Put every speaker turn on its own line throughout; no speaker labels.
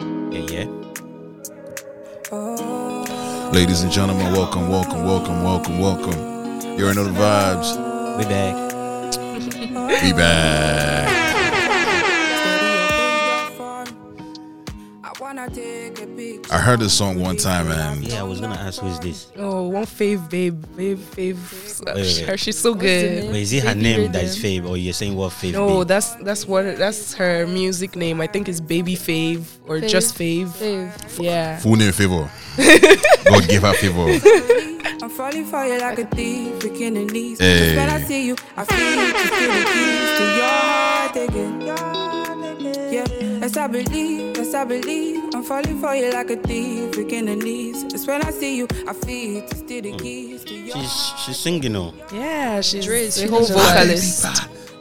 yeah.
Ladies and gentlemen, welcome, welcome, welcome, welcome, welcome. You already know the vibes.
We back.
Be back. I heard this song one time and
Yeah, I was gonna ask who's this.
Oh, one fave, babe, babe,
Wait, wait,
fave.
wait.
She's so good.
But is it her name that is Fave, or you're saying what Fave?
No,
be?
that's that's what that's her music name. I think it's Baby Fave or
Fave.
just Fave. Yeah.
full name favor. God give her favor.
I'm falling for you like a thief, picking the knees.
Hey.
When I see you, I feel you just feel the keys to your heart again. Yeah, as I believe, as I believe, I'm falling for you like a thief, picking the knees. It's when I see you, I feel to steal
Hmm.
the keys to your
she's she's singing. Oh,
Yeah, she's
Dre's
a whole
finished already.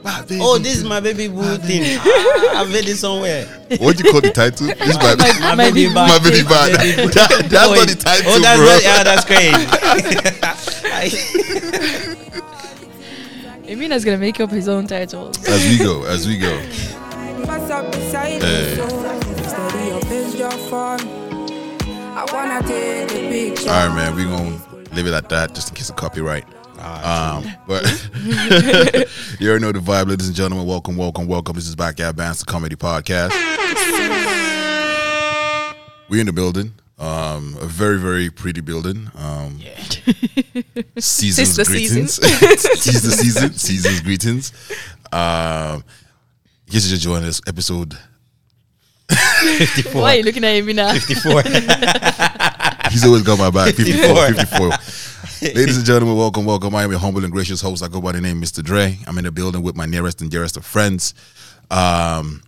vocalist.
oh, this is my baby boo thing. Ah, I've heard it somewhere.
What do you call the title? This my,
My baby bad.
my baby bad. That- that's
Oh,
not the
it-
title,
Oh, that's
bro.
not. Yeah, that's crazy.
Emina's gonna make up his own titles.
As we go, as we go.
What's up beside
Hey.
me? So steady up is your form. I wanna take a
All
picture.
right, man. We gonna leave it at that, just in case of copyright. Um, but you already know the vibe, ladies and gentlemen. Welcome, welcome, welcome. This is Backyard Bands, the comedy podcast. We're in the building, um, a very, very pretty building. Um, seasons
Sister
greetings.
seasons.
Tis the season, seasons greetings. Um, in case you just joined us, episode.
Why are you looking at Emina?
He's always got my back. 54,
54.
54. Ladies and gentlemen, welcome, welcome. I am your humble and gracious host. I go by the name Mr. Dre. I'm in the building with my nearest and dearest of friends. Um,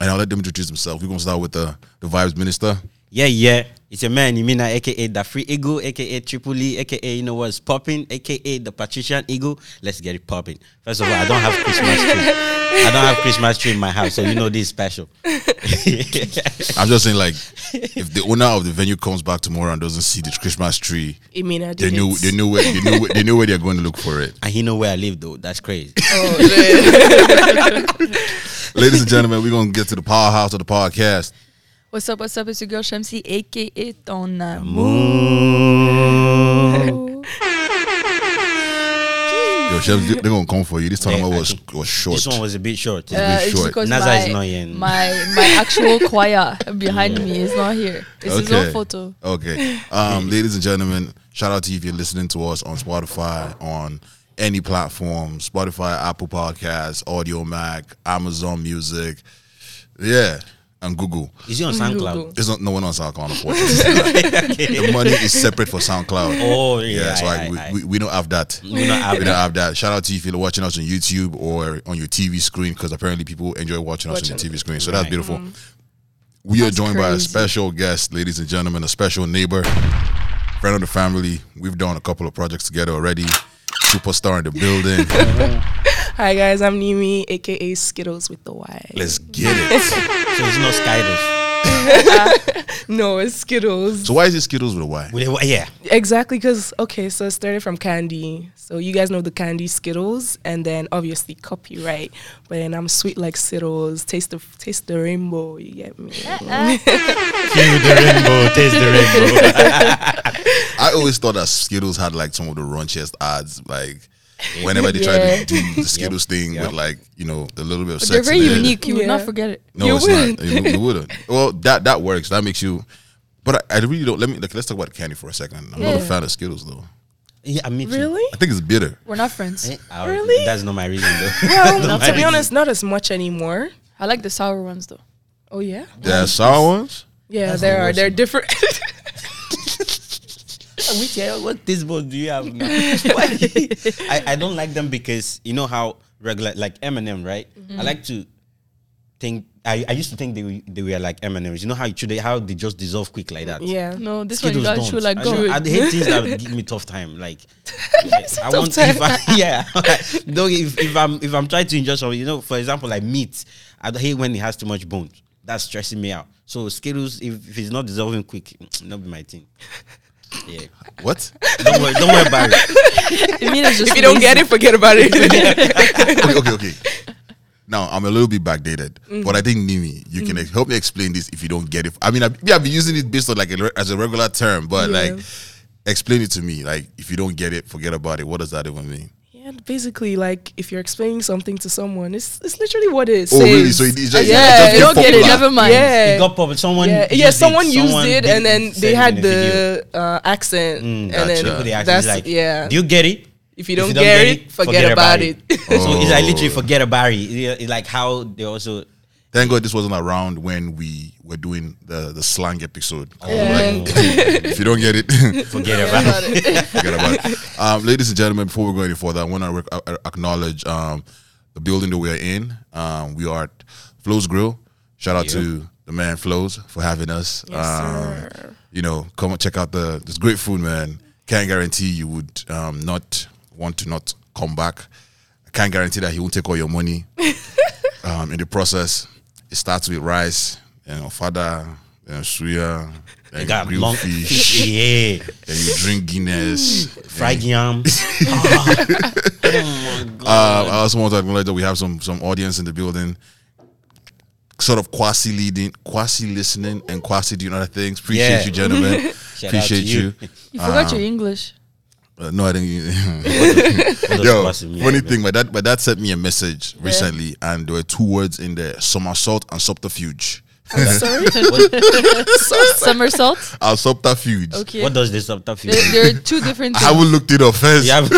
and I'll let them introduce themselves. We're going to start with the, the vibes minister.
Yeah, yeah. It's your man, Yumina, aka the Free Eagle, aka Triple E, aka you know what's popping, aka the Patrician Eagle. Let's get it popping. First of all, I don't have Christmas tree. I don't have Christmas tree in my house, so you know this is special.
I'm just saying, like, if the owner of the venue comes back tomorrow and doesn't see the Christmas tree,
I mean, I
they
did
know,
it.
they know where they know where, they know where they're going to look for it.
and he know where I live though. That's crazy.
Ladies and gentlemen, we're gonna get to the powerhouse of the podcast.
What's up, what's up? It's your girl Shamsi, aka Ton
Yo, chefs, they're gonna come for you. This time was was short.
This one was a bit short.
Uh, it's
short.
because
Naza
my,
is not here.
my my actual choir behind me is not here. It's his own photo.
Okay. Um, ladies and gentlemen, shout out to you if you're listening to us on Spotify, on any platform, Spotify, Apple Podcasts, Audio Mac, Amazon Music, yeah, and Google.
Is he on SoundCloud?
There's not no one on SoundCloud, unfortunately. the money is separate for SoundCloud.
Oh yeah.
so
aye,
like,
aye,
we,
aye.
We, we don't have that.
We not have
we
that.
don't have that. Shout out to you if you're watching us on YouTube or on your TV screen because apparently people enjoy watching us on
Watching.
your TV screen. So that's
Right.
beautiful. We are joined by a special guest, ladies and gentlemen, a special neighbor, friend of the family. We've done a couple of projects together already. Superstar in the building.
Hi guys, I'm Nimi, aka Skittles with the Y.
Let's get it.
so it's not Skyros.
No, it's Skittles.
So why is it Skittles with a Y?
With a- Yeah.
Exactly, because okay, so it started from candy. So you guys know the candy Skittles, and then obviously copyright. But then I'm sweet like Skittles, taste the taste the rainbow. You get me?
Cue the rainbow. Taste the rainbow.
I always thought that Skittles had like some of the raunchiest ads, like. Whenever they try to
Yeah.
do the Skittles thing
Yep.
with like you know the little bit of
But
sex,
they're very
in there.
unique. You would not
Yeah.
forget it.
No,
You
it's
wouldn't.
not. You, you wouldn't. Well, that that works. That makes you. But I, I really don't. Let me. Like, let's talk about candy for a second. I'm not a
Yeah.
fan of Skittles though.
yeah, I mean,
Really?
I think it's bitter.
We're not friends.
Eh, I-
Really?
That's not my reason though.
Well,
Not
to be
mine.
honest, not as much anymore.
I like the sour ones though.
Oh yeah,
The sour ones.
yeah,
That's
there
the
are.
worst
They're
one.
different.
Which what taste buds do you have now? Why? I, I don't like them because you know how regular like M and M, right?
Mm-hmm.
I like to think. I, I used to think they were, they were like M and M's. You know how you chew they how they just dissolve quick like that.
yeah.
No, this
Skittles
one you got
don't.
chew like
I, don't- I
gold.
hate things that give me tough time. Like I want
time.
if I, yeah. Though if, if I'm if I'm trying to enjoy something, you know, for example, like meat, I hate when it has too much bone. That's stressing me out. So Skittles, if, if it's not dissolving quick, not be my thing. Yeah.
What?
Don't worry, don't worry about it.
Emina's just
If you don't get
lazy.
it, forget about it.
okay, okay, okay. Now I'm a little bit backdated,
Mm.
but I think Nimi, you can ex- help me explain this if you don't get it. I mean, I, yeah, I've been using it based on like a, re- as a regular term, but
Yeah.
like, explain it to me. Like, if you don't get it, forget about it. What does that even mean?
Yeah, basically, like if you're explaining something to someone, it's it's literally what it
Oh, really?
says.
So it, it's just,
Yeah,
it's just
you
been
don't get it.
popular.
Never mind.
Yeah,
It got popular. Someone
yeah,
used
yeah, someone
it.
used
Someone
it,
did-
and then
said
they
it
had
in a video.
the uh, accent, and
Gotcha.
then
People,
they actually
that's
like,
yeah.
Do you get it?
if you don't, get, it, forget, about, it.
so it's like literally
Oh.
forget about it. Yeah, It's like how they also
Thank God this wasn't around when we were doing the, the slang episode.
Yeah.
if you don't get it,
forget about it.
about it.
forget about it. Um, ladies and gentlemen, before we go any further, I want to rec- uh, acknowledge um, the building that we are in. Um, we are at Flo's Grill. Shout out to the man Flo's for having us. um, You know, come and check out the this great food, man. Can't guarantee you would um, not want to not come back. I can't guarantee that he won't take all your money. um, in the process, it starts with rice and ofada and suya
You
and
got
grilled
long
fish.
yeah,
Then you drink Guinness.
fried yam.
Uh, I also want to acknowledge that we have some some audience in the building, sort of quasi leading, quasi listening, and quasi doing other things. Appreciate
Yeah.
you, gentlemen.
out
Appreciate
to
you.
you.
You forgot your English.
Uh, no, I didn't.
Those
Yo,
passing me,
funny
man.
thing, my dad, my dad sent me a message recently, and there were two words in there: somersault and subterfuge.
Sorry,
Somersault.
Our subterfuge.
Okay.
What does this subterfuge?
there,
mean?
there are two different
I
things.
will look it up first.
You have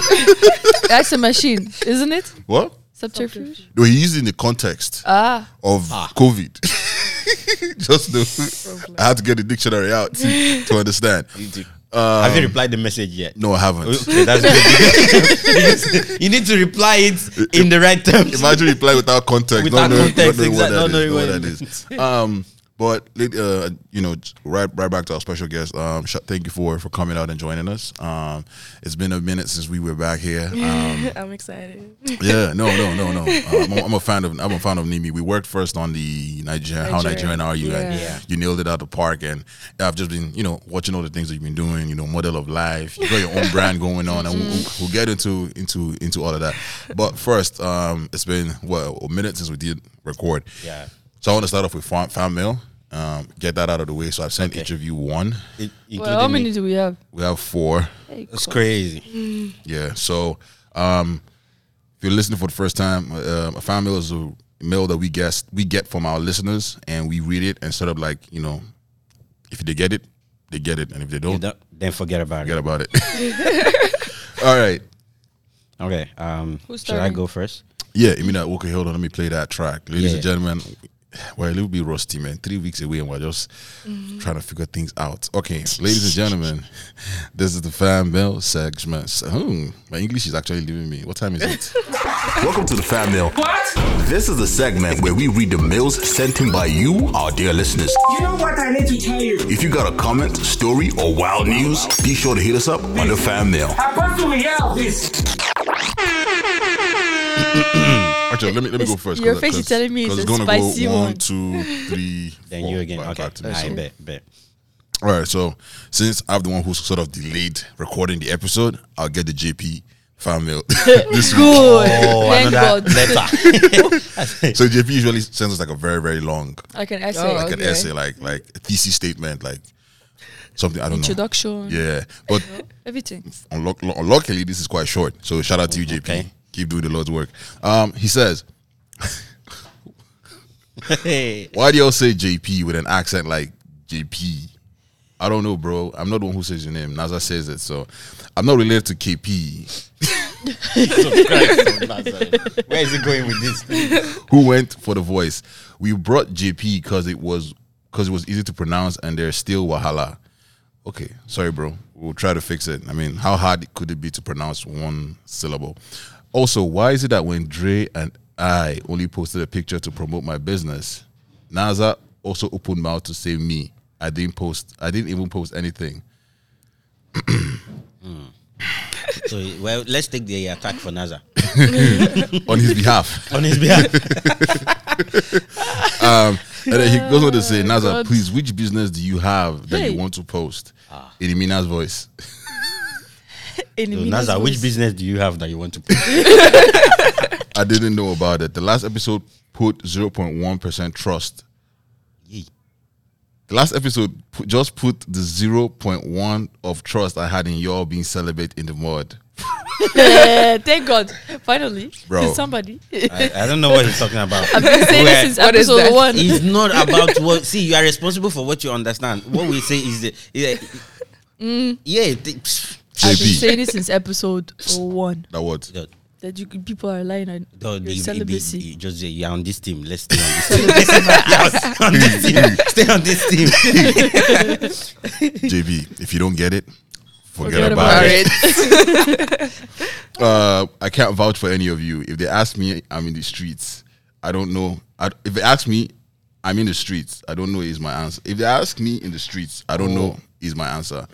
That's a machine, isn't it?
What?
Subterfuge.
No, he used it in the context
Ah,
of COVID. Just the, I had to get the dictionary out to, to understand.
have you replied the message yet?
Um, No, I haven't.
Okay, that's good. you need to reply it in the right terms.
Imagine you play without context.
Without
no, no,
context,
no, no,
exact-
what that
no,
is,
no,
what
what
that
it
is. Um, but lit- uh, you know, j- right, right back to our special guest. Um, sh- thank you for for coming out and joining us. Um, it's been a minute since we were back here. Um,
I'm excited.
yeah, no, no, no, no. Uh, I'm, a- I'm a fan of I'm a fan of Nimi. We worked first on the Nigerian. How
Nigerian,
Nigerian are you? And
yeah.
you nailed it out the park. And I've just been, you know, watching all the things that you've been doing. You know, model of life. You got your own brand going on, and we'll, we'll get into into into all of that. But first, um, it's been what a minute since we did record.
Yeah.
So I want to start off with fan, fan mail. Um, get that out of the way. So I've sent each of you one.
It-
well, how
including
many
me.
do we have?
We have four.
It's crazy.
Yeah. So, um, if you're listening for the first time, uh, a fan mail is a mail that we guess we get from our listeners, and we read it and sort of like you know, if they get it, they get it, and if they don't,
Don't- Then forget about
forget
it.
about it. All right.
Okay. Um,
Who's
should I
starting?
go first?
Yeah, I mean, uh, okay, hold on, let me play that track, ladies and
Yeah.
gentlemen. We're a little bit rusty, man. Three weeks away, and we're just trying to figure things out. Okay, ladies and gentlemen, this is the fan mail segment. Hmm, my English is actually leaving me. What time is it?
Welcome to the Fan Mail. What? This is the segment where we read the mails sent in by you, our dear listeners.
You know what I need to tell you?
If you got a comment, story, or wild news, be sure to hit us up on the Fan Mail.
I'm supposed to yell this.
Actually, let me let me go first. 'cause
your
I-
face is
'cause-
telling me it's
'cause
a
gonna
spicy
go one,
one.
two, three,
Then
four,
you again.
back-
Okay.
back to me.
I
So-
bet. Bet.
All right. So since I'm the one who's sort of delayed recording the episode, I'll get the JP fan mail. this week.
Good.
Oh,
Thank
another
God.
letter.
So JP usually sends us like a very very long,
I can essay.
Oh,
like an
Okay.
essay, like like a thesis statement, like something I don't
Introduction.
know. Yeah, but
Everything.
unlock- luckily this is quite short. So shout out to you, JP.
Okay.
Keep doing the Lord's work. Um, he says,
Hey.
Why do y'all say JP with an accent like JP? I don't know, bro. I'm not the one who says your name. Naza says it, so I'm not related to KP,
Where is it going with this?
who went for the voice. We brought JP because it was because it was easy to pronounce, and there's still Wahala. Okay, sorry, bro. We'll try to fix it. I mean, how hard could it be to pronounce one syllable? Also, why is it that when Dre and I only posted a picture to promote my business, Naza also opened mouth to say me? I didn't post. I didn't even post anything.
So, well, let's take the uh, attack for Naza
on his behalf.
on his behalf.
And then he goes on to say, Naza,
God.
please, which business do you have that
Hey.
you want to post? In Imina's voice.
So, Naza, which business do you have that you want to put?
I didn't know about it. The last episode put 0.1% trust.
Yee.
The last episode put, just put the 0.1 of trust I had in y'all being celibate in the mud.
Eh, Thank God. Finally.
Bro.
to Somebody.
I, I don't know what he's talking about.
Say
Where-
this is
What is
episode
that?
one.
it's not about what. See, you are responsible for what you understand. What we say is the yeah, yeah. th- psh,
I've been
JB.
saying this since episode one.
That what?
the-
That you people are lying on
the- the-
your
the-
celibacy.
the- just say you're on this team. Let's stay on this team. Yes, on this team. Stay on this team.
JB, if you don't get it, forget,
Forget
about,
about
it.
Alright.
Uh, I can't vouch for any of you. If they ask me, I'm in the streets. I don't know. I, if they ask me, I'm in the streets. I don't know is my answer. If they ask me in the streets, I
Oh.
don't know is my answer.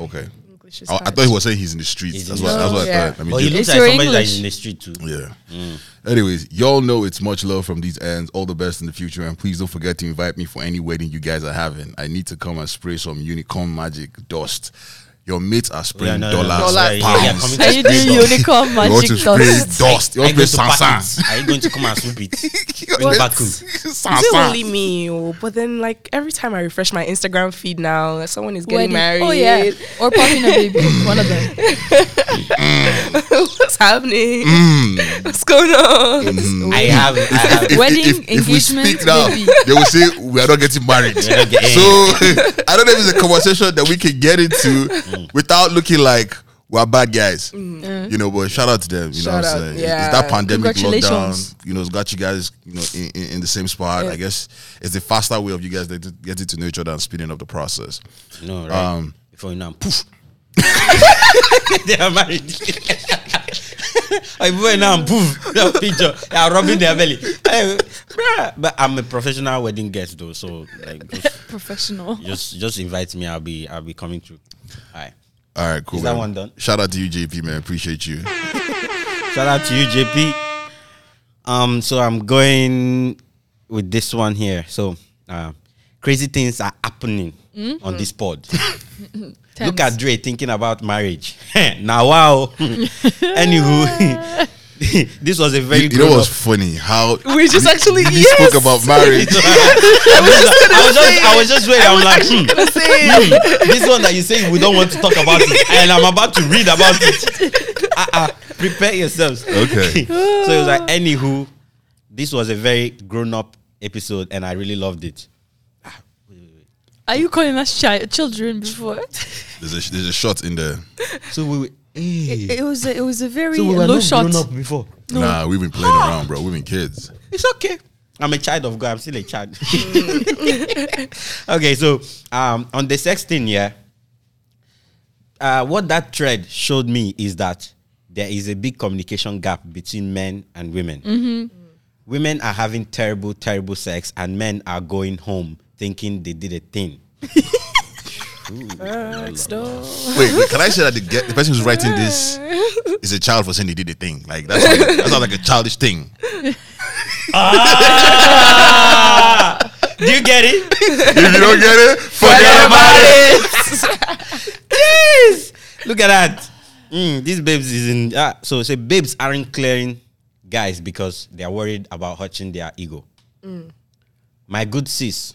okay.
English is
I, I
hard.
thought he was saying he's in the streets.
Ah. He's in
that's
the
what, that's what I
streets.
thought. I mean,
But he looks
It's
like
your
somebody that's
English.
in the street too.
Yeah.
Mm.
Anyways, y'all know it's much love from these ends. All the best in the future, and please don't forget to invite me for any wedding you guys are having. I need to come and spray some unicorn magic dust. Your mates are spraying
no, no, no.
dollars,
Dollars. Yeah, yeah,
pounds.
coming
Are you doing unicorn
You want to
magic
spray
dust?
dust. You
Are
want
you
to
going
spray
to pack
sansan.
it? Are you going to come and swoop it? Bring back home.
Is it
Sansan.
only me? oh, But then, like every time I refresh my Instagram feed now, someone is getting
Wedding.
married.
Oh yeah, or popping a baby. One of them.
what's happening? What's going on?
I have. I have.
If-
Wedding,
we
engagement,
speak now,
maybe.
they will say we are not getting married.
not getting-
so I don't know if it's a conversation that we can get into
Mm.
without looking like we're bad guys. You know, but shout out to them. You know
Mm.
what I'm
Shout out,
saying?
yeah.
It's that pandemic
Congratulations.
lockdown. You know, it's got you guys, you know, in, in, in the same spot. I guess it's the faster way of you guys getting getting to know each other and speeding up the process.
No, right?
Um,
Before you know, poof. they are married. Like, Before you know, poof. That picture. They are rubbing their belly. Like, bruh. But I'm a professional wedding guest though, so like, just,
Professional.
just just invite me. I'll be I'll be coming through. All right.
All right, cool.
Is that
man.
one done?
Shout out to you, JP, man. Appreciate you.
Shout out to you, JP. Um, so I'm going with this one here. So, uh, crazy things are happening on this pod. Look at Dre thinking about marriage. now, wow. Anywho, this was a very
You, you know
grown-up-
what's funny? How
We just actually-
we
yes!
spoke about marriage.
I was just, I was just, I was just waiting. I'm like, hmm,
Let's see.
hmm, this one that you say we don't want to talk about it, and I'm about to read about it. Uh-uh, prepare yourselves.
Okay.
so it was like, anywho, this was a very grown-up episode, and I really loved it.
Are you calling us chi- children before?
There's a there's a shot in there.
So we, were- eh.
it was a, it was a very
so we were
low
not
shot.
grown-up before.
Nah, we've been playing around, bro. We've been kids.
It's okay. I'm a child of God. I'm still a child. okay, so um, on the sexting, yeah, uh, what that thread showed me is that there is a big communication gap between men and women. Women are having terrible, terrible sex, and men are going home thinking they did a thing.
Wait, wait, can I say that the, ge- the person who's writing this is a child for saying he did a thing? Like that's not, that's not like a childish thing.
Do you get it?
If you don't get it, forget about it.
yes. Look at that. Mm, these babes is in. Uh, so say babes aren't clearing guys because they are worried about hurting their ego.
Mm.
My good sis,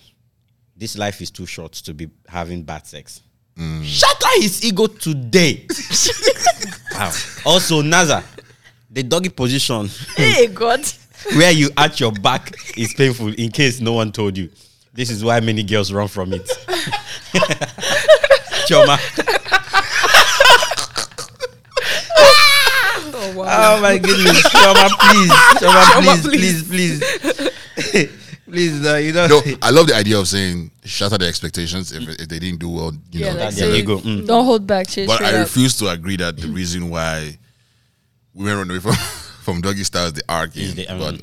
this life is too short to be having bad sex. Shatter his ego today. wow. Also, Naza, the doggy position
Hey God.
where you arch your back is painful in case no one told you. This is why many girls run from it. Choma.
Oh, wow.
Oh my goodness. Choma, please. Choma, please, please, please. Please, no, you don't.
No, I love the idea of saying shatter their expectations if, if they didn't do well. You know,
like
but
there
say
you
it.
go. Mm.
Don't hold back. Say it
but
straight
I
up.
refuse to agree that the reason why women run away from from doggy style is the arguing.
the-
but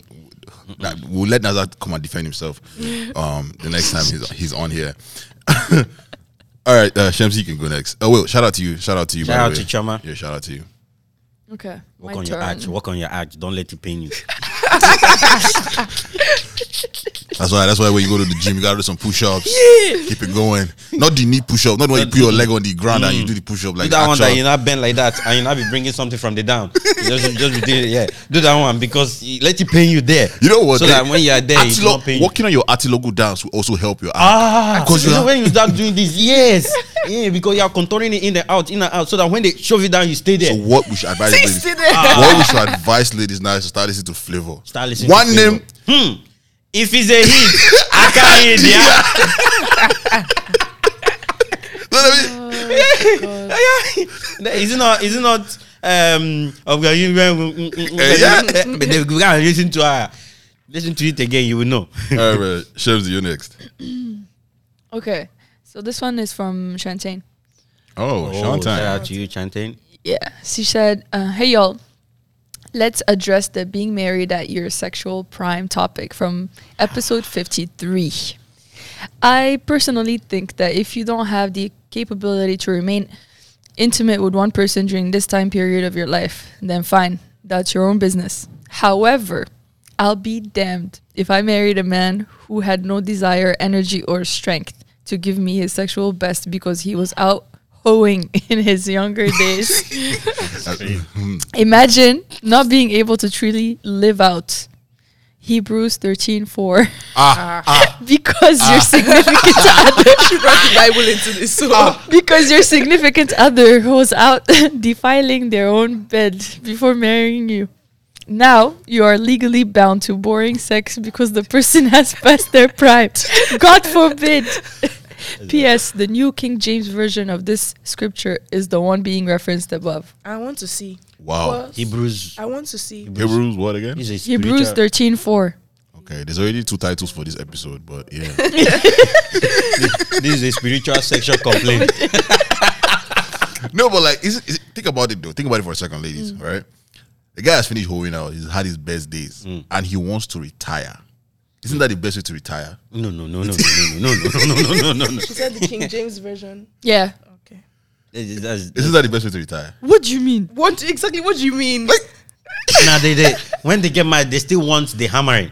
that- we'll let Nazar come and defend himself um, the next time he's he's on here. All right, uh, Shamsi, you can go next. Oh, wait, shout out to you. Shout out to you. by
Shout
the
out
way.
to Choma.
Yeah, shout out to you.
Okay.
Work
my
on your
turn.
arch. Work on your arch. Don't let it pain you.
That's why. That's why when you go to the gym, you gotta do some push-ups. Keep it going. Not the knee push-up. Not when you put your leg on the ground and you do the push-up like
do that one that
actual-
Mm. you not bend like that and you not be bringing something from the down. You just, you just be doing it, yeah. Do that one because it- let it pain you there.
You know what?
So
eh, They-
that when you are there, it's
Atilo-
not pain.
working on your artilogo dance will also help your act.
Ah,
'Cause
you
you
know
are-
when you start doing this, yes, yeah, because you are contouring it in and out, in and out, so that when they shove it down, you stay there.
So what we should advise ladies,
Tasty there.
what we should advise ladies now is to start listening to flavor.
Start listening to
One
Flavor.
name,
if it's a hit, I can't hit yeah.
you know what I mean?
Is it not? Is it not? Um, of the union.
Eh, yeah.
mm, but they we can listen to her. Listen to it again, you will know.
All right, Shams, you next.
Okay, so this one is from Shantain.
Oh,
shout out to you, Chantain.
Yeah, she said, uh, "Hey y'all, let's address the being married at your sexual prime topic from episode fifty-three. I personally think that if you don't have the capability to remain intimate with one person during this time period of your life, then fine, that's your own business. However, I'll be damned if I married a man who had no desire, energy, or strength to give me his sexual best because he was out hoeing in his younger days.
Uh,
Imagine not being able to truly live out. Hebrews 13 4. because your significant
she brought the Bible into this. So
Ah. because your significant other was out defiling their own bed before marrying you. Now you are legally bound to boring sex because the person has passed their prime. God forbid. P.S. The New King James Version of this scripture is the one being referenced above.
I want to see.
Wow.
Hebrews.
I want to see.
Hebrews, what again?
Is a
Hebrews
spiritual-
13 4.
Okay, there's already two titles for this episode, but yeah.
This is a spiritual sexual complaint.
no, but like, is, it- is, it- think about it though. Think about it for a second, ladies, right? The guy has finished hoeing out. He's had his best days, and he wants to retire. Isn't that the best way to retire?
No, no, no, no, no, no, no, no, no, no, no, no, no.
She said the King James version.
Yeah.
Okay.
That's- that's-
Isn't that the best way to retire?
What do you mean?
What do- exactly? What do you mean?
Nah, they, they when they get married, they still want the hammering.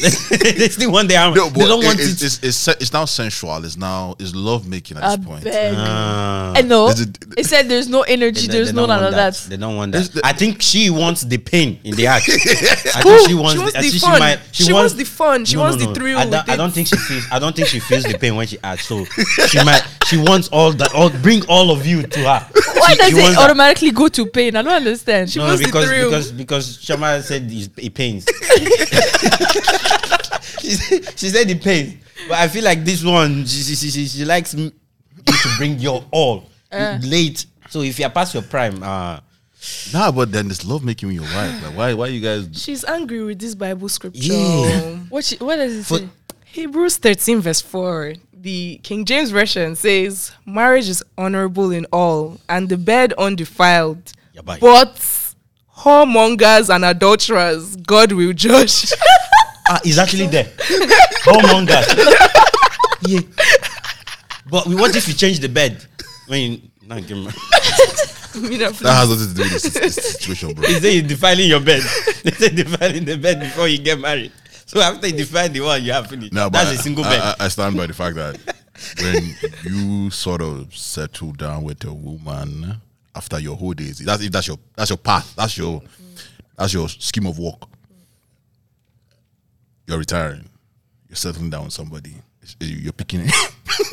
they still want the hammering.
No, but
they don't
it-
want it.
it's, it's, it's, se- it's now sensual. It's now it's love making at
I
this point.
beg.
Ah.
and Eh, no,
There's a-
it said there's no energy,
They-
there's
they
no
don't
none of
want
that.
They don't want
It's
that.
the-
I think she wants the pain in the act. I
Cool.
think
She wants the fun. She wants the fun. She wants the thrill
I don't,
with
I
it.
don't think she feels. I don't think she feels the pain when she acts. So she might. She wants all that. All bring all of you to her.
Why
She-
does
she
it
wants that.
automatically go to pain? I don't understand.
No,
wants the
because
thrill.
because because Shama said it's- it pains. she, said, she said it pains, but I feel like this one she she, she, she, she likes m- you to bring your all late. So if you're past your prime, uh,
Nah, but then it's love making with your wife. Like, why? Why you guys?
She's angry with this Bible scripture.
Yeah.
What, she, what does it
For-
say?
Hebrews 13, verse 4, the King James Version says, Marriage is honorable in all, and the bed undefiled.
Yeah, bye.
But whoremongers and adulterers, God will judge.
ah, it's actually there. Homemonger. yeah. But what if you change the bed when you? Nah, give me-
You know, please.
That has nothing to do with this, this situation, bro.
They say you're defiling your bed. They say defiling the bed before you get married. So after you define the one, you have finished.
No, but uh,
That's a single
I,
bed.
I, I stand by the fact that when you sort of settle down with a woman after your whole days, that's if that's your that's your path, that's your that's your scheme of work. You're retiring, you're settling down with somebody. It's- you- You're picking.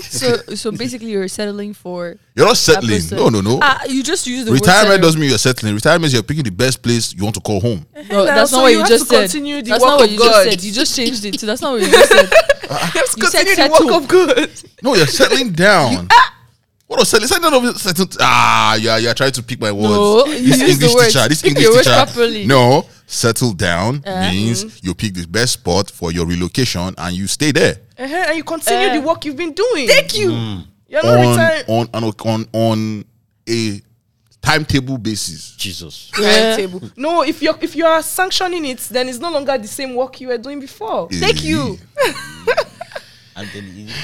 So, so basically, you're settling for.
you're not settling.
person.
No, no, no.
Ah, you just use the
Retirement
word settle.
doesn't mean you're settling. Retirement is you're picking the best place you want to call home.
No,
Now,
that's
so
not what
you
you
have
just
to
said.
continue the
That's
work
not what
of
you just
God.
said. You just changed it. So that's not what you just said.
Let's
You said
continue the work
settle.
of God.
No, you're settling down.
ah!
What was settling? Settling down. Settled, ah, yeah, yeah. Trying to pick my words.
No, you
this
use
English
the words.
teacher. This
Pick
English
your words
teacher.
properly. Uh-huh.
No, settle down means you pick the best spot for your relocation and you stay there.
Uh-huh, and you continue
Uh,
the work you've been doing. Thank you. You're
Mm.
not
On,
retiring.
on on on on a timetable basis.
Jesus.
Timetable. No, if you're if you are sanctioning it, then it's no longer the same work you were doing before.
Thank you.
And then it-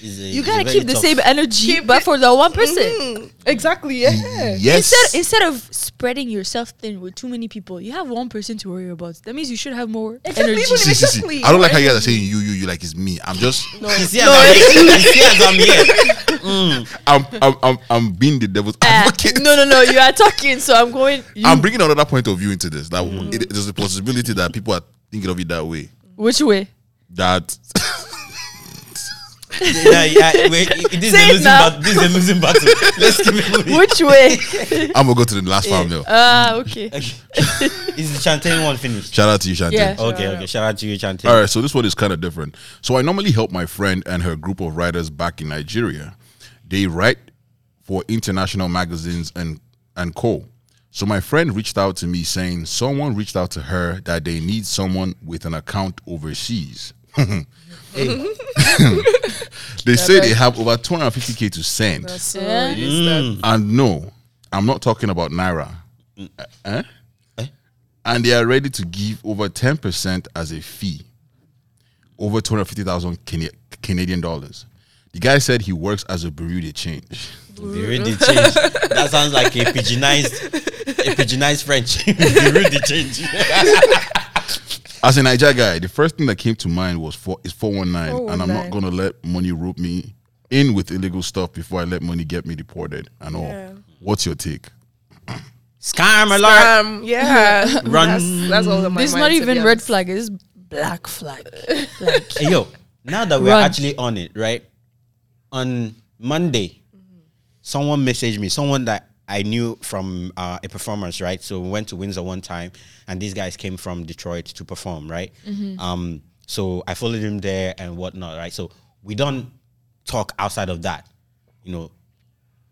it's a-
You
it's
gotta
a very
keep the
tough-
same energy,
Keep
but
it-
for the one person.
Mhm. Exactly. Yeah.
Yes.
Instead, instead of spreading yourself thin with too many people, you have one person to worry about. That means you should have more
Exactly,
energy.
even if-
See, see, see.
Exactly.
I don't like how you guys are saying you, you, you. like it's me. I'm just
He's here, as I'm, he's here as I'm here.
I'm, I'm I'm I'm being the devil's
Uh,
advocate.
no, no, no. You are talking, so I'm going. You, Mm.
I'm bringing another point of view into this. That it, there's a possibility that people are thinking of it that way.
which way?
That
Yeah, yeah, wait, this, is
Say
a
it
losing
now.
bat- this is a losing battle. Let's keep it moving.
Which way?
I'm gonna go to the last farm now.
Ah, okay.
Is the chanting one finished?
Shout out to you, Shante.
Yeah. Shout
Okay,
out.
okay. Shout out to you, chanting.
All right, so this one is kind of different. So I normally help my friend and her group of writers back in Nigeria. They write for international magazines and and co. So my friend reached out to me saying someone reached out to her that they need someone with an account overseas. they say they have over 250k to send.
So
Yeah.
it is that.
And no, I'm not talking about Naira. Eh? And they are ready to give over 10% as a fee, over 250,000 Cana- Canadian dollars. The guy said he works as a Bureau de change.
They really change. That sounds like a pigeonized, a pigeonized French. they really change.
As a Niger guy, the first thing that came to mind was four, is 419, and I'm not
419.
going to let money rope me in with illegal stuff before I let money get me deported and
Yeah.
all. What's your take?
Scam alert.
Um, yeah,
Run.
That's, that's all. That my
This is
mind,
not
to be
even
honest.
red flag. It's black flag.
Hey, yo, now that we're
Run.
actually on it, right? On Monday, someone messaged me, someone that I knew from uh, a performance, right? So we went to Windsor one time, and these guys came from Detroit to perform, right? Um, so I followed him there and whatnot, right? So we don't talk outside of that, you know.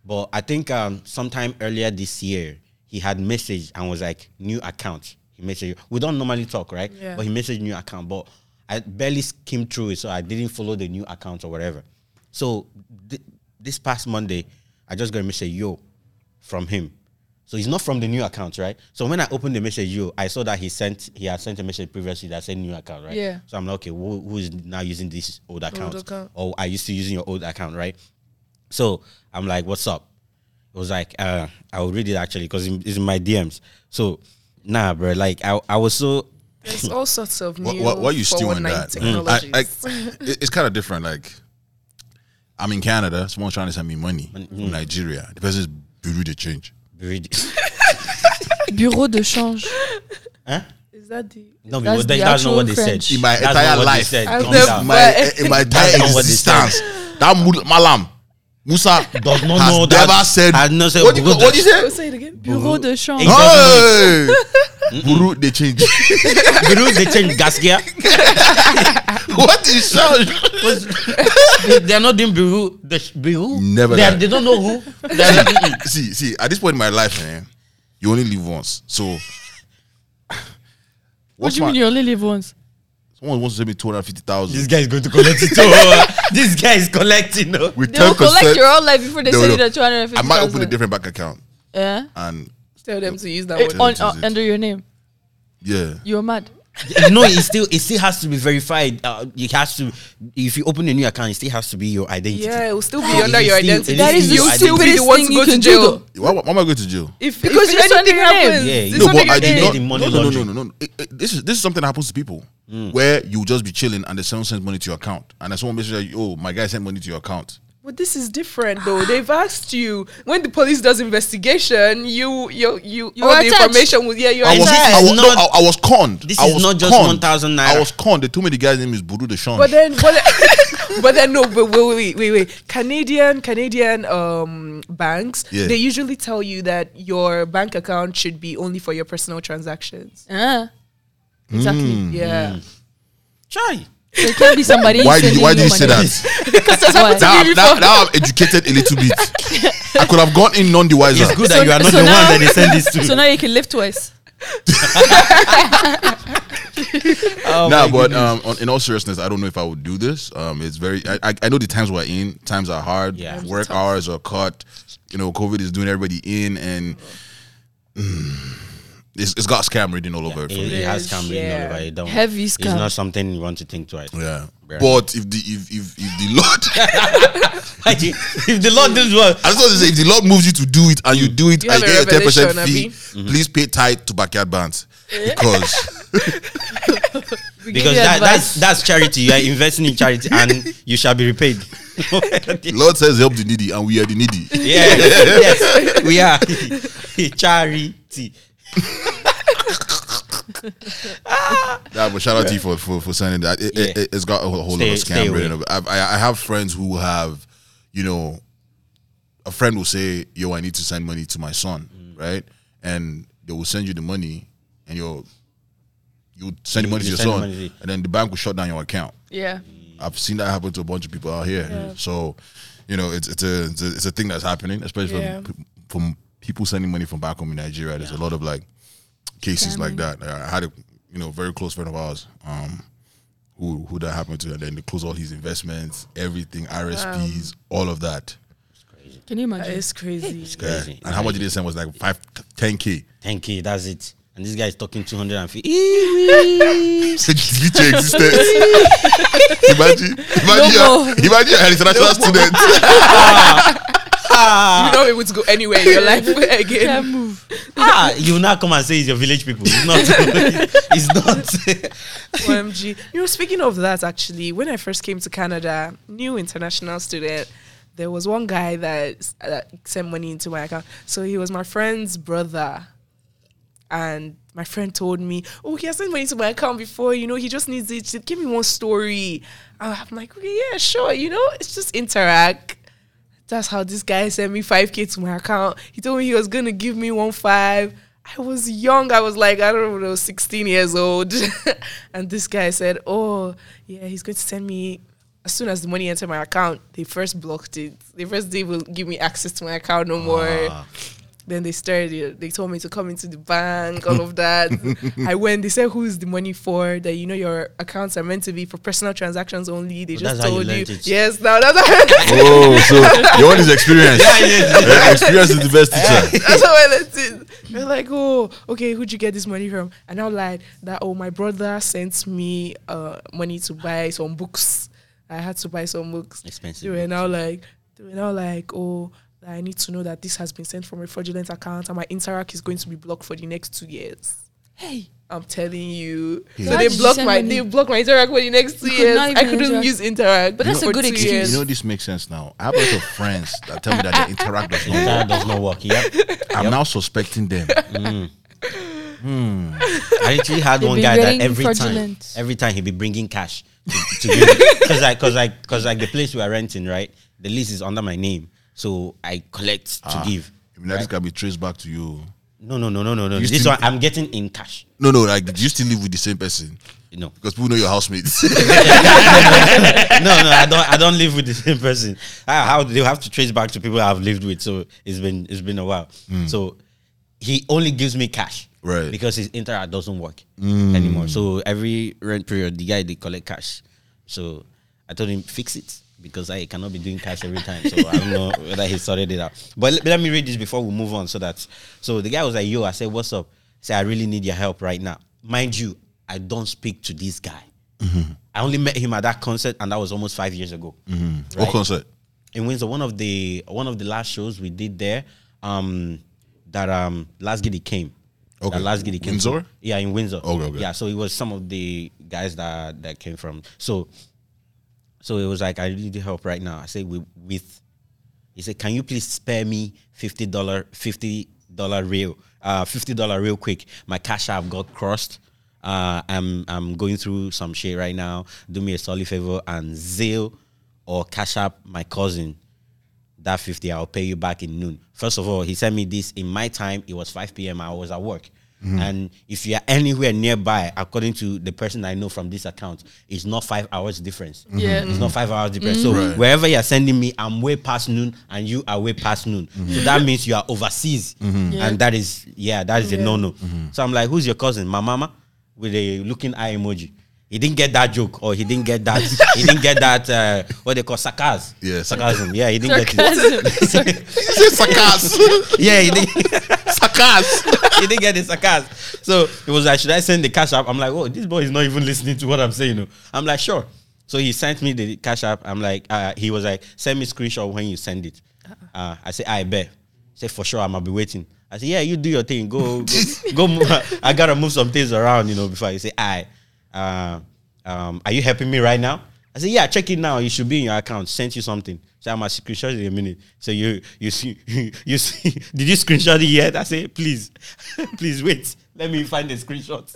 But I think um, sometime earlier this year, he had messaged and was like, new account. He messaged. We don't normally talk, right?
Yeah.
But he messaged new account. But I barely skimmed through it, so I didn't follow the new account or whatever. So th- this past Monday, I just got a message, yo, from him. So he's not from the new account, right? So when I opened the message, yo, I saw that he sent he had sent a message previously that said new account, right?
Yeah.
So I'm like, okay, who, who is now using this old account?
account.
Or are you still using your old account, right? So I'm like, what's up? It was like, uh, I will read it actually because it's in my DMs. So, nah, bro, like I, I was so,
There's all sorts of
Why
new.
why- why are you still in
419
that? Mm.
Technologies.
I, I, it- it's kind of different. Like, I'm in Canada. Someone's trying to send me money
Mm-hmm.
from Nigeria. The person's Bureau de change.
read,
Bureau de change.
huh?
is that the?
No,
That's
that's,
the
that's not
actual
what they
French.
said.
In my
That's not
entire
what they
life.
said.
I've
Calm
never-
down.
eh,
My in my entire
That's not what they
existence, that mul- malam Musa
Does not
has
know that-
never said.
has not said
what do you
Bureau
what
de-
do you
Oh,
say?
say it again.
Bureau de change.
Hey,
Hey, Bureau de change.
Bureau they change gas gear.
what is sound?
They're not doing bureau. The sh- bureau.
Never
They, are-
that.
they don't know who. They are not-
see, see, at this point in my life, man, you only live once. So,
What
what's
do you
my-
mean you only live once?
Someone wants to send me two hundred fifty
this
thousand
guy is going to collect it. Oh, this guy is collecting. Oh.
with
They
ten
will collect your
percent.
own life before they
No,
send
no.
you the 250.
I might open a different bank account
Yeah.
and
Tell them to use that
Eh,
one.
on,
is
uh,
it?
under your name.
yeah.
You're mad.
no, it still it still has to be verified. Uh, it has to if you open a new account, it still has to be your identity.
Yeah, it will still be
It
under
is
your
still-
identity.
it That is is
the
still
you still be
stupidest
the one to
thing you
go to
can do
jail.
though.
Why, why am I going to jail?
If
Because
if
it's under
anything
your name.
happens,
Yeah,
it's
you- No,
under
but
your
I did
name.
not- the money
no, no, no, no,
laundering. Mm.
no, no, no. It- it- this is this is something that happens to people where you just be chilling and then someone sends money to your account and then someone messages you, oh, my guy sent money to your account.
But this is different, though. They've asked you when the police does investigation. You, you, you.
You
all
are
the
attached.
information was yeah. You are
I was,
this
attached.
I
is
was, no,
not-
I, I was conned.
this
I
is
was
not just
conned.
1,000
I
naira.
was conned. They told me the guy's name is Buru Deshawn.
But then, but then, but then no, but wait, wait, wait, wait. Canadian, Canadian um, banks,
Yeah.
they usually tell you that your bank account should be only for your personal transactions.
Ah. Exactly.
Hmm. Mm-hmm.
Yeah.
Try.
There can be somebody.
why do you, why do you
sending
say
money.
that?
Because that's what
now, now, now I'm educated a little bit. I could have gone in none the wiser.
It's good that you are not the one that they send this to.
So now you can live twice.
Oh
nah,
my
but
goodness.
um, on, in all seriousness, I don't know if I would do this. Um, it's very. I, I, I know the times we're in. Times are hard.
Yeah. Times
Work hours are cut. You know, COVID is doing everybody in, and mm, it's, it's got scam reading all over it
it,
for me.
it has come written all
Yeah.
over it. Don't.
Heavy
It's
scam.
not something you want to think twice.
Yeah.
Yeah.
But if the if if, if the Lord,
if the Lord does well,
I just want to say, if the Lord moves you to do it and you do it
You
and
have
you
a
get a ten percent
revelation,
fee, please pay tight to backyard bands because
We give
because
you
that, that's
advice.
that's charity. You are investing in charity, and you shall be repaid.
Lord says help the needy, and we are the needy.
Yes, yes, we are charity.
Yeah, but shout out to you for, for, for sending that. It,
Yeah.
it, has got a whole, whole lot
Stay-
of
stay
scam
away.
written over. I've- I, I have friends who have, you know, a friend will say, "Yo, I need to send money to my son,"
Mm.
right? And they will send you the money, and you'll you send the
You-
money to
you
your
send the
son,
money.
and then the bank will shut down your account.
yeah.
I've seen that happen to a bunch of people out here. So, you know, it's it's a it's a, it's a thing that's happening, especially
Yeah.
from from people sending money from back home in Nigeria. There's a lot of like cases like that. Like, I had a you know very close friend of ours, um, who who that happened to, and then they closed all his investments, everything, RSPs, all of that.
Can you
That
imagine?
is crazy.
Yeah.
Crazy.
And how much did they send was like five, ten k.
Thank you. That's it. And this guy is talking 250.
Just your existence. imagine, imagine,
No
you're- imagine you're an international student.
You don't able to go anywhere in your life again.
Can't move.
ah, you now come and say it's your village people. It's not. it's not.
OMG. You know, speaking of that, actually, when I first came to Canada, new international student, there was one guy that uh, sent money into my account. So he was my friend's brother. And my friend told me, Oh, he has sent money to my account before. You know, he just needs it. Just Give me one story. And I'm like, Okay, yeah, sure. You know, it's just interact. That's how this guy sent me 5K to my account. He told me he was going to give me one five. I was young. I was like, I don't know, 16 years old. and this guy said, Oh, yeah, he's going to send me. As soon as the money entered my account, they first blocked it. They first they will give me access to my account no more.
Ah.
Then they started. it. They told me to come into the bank, all of that. I went. They said, "Who is the money for?" That you know your accounts are meant to be for personal transactions only. They
So
just
that's how you
told you.
learnt it.
Yes, now that's how
Oh, so your one is experience. Eh, experience is the best teacher.
That's how I let it. They're like, oh, okay, who'd you get this money from? And I lied that, oh, my brother sent me uh, money to buy some books. I had to buy some books.
Expensive
They were now like, they were now like, oh, I need to know that this has been sent from a fraudulent account and my Interact is going to be blocked for the next two years.
Hey,
I'm telling you. So
Why
they
did you
blocked
send
my
money?
they blocked my Interact for the next two
You could
years.
not
I
even
couldn't
interact.
use Interact.
But that's
for
a good
two
excuse.
years.
You know this makes sense now. I have a lot of friends that tell me that they interact does not work.
that does not work. Yep.
I'm now suspecting them.
I actually had
They've
one
been
guy
getting
that every
fraudulent.
time, every time he'd be bringing cash to, to give because like, cause like, cause like the place we are renting, right? The lease is under my name, so I collect to give.
I mean, that this can be traced back to you.
No, no, no, no, no, no.
You
This
still-
one I'm getting in cash.
No, no, like did you still live with the same person?
No,
Because people know your housemates.
no, no. I don't. I don't live with the same person. How, how they have to trace back to people I've lived with. So it's been it's been a while. So he only gives me cash,
Right.
Because his interact doesn't work anymore. So every rent period, the guy they collect cash. So I told him fix it because I cannot be doing cash every time. So I don't know whether he sorted it out. But let, let me read this before we move on. So that so the guy was like, "Yo," I said, "What's up?" Say, "I really need your help right now." Mind you, I don't speak to this guy. I only met him at that concert, and that was almost five years ago.
Mm-hmm. What concert?
In Windsor, one of the one of the last shows we did there, um, that um last giddy came. That
Okay.
last giddy came.
Windsor?
Yeah, in Windsor.
Okay, okay.
Yeah, so it was some of the guys that that came from. So, so it was like I need help right now. I said with with, he said, can you please spare me fifty dollar fifty dollar real uh fifty dollar real quick? My cash app got crossed. Uh, I'm I'm going through some shit right now. Do me a solid favor and Zelle or Cash App my cousin that 50 i'll pay you back in noon first of all he sent me this in my time it was 5 p.m i was at work and if you're anywhere nearby according to the person i know from this account it's not five hours difference
Mm-hmm. Yeah. Mm-hmm.
it's not five hours difference so
Right.
wherever you're sending me i'm way past noon and you are way past noon so that means you are overseas
Yeah.
and that is yeah that is a no-no so i'm like who's your cousin my mama with a looking eye emoji he didn't get that joke or he didn't get that he didn't get that uh, what they call sarcasm
Yeah,
sarcasm yeah he didn't get it
sarcasm. Sorry.
You said Sakas.
yeah, he didn't,
Sakas.
he didn't get the sarcasm. So it was like, should I send the cash app? I'm like, oh, this boy is not even listening to what I'm saying. oh. I'm like, sure. So he sent me the cash app. I'm like, uh, he was like, send me screenshot when you send it. Uh, I say, I bet. Say for sure, I'ma be waiting. I say, yeah, you do your thing. Go, go, go move. I gotta move some things around, you know, before you say, I. Uh, um, are you helping me right now? I said, yeah, check it now. You should be in your account. Sent you something. So I'm a screenshot it in a minute. So you you see you see did you screenshot it yet? I said, please, please wait. Let me find the screenshot.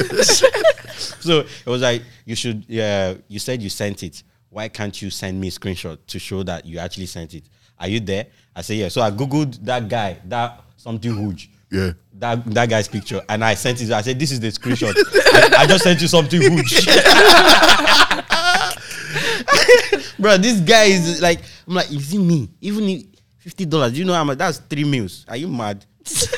so it was like you should yeah, you said you sent it. Why can't you send me screenshot to show that you actually sent it? Are you there? I said, yeah. So I Googled that guy, that something huge
Yeah.
that that guy's picture and I sent it. I said, "This is the screenshot. I just sent you something huge, bro. This guy is like, I'm like, is it me? Even if fifty dollars, you know, I'm like, that's three meals. Are you mad?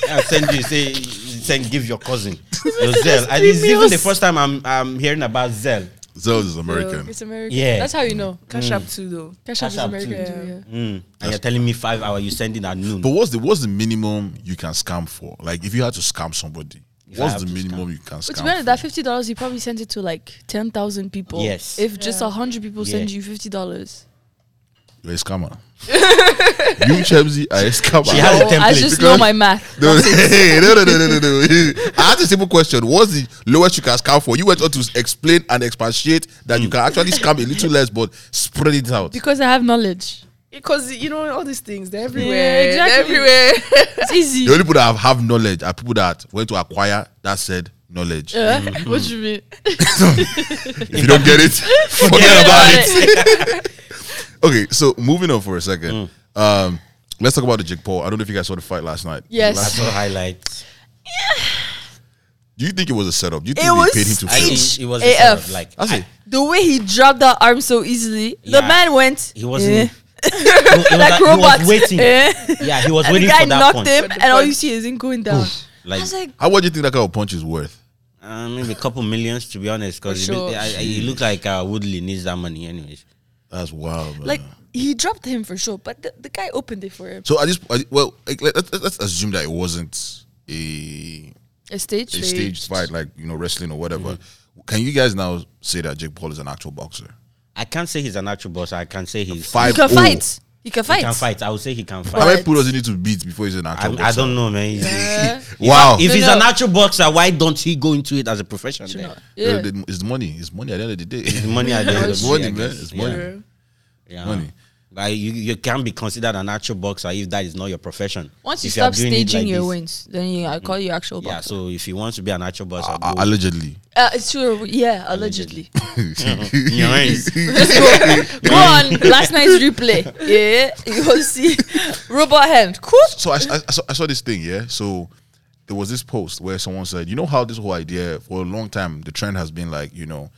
I send you say, send give your cousin your Zell. And this is even the
meals.
first time I'm I'm hearing about Zell.
Zoe's is American.
It's American.
Yeah.
That's how you know.
Cash up too, though.
Cash
Cash
App is
App
American
too. Mm.
too. yeah.
And you're telling me five hour you sending at noon.
But what's the what's the minimum you can scam for? Like if you had to scam somebody,
If I
what's
have
the
to
minimum you can
But
scam?
to be honest,
for?
that fifty dollars you probably sent it to like ten thousand people.
Yes.
If just a hundred people send
Yeah.
you fifty dollars.
You're a scammer. you Chebzy are a scammer.
She has a template.
I just know
Because-
my math.
No, hey, no, no, no, no, no, no. I asked a simple question. What's the lowest you can scam for? You went on to explain and expatiate that you can actually scam a little less, but spread it out.
Because I have knowledge.
Because you know all these things, they're everywhere.
exactly.
They're everywhere.
It's easy.
the only people that have, have knowledge are people that went to acquire that said knowledge.
Uh, what you mean?
If you don't get it, forget about it. Okay, so moving on for a second. Um, let's talk about the Jake Paul. I don't know if you guys saw the fight last night.
That's
Yes.
all highlights.
Do you think it was a setup? Do you think
was
they paid him to
I,
fight?
it, it was
AF.
sort of like
That's
I-
it.
The way he dropped that arm so easily, the
Yeah.
man went.
He wasn't.
eh,
He was
like
he was
robot.
waiting.
eh.
Yeah, he was
And the
waiting
guy
for that
knocked
point.
him, and all you see is him going down. I was like,
How much do you think that kind of punch is worth?
Uh, maybe a couple millions, to be honest, because
For sure.
it, I- I- it looked like uh, Woodley needs that money, anyways.
That's wild. Man.
like he dropped him for sure, but the, the guy opened it for him.
so I just I, well, like, let, us let's assume that it wasn't a
A stage,
a
fight.
staged fight, like you know, wrestling or whatever.
Mm-hmm.
Can you guys now say that Jake Paul is an actual boxer?
I can't say he's an actual boss. I can say he's
He
Five
can
oh.
fight. He can
He
fight.
can fight. I would say he can
How
fight.
many people does he need to beat before he's an
I,
actual boxer?
I don't know, man. He's-
Yeah.
Wow,
If
No,
he's
no.
an actual boxer, why don't he go into it as a professional? then?
Yeah.
The- it's the money. It's money at the end of the day.
The money at the end of
It's
the
money,
day, I
man.
guess.
It's
Yeah.
money.
Yeah.
Money.
Like you, you can be considered an actual boxer if that is not your profession.
Once you
If
stop
are doing it like
staging your
this.
wins, then you, I call you actual
Yeah,
boxer.
so if you want to be an actual boxer,
Uh,
go.
allegedly.
Uh, it's true. Yeah, allegedly.
Your wins.
Go on last night's replay. Yeah, you will see robot hand. Cool.
so I, I, I saw, I saw this thing, yeah. So there was this post where someone said, you know how this whole idea for a long time, the trend has been like, you know,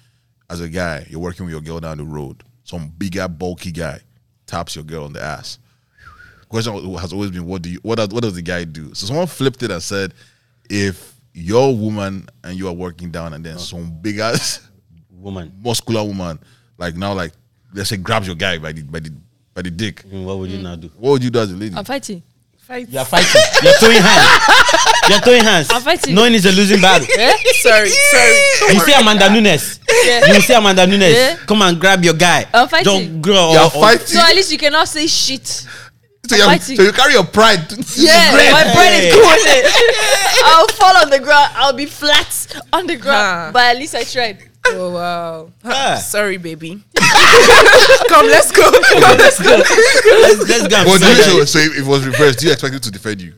as a guy, you're working with your girl down the road, some bigger, bulky guy taps your girl on the ass. Question has always been, what do you, what does, what does the guy do? So someone flipped it and said, if your woman and you are working down and then some big ass
woman.
muscular woman, like now, like let's say grabs your guy by the by the by the dick,
Mm, What would
Hmm.
you now do?
what would you do as a lady?
I'm fighting.
Fight.
You're fighting. You're throwing hands. You're throwing hands.
I'm fighting.
Knowing it's a losing battle.
Yeah,
Eh? Sorry, sorry.
You see Amanda Nunes.
yeah.
You see Amanda Nunes.
Yeah.
Come and grab your guy.
I'm fighting.
Don't grow.
You're
or- or-
fighting.
So at least you cannot say shit.
So, you're-
fighting.
so you carry your pride.
Yeah, my brain
Hey.
is going. I'll fall on the ground. I'll be flat on the ground.
Huh.
But at least I tried.
Oh wow.
Ah.
Sorry, baby. Come, let's go.
Let's, let's go. and
Well, do
fight.
you- so, so if it was reversed, do you expect it to defend you?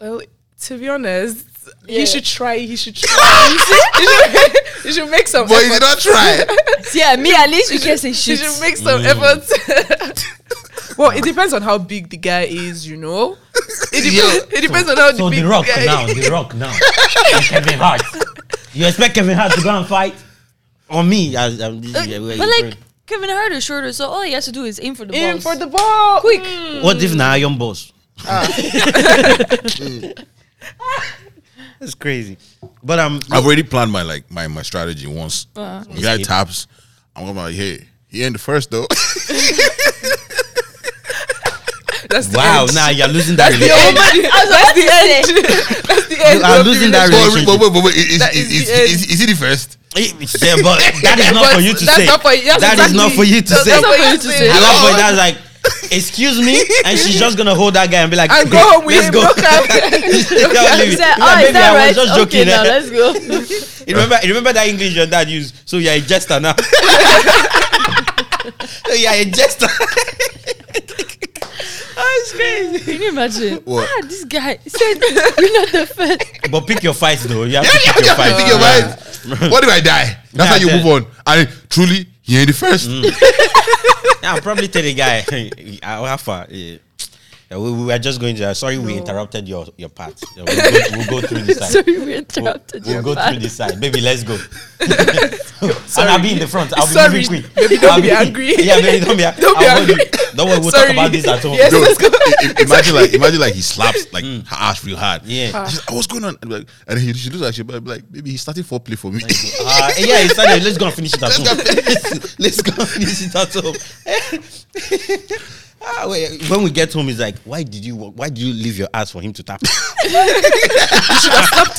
Well, to be honest,
Yeah.
he should try. He should try. you, should, you should- you should make some.
But you did
effort.
not try.
Yeah, me at least you can say
You
shit.
should make some
Mm.
effort. well, it depends on how big the guy is, you know. It, depends. it depends on how
So
big
the rock
guy
now,
is.
the rock now. And Kevin Hart. You expect Kevin Hart to go and fight on me? As, um, this,
Uh,
is where
but
you
like Kevin Hart is shorter, so all he has to do is aim for the
In
balls.
for the ball. Mm.
quick.
bring- what if na iron boss? That's crazy. But um,
I've already planned my like my, my strategy once.
Uh-huh.
the guy taps, I'm gonna be like, hey, he ain't the first though.
That's the
wow,
end.
now you're losing that.
The
relationship.
end. That's the end.
I was about to say.
You are
of the
losing that
but,
relationship.
wait, but, wait, but wait, is,
That
is,
is
is,
the
is, is he the first?
Yeah, but that is not
But
for you to
that's
say.
Not for, yes,
That is
exactly.
not for you to
That's
say.
not for you to say.
I love when that's like Excuse me, and she's just gonna hold that guy and be like,
I go home with
let's
him.
go.
Look at
Can't believe
He
it.
said,
He's
oh,
like,
is
"Baby,
that
I
right?
was just joking.
okay,
eh?
now let's go.
You remember, you remember that English your dad used. So you're a jester now. so you're a jester. That's crazy.
Can you imagine?
What?
Ah, this guy said we're not the first.
But pick your fights though. You have
Yeah,
to
yeah,
pick your
yeah,
fights.
pick your wife. What if I die? That's how you
Yeah,
move on. I truly, he ain't the first.
Yeah, I'll probably tell the guy. "Ah, Alpha, eh, yeah, we, we were just going to. Sorry, we interrupted your your part. Yeah, We'll go, we'll go through this side.
Sorry, we interrupted
We'll
your
go
part.
through this side, baby. Let's go. and I'll be in the front. I'll be
Sorry,
moving quick.
baby, don't
I'll
be angry.
Yeah, baby, don't be. angry.
Don't be
I'll hold you.
angry.
Don't worry. We'll
Sorry.
talk about this at home.
Yes.
Yo,
Let's go.
i- i- imagine like imagine like he slaps like her ass real hard.
Yeah.
She's like, "Oh, what's going on? And, like, and he, she looks like she but like maybe he's starting foreplay for me.
Uh, yeah, it's Sunday. Let's go and finish it at
Let's go
home. Let's go and finish it at home. ah, wait, when we get home, it's like, why did you why did you leave your ass for him to tap?
you blame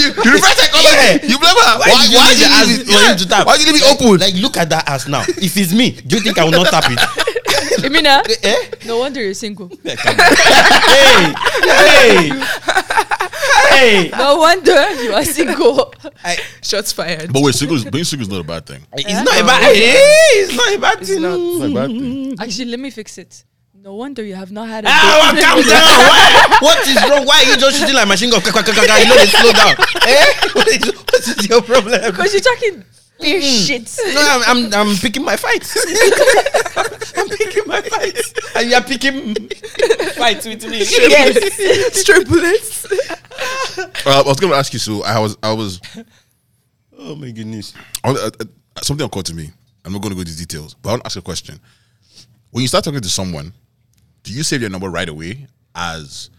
you. You reverse psychology.
Yeah.
You blame her.
Why, did you leave your ass
leave it-
for
yeah.
him to tap?
Why did you leave it
Like-
open?
Like, look at that ass now. If it's me, do you think I will not tap it?
Emina,
eh?
no wonder you're single.
hey, hey, hey!
No wonder you are single.
I,
Shots fired.
But wait, single is, being single is not a bad thing.
it's not about. eh, it's not about.
It's not.
It's not a bad thing.
Actually, let me fix it. No wonder you have not had a
Ah,
date.
calm down. Why? What is wrong? Why are you just shooting like machine gun? Ka- ka- ka- ka- ka. You know they slow down. Eh? What is, what is your problem?
Because you're talking bare
Hmm.
shit.
No, I'm, I'm, I'm picking my fights. I'm picking my fights. And you're picking fights with me.
Yes.
Straight bullets.
Uh, I was going to ask you. So I was I was
Oh my goodness.
I want- uh, uh, something occurred to me. I'm not going to go into details, but I want to ask a question. When you start talking to someone, do you save their number right away as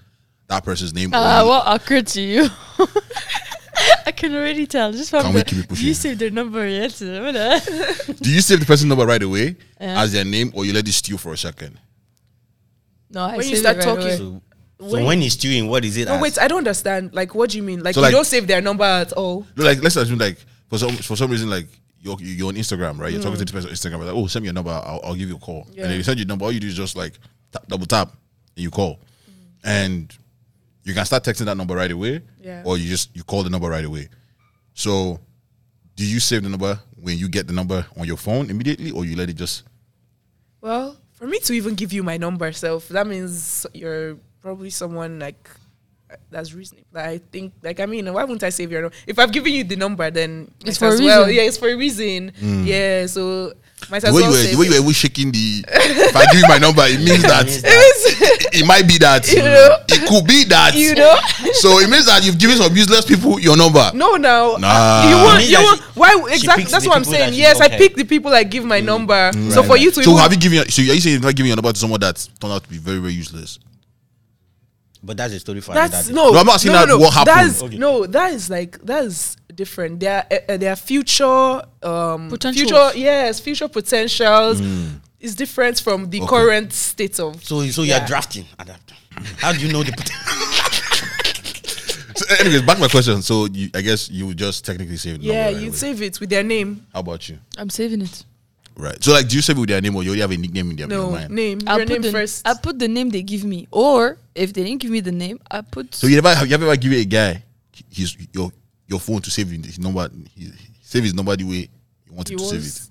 that person's name?
Uh,
or you-
what occurred to you? I can already tell. Just from
Can we
the,
keep it pushing?
you saved their number yet. Emina.
do you save the person's number right away as their name, or you let it stew for a second?
no,
When
I
you
saved it
start
right
talking-
away.
So, so when he's doing, what is it?
No,
as?
Oh, wait, I don't understand. Like, what do you mean? Like,
So,
you
like-
don't save their number at all.
No, like let's assume like for some for some reason like you're you're on Instagram, right? You're talking to
Mm.
this person on Instagram, like oh send me your number, I'll, I'll give you a call. And then you send your number, all you do is just like tap, double tap, and you call,
Mm.
and you can start texting that number right away,
Yeah.
or you just you call the number right away. So, do you save the number when you get the number on your phone immediately, or you let it just?
Well, for me to even give you my number self, that means you're probably someone like that's reasonable. Like, I think like I mean, why wouldn't I save your number? If I've given you the number, then
It's
might
for a
as well.
reason.
Yeah, it's for a reason. Yeah, so might
Hmm. The
as
way, you
well
were,
save
the way you
it.
were even shaking the, if I give you my number, it means that it might be that it could be that
you know?
So it means that you've given some useless people your number.
No, now
Nah.
you
It
won't.
means
You
that
won't.
she-
Why exactly?
picks
That's
the
what I'm
people that
saying.
she-
Yes, I
okay.
pick the people I give my
Mm.
number. so for you to
So
even-
have you given? your- So are you saying you've not giving your number to someone that turned out to be very very useless?
But that's a story for another
That's
day.
no.
No, I'm not asking that what happened.
That's
Okay.
no. That is like that is different. Their uh, their future um
Potentials.
future yes future potentials is different from the
Hmm. Okay.
current state of.
So, so you're
Yeah.
drafting. Adapt. How do you know the potential?
So anyways, back to my question. So you, I guess you would just technically save. The
yeah,
number right
you'd
away.
save it with their name.
How about you?
I'm saving it.
Right. So like, do you save it with their name or you already have a nickname in their
No
mind?
name.
I'll
your
put
name
the,
first.
I'll put the name they give me, or if they didn't give me the name, I put.
So you never have you ever given a guy his your your phone to save his number his, save his number the way you wanted
He
to save it.
wants-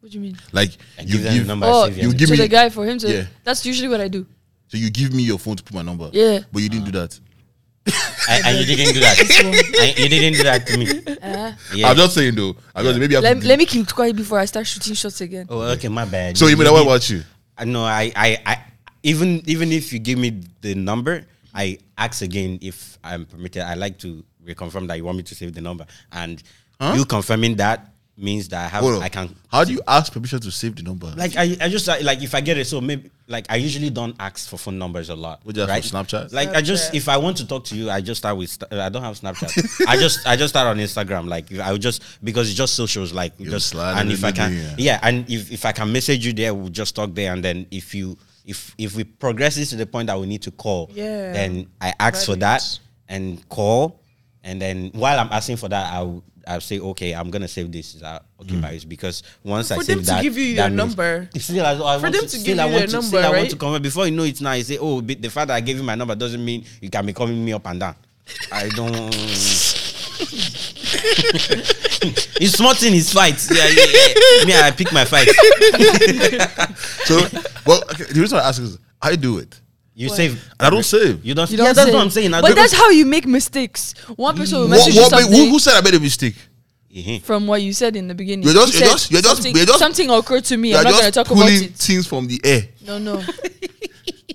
what do you mean?
Like you
give them
give
the number. I
Oh,
save
your
you
name. Give
give to
me-
the guy for him. To,
Yeah.
That's usually what I do.
so you give me your phone to put my number.
Yeah.
But you didn't do that.
and, and you didn't do that. and you didn't do that to me. Yeah.
I'm just saying though. I'm just maybe I have
Let,
to
let me keep quiet before I start shooting shots again.
Oh, okay, my bad.
So you mean that what
did-
about you?
I know. I, I, I, even even if you give me the number, I ask again if I'm permitted. I like to reconfirm that you want me to save the number, and you confirming that means that I have.
Hold on.
I can.
How do you ask permission to save the number?
Like I, I just like, like if I get it. So maybe like I usually don't ask for phone numbers a lot.
Would you ask
right?
for Snapchat?
Like I just if I want to talk to you, I just start with. st- uh, I don't have Snapchat. I just I just start on Instagram. Like I would just because it's just socials. Like you just
slide
and
in
if
the
I can,
DM.
yeah, and if if I can message you there, we'll just talk there. And then if you if if we progress this to the point that we need to call,
Yeah.
then I ask for that and call. And then while I'm asking for that, I'll I'll say, okay, I'm gonna save this. Is that okay,
Hmm.
Paris? Because once I
For
save
them to
that,
give you
that
your
means-
number.
Still, I, I
For
want
them
to,
to give
still, I
you
want
their
to, still, I
number,
want to
right?
come. Before you know it, now you say, oh, but the fact that I gave you my number doesn't mean you can be calling me up and down. I don't. He's smarting his fights. Yeah, yeah, yeah. Me, I pick my fight.
So, well, okay, the reason I ask is I do it.
You save.
And I don't save.
You don't.
You don't
yeah, that's
say.
what I'm saying. I
but
don't-
that's how you make mistakes. One person will
What,
message
what made-
you something
who, who said I made a mistake?
Mhm.
from what you said in the beginning.
You're just-
You
you're
said
just- you're just-
something,
you're just-
something occurred to me.
You
I'm
are
not going to
just
talk about
pulling
it.
things from the air.
No, no.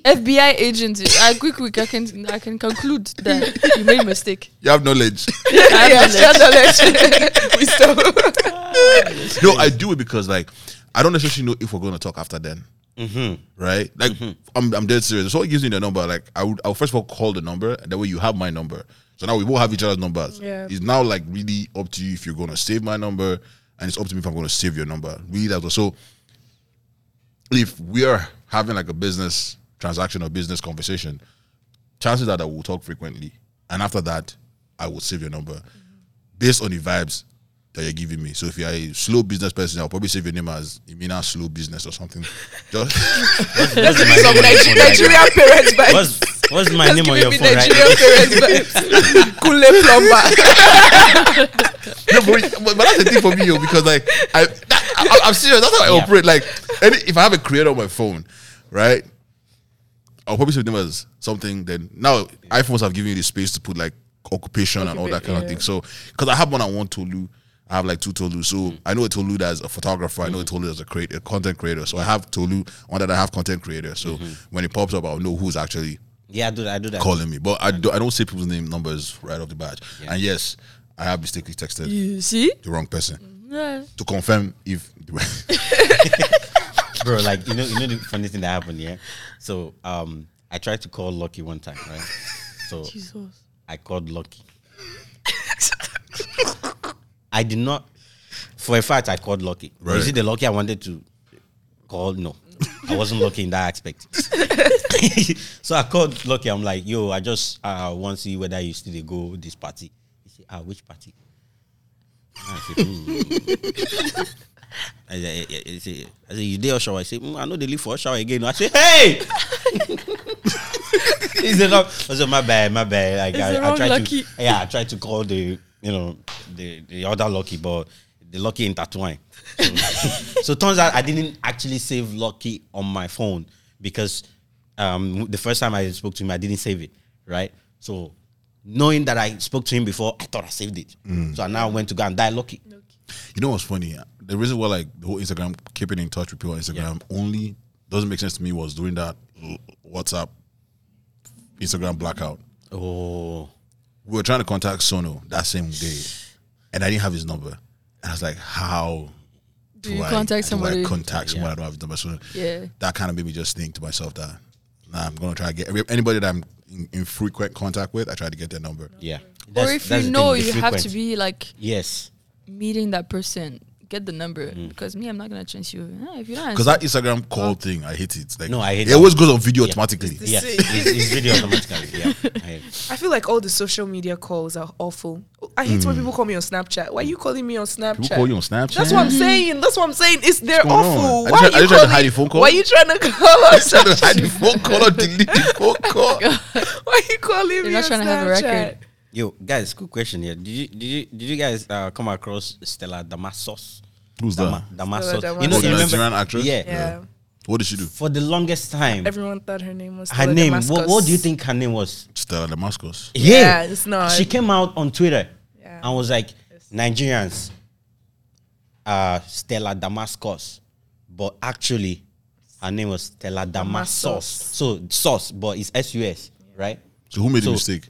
FBI agent. I quick, quick. I can, I can conclude that you made a mistake.
You have knowledge.
I have knowledge.
no, I do it because like I don't necessarily know if we're going to talk after then. Right? Like I'm, I'm dead serious. If someone gives me the number, like I would, I'll first of all call the number, and that way you have my number. So now we both have each other's numbers.
Yeah.
It's now like really up to you if you're going to save my number, and it's up to me if I'm going to save your number. Really, that's what- so. If we are having like a business transaction or business conversation, chances are that we'll talk frequently, and after that, I will save your number based on the vibes that you're giving me. So if you're a slow business person, I'll probably save your name as Imina Slow Business or something. Just
What's my name on your phone right
Nigerian parents
now?
vibes.
What's What's my name on your
Giving me
phone right
Nigerian
now?
parents vibes. Kule plumber.
no, but, but, but that's the thing for me, yo, because like I, that, I, I'm serious. That's how I
Yeah.
operate. Like, any, if I have a creator on my phone, right, I'll probably save them as something. Then now iPhones have given you the space to put like occupation and all that kind of thing. So because I have one, I want Tolu. I have like two Tolu. So I know a Tolu that's a photographer. I know a Tolu that's a creator, a content creator. So I have Tolu one that I have content creator. So when it pops up, I'll know who's actually
Yeah, I do that. I do that.
calling me. But I, do, I don't say people's name numbers right off the bat. And yes, I have mistakenly texted
You see?
the wrong person
Yeah.
to confirm if
bro. Like you know, you know the funny thing that happened. Yeah, so um, I tried to call Lucky one time, right? So
Jesus.
I called Lucky. I did not. For a fact, I called Lucky. Right. Is
Right.
it the Lucky I wanted to call? No, I wasn't lucky in that aspect. so I called Lucky. I'm like, yo, I just uh, want to see whether you still dey go this party. He said, ah, which party? And I said, "Hmm." I say, eh, eh, eh, say- I say, you did Oshawa? I say, mm, I know they leave for Oshawa again. I say, hey! He said, no. I said, my bad, my bad. Like,
It's
I,
the
I
wrong
tried
Lucky.
to, yeah, I tried to call the, you know, the, the other lucky, but the lucky intertwined. So, so turns out I didn't actually save lucky on my phone because um, the first time I spoke to him, I didn't save it, right? So knowing that I spoke to him before, I thought I saved it. So I now went to go and die lucky.
you know what's funny the reason why like the whole instagram keeping in touch with people on instagram only doesn't make sense to me was during that whatsapp instagram blackout
Oh.
we were trying to contact sono that same day and i didn't have his number and i was like how
Do you contact somebody?
do I contact someone i don't have his number so
Yeah.
that kind of made me just think to myself that nah, i'm gonna try to get every- anybody that i'm in, in frequent contact with i try to get their number
Yeah.
or
That's-
if
that's the
you know
thing, the
you have to
frequent.
be like
Yes.
meeting that person, get the number
Mm.
because me, I'm not gonna chase you. Ah, if you don't
Because
answer,
that Instagram call thing, I hate it. Like,
No, I hate
it.
that.
always goes on video automatically.
the-
Yes.
See.
it's, it's video automatically. Yeah. I-
I feel like all the social media calls are awful. I hate when people call me on Snapchat. Why are you calling me on Snapchat?
Hmm. People call you on Snapchat.
That's
Mm-hmm.
what I'm saying. That's what I'm saying. It's they're
going on?
awful.
Are you try-
Why
are you
are
trying to
you calling-
hide the phone call?
Why are you trying to call us?
Trying to hide the phone call or delete the phone call.
Why are you calling
They're
me?
not
on
trying to have a
Snapchat?
record.
Yo, guys, quick question here. Did you did you did you guys uh, come across Stella Damasos?
Who's
Dama-
that?
Damasos.
Stella
You know, you
Damasos.
Oh, the
remember-
Nigerian actress?
Yeah.
Yeah.
What did she do?
For the longest time,
Everyone thought her name was
her
Stella
name.
Damascus.
What, what do you think her name was?
Stella uh, Damascus.
Yeah, it's not.
She came out on Twitter
Yeah.
and was like, Nigerians, uh, Stella Damascus, but actually, her name was Stella Damasos.
Damasos.
So sauce, but it's S U S, right?
So who made the
So-
mistake?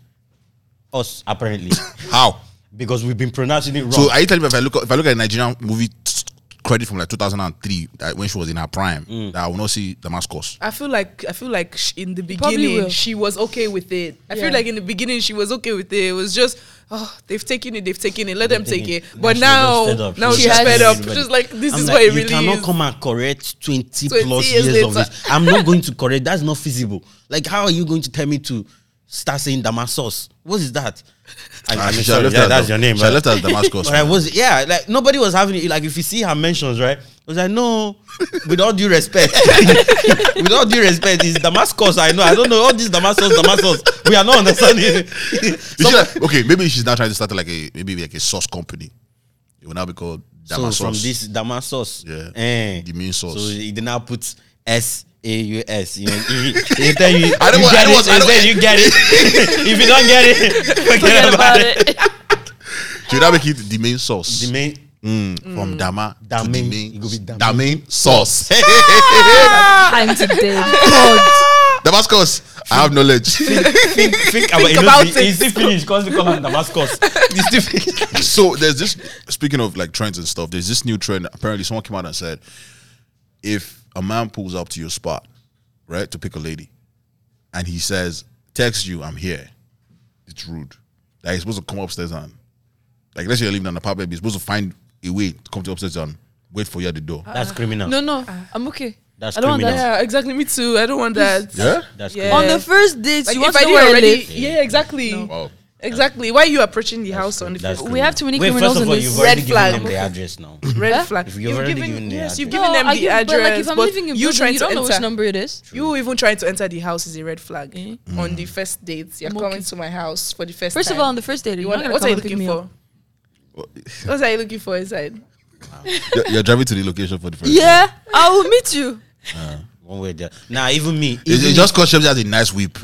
Us apparently,
How?
because we've been pronouncing it wrong.
So are you telling me if I look if I look at a Nigerian movie t- credit from like 2003 that when she was in her prime,
Mm.
that I will not see Damascus?
I feel like I feel like sh- in the
probably
beginning
will.
she was okay with it. I
Yeah.
feel like in the beginning she was okay with it. It was just oh they've taken it, they've taken it, let them take
taking-
it. But
now she was just fed up.
now now
She
she's
was
fed
just
up.
everybody.
She's like this
I'm
is
like,
what it
you
really
cannot
is.
come and correct 20,
20
plus
years
years, of
later.
this. I'm not going to correct. That's not feasible. Like, how are you going to tell me to start saying Damasus. What is that? I, I
Ah,
mean,
she
sorry,
left
yeah,
out
that's
the-
your name.
she
right?
left out Damascus,
But I
man.
was, yeah, like nobody was having it. Like if you see her mentions, right? I was like, no, with all due respect, with all due respect, it's Damascus. I know, I don't know all these Damascus, Damascus. We are not understanding.
You
Some-
should have- okay, maybe she's now trying to start like a maybe like a sauce company. It will now be called
so
Damascus.
from this Damascus,
Yeah.
eh,
The main sauce.
So he did not put S. A U S, you know, he, he tell you,
I don't
you
want-
get
I
it.
don't want- I
He
don't
said you get it. if you don't get it, forget,
Forget
about,
about
it.
it.
She will now make it the main sauce.
The main,
Mm, From Dama to the
Damain.
main,
It could be Damain.
Damain sauce.
I'm today. God.
Damascus, I have knowledge.
think, think about, you know,
about
the-
it.
It's still finished because we come on Damascus. It's still finished.
so there's this speaking of like trends and stuff there's this new trend apparently someone came out and said if a man pulls up to your spot right to pick a lady and he says text you i'm here it's rude like he's supposed to come upstairs and like let's say you're living in an apartment you're supposed to find a way to come to upstairs and wait for you at the door
That's criminal.
No, no, I'm okay.
That's
I don't want
criminal.
that.
Yeah, exactly. Me too. I don't want that.
yeah
That's
Yeah.
On the first date,
Like,
you want
if
to
I
know
do
where I
already,
live.
yeah, exactly,
wow
exactly. Why are you approaching the house on the
Oh, That's
first?
criminal.
We have too many
Wait,
criminals
first of
in
all,
this.
you've already
Red
given
flag.
them the address now.
red
Huh?
flag?
If you've already given the
yes, you've
address.
given them
I
the
give-
address.
But like if I'm living in
you
Brooklyn,
trying
you
to
don't know which
enter-
number it is.
You even trying to enter the house is a red flag on the first date. You're
I'm
coming
okay.
to my house for the Eh? first.
First
time.
of all, on the first date,
you
you're
want,
not gonna
what
come
are you
and
looking
pick me
for?
up.
What are you looking for inside?
you're, you're driving to the location for the first time.
Yeah, I will meet you.
One way or the other. Nah, even me.
It's,
even
it's
me,
just because she has a nice whip.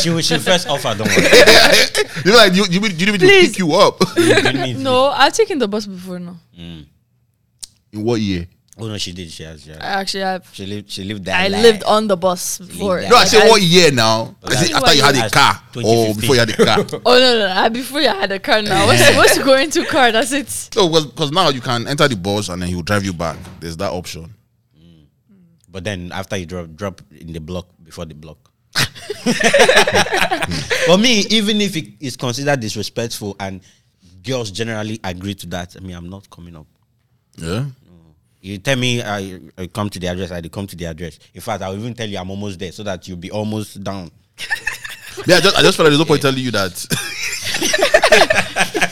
she will she will first offer, don't worry.
you know, like you, you, need- you need me to
Please.
pick you up.
You need-
No, I've taken the bus before. No,
In what year?
Oh no, she did. She has. Yeah.
I actually have.
She lived. She lived that.
I
life.
lived on the bus before.
that.
No, I
Like,
said what year now? I
That's
said after you had a
that's
car or
2015.
before you had a car.
Oh no, no, no! I- Before you had a car. Now, what's, what's going to car? That's it.
No, because now you can enter the bus and then he'll drive you back. There's that option.
But then after you drop drop in the block before the block. For me, even if it is considered disrespectful and girls generally agree to that, I mean, I'm not coming up.
Yeah.
You tell me I, I come to the address, I dey come to the address. In fact, I'll even tell you I'm almost there so that you'll be almost down.
Yeah, I just, I just felt like there's no point telling you that.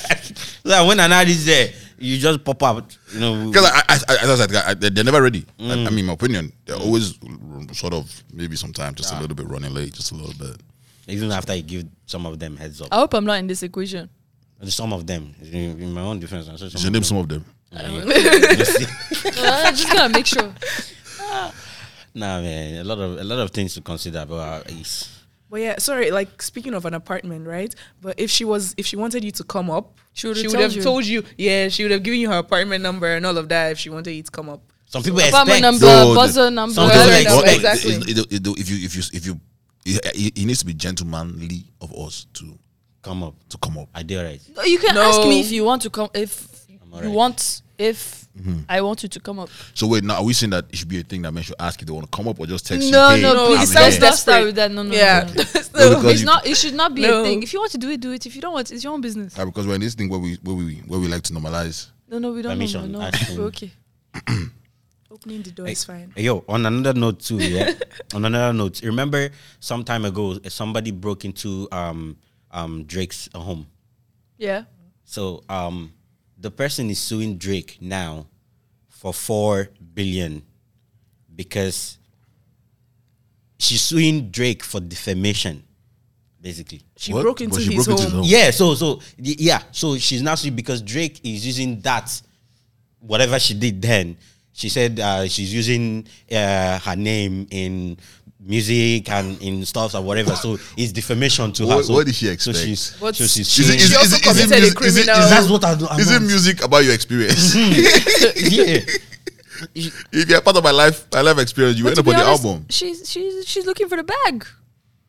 So that when an ad is there, you just pop out. You know,
Because I, I, I, as I said, I, I- they're never ready. I, I mean, my opinion, they're always r- sort of, maybe sometimes just a little bit running late, just a little bit.
even after you give some of them heads up.
I hope I'm not in this equation.
Some of them, in, in my own defense, I said
Just
some
name
of
some of them.
them. You see?
No, I'm just gonna make sure.
nah, man, a lot of a lot of things to consider, but uh, it's,
But yeah, sorry. Like speaking of an apartment, right? But if she was, if she wanted you to come up,
She would've
she would
told
have
you.
told you. Yeah, she would have given you her apartment number and all of that if she wanted you to come up.
some people
Apartment
expect.
number,
No,
buzzer
the-
number.
some
Because
people
everything.
like-
it's-
exactly.
it's- it- it- If you, if you, if you, it, it needs to be gentlemanly of us to
Come up,
to come up.
I did alright.
No, Uh, You can
No.
ask me if you want to come. If you
alright. Mm-hmm.
want, if I want you to come up.
So wait, now are we saying that it should be a thing that men should ask if they want to come up or just text
No,
you? hey,
no,
I'm here?
please. Let's
Sounds
not start
desperate.
with that. No, no,
yeah.
no. no.
No, because
It's
you-
not. It should not be
No.
a thing. If you want to do it, do it. If you don't want, it's your own business.
Uh,
Ah, because we're in this thing where we where we where we like to normalize.
No, no, we don't
Permission,
know. No,
asking.
we're okay.
Opening the door is fine.
Hey, Yo, on another note too, yeah. on another note, remember some time ago eh, somebody broke into um um Drake's home.
Yeah.
So um the person is suing Drake now for four billion because she's suing Drake for defamation, basically.
She
What?
broke
But
into
she
his
broke
home.
into his home.
Yeah, so so y- yeah, so she's now suing because Drake is using that whatever she did then. She said uh, she's using uh, her name in music and in stuff or whatever. So it's defamation to her.
What-
So,
what did she
so
expect?
she's,
What's-
so she's
She-
Is it- is
she
it- is
also
it- is it
committed a
music- is it-
criminal-
is it-
That's what I do- I
Is it
want.
music about your experience?
yeah.
if you're part of my life, my life experience, you end
But to
up on
be
the
honest,
album.
She's she's she's looking for the bag.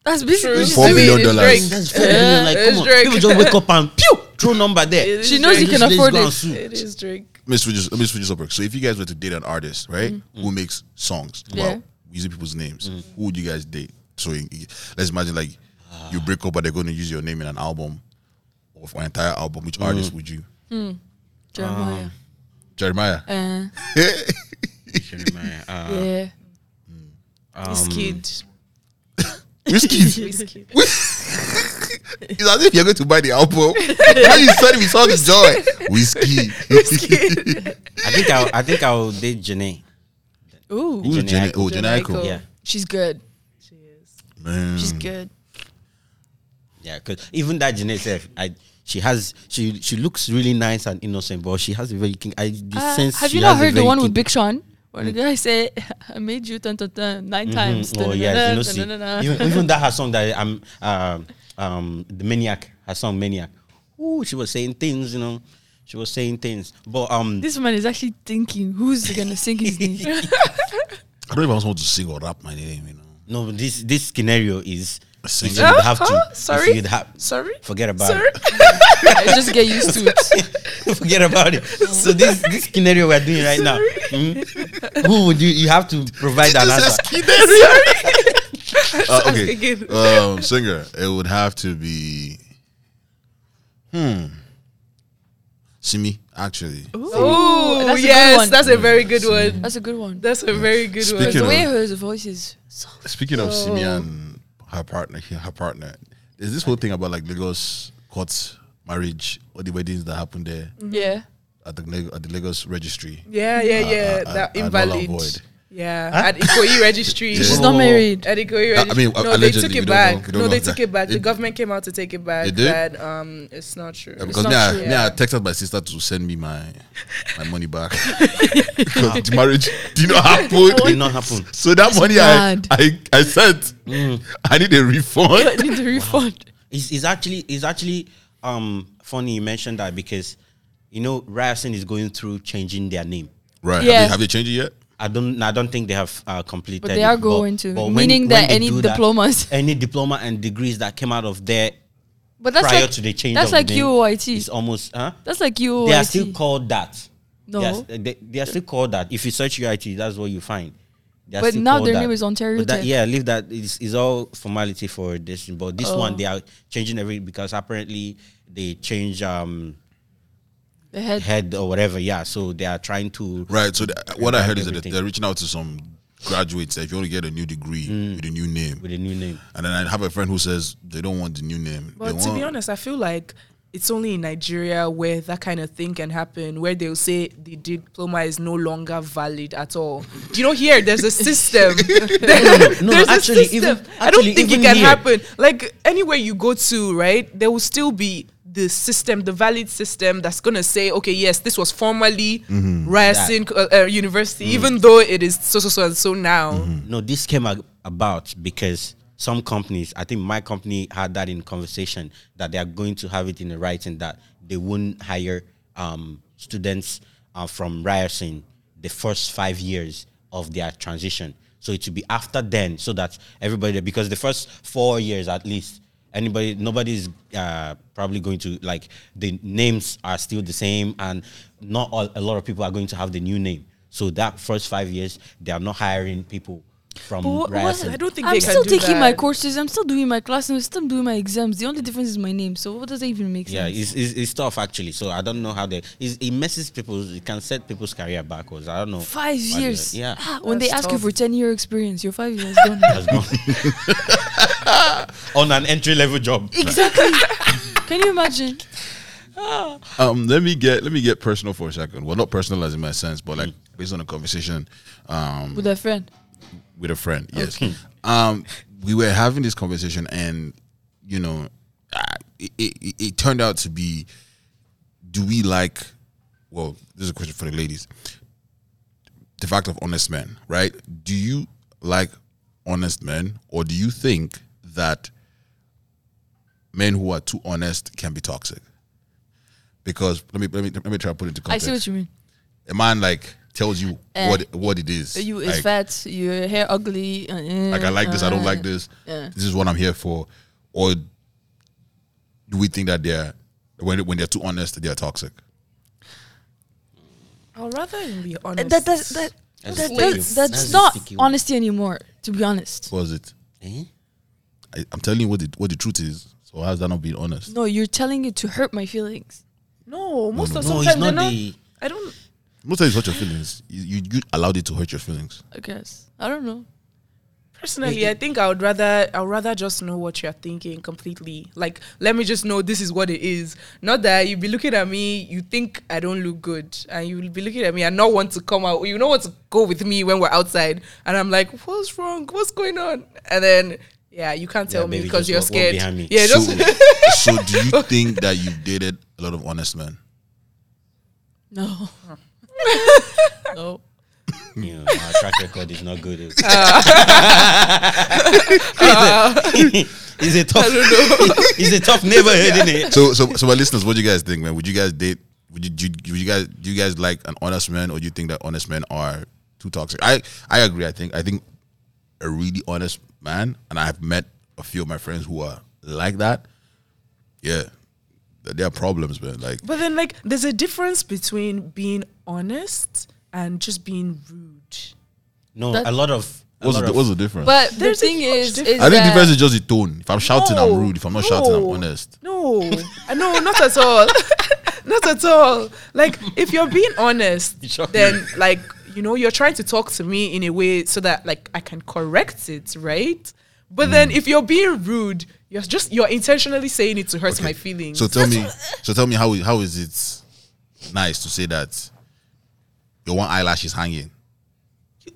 That's basically what she's
Four
doing.
million
it's
dollars.
Drake.
That's four billion, like,
it's
come on.
Drake.
People just wake up and pew throw number there.
It
She
is
knows you
Drake.
can
Let's
afford
go and
it.
sue.
It is Drake.
Let me switch this- let me switch this up. real quick. So if you guys were to date an artist, right, who makes songs,
Mm-hmm. Yeah. Mm-hmm.
well, using people's names, who would you guys date? So in- in- let's imagine like you break up, but they're going to use your name in an album or for an entire album.
Mm-hmm.
Which artist would you?
Ah.
Jeremiah.
Jeremiah.
Uh,
Jeremiah, uh,
yeah.
This kid.
Whiskey.
Whiskey.
It's as if you're going to buy the album. How you said we saw the joy. Whiskey.
I think I'll, I think I'll date Janae.
Ooh,
Who's
Janae
Janae? Oh, Janae
Aiko.
Aiko.
Yeah, Mm.
she's good.
Man.
She's good.
yeah. Because even that Janae said, I she has she she looks really nice and innocent, but she has a very king. I the
Uh,
sense.
have
she
you not
has a
heard the
very
one with
kin-
Big Sean? Where the guy say, "I made you dun, dun, dun, nine times."
Oh
dun,
yeah,
dun,
you know,
dun,
see,
dun, dun, dun."
even, even that her song that um um um the maniac her song maniac. Ooh, she was saying things, you know, she was saying things, but um
This man is actually thinking, "Who's gonna sing his name?"
I don't even want to sing or rap my name, you know.
no, this this scenario is if
Sing.
you'd have to.
huh?
if
Sorry?
you'd have
Sorry?
forget about
Sorry?
it.
I just get used to it.
Forget about it. So this this scenario we're doing right now. mm, who would you you have to provide an
This is
answer?
Skinner. Uh, okay.
Again.
Um, singer. It would have to be. Hmm. Simi, actually.
Oh,
that's a good
yes.
one.
That's a very good one.
That's a good one.
That's a very good
Speaking
The
of-
one.
way her voice is
Speaking of Simi and her partner, her partner, there's this whole thing about like Lagos court marriage or the weddings that happened there
yeah.
at the Lag- at the Lagos registry.
Yeah, yeah, yeah.
uh,
that
uh, null and
invalid.
void.
Yeah, at Ikoyi registry.
She's
Whoa,
not
Oh.
whoa, whoa.
married.
At
I
Ikoyi registry.
mean,
no, they
allegedly,
took it
we don't know-
back.
we don't
no,
know
they
if
took
that-
it back. the
it-
government came out to take it back.
They did?
That um, it's not true.
Yeah, because
not
me, I,
true.
me, I texted my sister to send me my my money back because the marriage did not
Did
happen.
not happen.
So that money I,
mad.
I I sent, I need a
I
refund.
need a refund.
It's, it's actually it's actually um funny you mentioned that because you know Ryerson is going through changing their name.
Right?
Yeah.
Have, you, have you changed it yet?
I don't I don't think they have uh, completed.
But they
it,
are going to,
when-
meaning
when
that
they
any
do
diplomas-
any diploma and degrees that came out of there
But that's
prior
like
to the change.
that's
of
like
the name
UOIT.
It's almost huh?
that's like UOIT.
They are still called that.
no,
They are, they, they are still called that. If you search UIT, that's what you find. They are
But
still
now
called
their name is Ontario
But that-
Tech.
yeah, leave that. It's, it's all formality for this. But this one,
Oh.
they are changing everything because apparently they change um,
the head.
head or whatever. Yeah, so they are trying to.
Right. So the, what I heard is that
everything.
they're reaching out to some graduates that if you want to get a new degree with a new name,
With a new name,
and then I have a friend who says they don't want the new name.
But
they
to be
want-
honest, I feel like it's only in Nigeria where that kind of thing can happen, where they'll say the diploma is no longer valid at all. You know, here there's a system. there's
no, actually, even-
I don't
actually,
think it
even
can
here-
happen. Like anywhere you go to, right, there will still be the system, the valid system that's gonna say, okay, yes, this was formerly
Mm-hmm.
Ryerson uh, uh, University, even though it is so so so and so now.
no, this came ag- about because some companies, I think my company had that in conversation that they are going to have it in the writing that they won't hire um, students uh, from Ryerson the first five years of their transition. So it will be after then, so that everybody, because the first four years at least, anybody nobody's uh, probably going to like the names are still the same and not all, a lot of people are going to have the new name so that first five years they are not hiring people from
But what- what-
Ryerson.
I don't think
I'm
they can
still
do
taking
that.
my courses. I'm still doing my classes. I'm still doing my exams. The only difference is my name. So what does that even make
yeah
sense?
it's, it's, it's tough actually so i don't know how they it's, it messes people it can set people's career backwards i don't know
Five
Why they-
years.
yeah
Ah, when
That's
they ask you
tough.
for ten year experience, your five years gone. now.
That's gone. on an entry level job
exactly. Can you imagine?
um, let me get let me get personal for a second. Well, not personal as in my sense, but like based on a conversation um,
With a friend.
with a friend. Yes, um, we were having this conversation, and you know, I- it, it, it turned out to be, do we like? Well, this is a question for the ladies. The fact of honest men, right? Do you like honest men, or do you think that men who are too honest can be toxic? Because let me let me let me try to put it into
I
context.
see what you mean.
A man like tells you what what it is.
Uh, You is
Like,
fat. Your hair ugly. uh,
like I like this, I don't
uh,
like this.
yeah.
This is what I'm here for. Or do we think that they're when when they're too honest, they're toxic?
I'll rather be honest.
That, that, that, that,
That's a
that- that-
sticky-
that's
that's a
not
sticky one.
honesty anymore, to be honest.
What is it?
Eh?
I, I'm telling you what the what the truth is. So how's that not being honest?
No, you're telling it to hurt my feelings.
no, most of
no,
the
it's
time
not
they're not.
the
I don't.
Most times, hurt your feelings. You, you you allowed it to hurt your feelings.
I guess. I don't know.
Personally, I think I would rather I would rather just know what you're thinking completely. Like, let me just know this is what it is. Not that you be looking at me, you think I don't look good, and you will be looking at me and not want to come out. You don't want to go with me when we're outside, and I'm like, what's wrong? What's going on? And then yeah, you can't tell
Yeah,
me
baby,
because
just
you're
walk- walk
scared.
behind me.
Yeah,
So,
just
so do you think that you dated a lot of honest men?
No. no.
You know, our track record is not good. It's it's a tough. it's a tough neighborhood, isn't it?
So, so, so, my listeners, what do you guys think, man? Would you guys date? Would you, do you, would you guys do you guys like an honest man, or do you think that honest men are too toxic? I, I agree. I think I think a really honest man, and I've met a few of my friends who are like that. Yeah, th- there are problems, man. Like,
But then, like, there's a difference between being honest and just being rude.
No,
That-
a lot of. A
what's
lot
the,
of
what's the difference?
But the
There's a
thing
huge
is,
difference.
is
I think the
that
difference is just the tone. If I'm shouting,
No,
I'm rude. If I'm not shouting, I'm
no,
honest.
No, I know, not at all, not at all. Like, if you're being honest,
shocked
then like you know you're trying to talk to me in a way so that like I can correct it, right? But
Mm.
then if you're being rude, you're just you're intentionally saying it to hurt my feelings.
So tell me, so tell me how how is it nice to say that your one eyelash is hanging?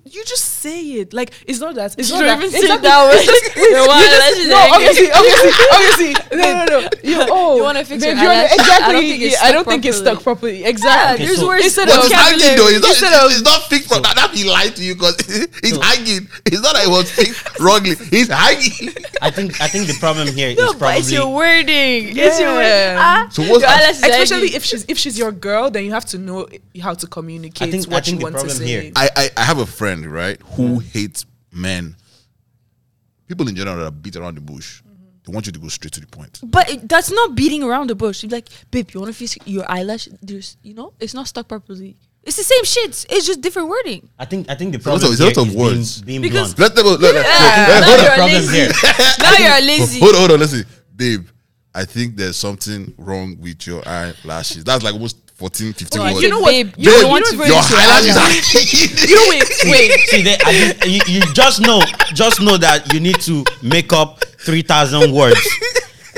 you just say it. Like it's not that. It's
you
not
don't
that.
even
it's
sit
not-
down with
You
your
just-
eyelashes
no, obviously, obviously, obviously. No, no, no. You, oh,
You wanna fix your
babe, you wanna-
eyelashes? I
Exactly.
don't think it's
yeah, I
stuck
don't think it's stuck properly.
Yeah,
Exactly.
there's
so-
words. Instead
But it's hanging though. um, It's not,
Instead
it's-
of-
it's not fixed from that. That he lied to you because it's hanging. It's not that it was fixed wrongly. It's hanging.
I think I think the problem here is
but it's your
probably
wording. It's your wording.
Yeah.
Ah,
So what's
your
that-
eyelashes are
Especially
ugly.
if she's if she's your girl, then you have to know how to communicate
I think- I
what
think
you
the
want to
problem
say.
here-
I, I I have a friend right who hates men. People in general that beat around the bush. They want you to go straight to the point.
But it- that's not beating around the bush. You're like, babe, you want to fix your eyelash? There's, you know, it's not stuck properly. It's the same shit. It's just different wording.
I think I think the
also-
problem
it's
here
lots of
is
words.
being, being
Because-
blunt.
Let's go. Look, look,
Yeah,
hold on.
Ah, now you're
problem
lazy.
here.
now you're lazy.
Hold on, hold on. Let's see, babe. I think there's something wrong with your eyelashes. That's like almost 14, 15
I
words.
said,
You know what?
Babe,
You
you
Oh, Babe,
don't want to
your
fix your
eyelashes
eyelash.
are.
You know, wait, wait.
See, there, I just, you, you just know, just know that you need to make up three thousand words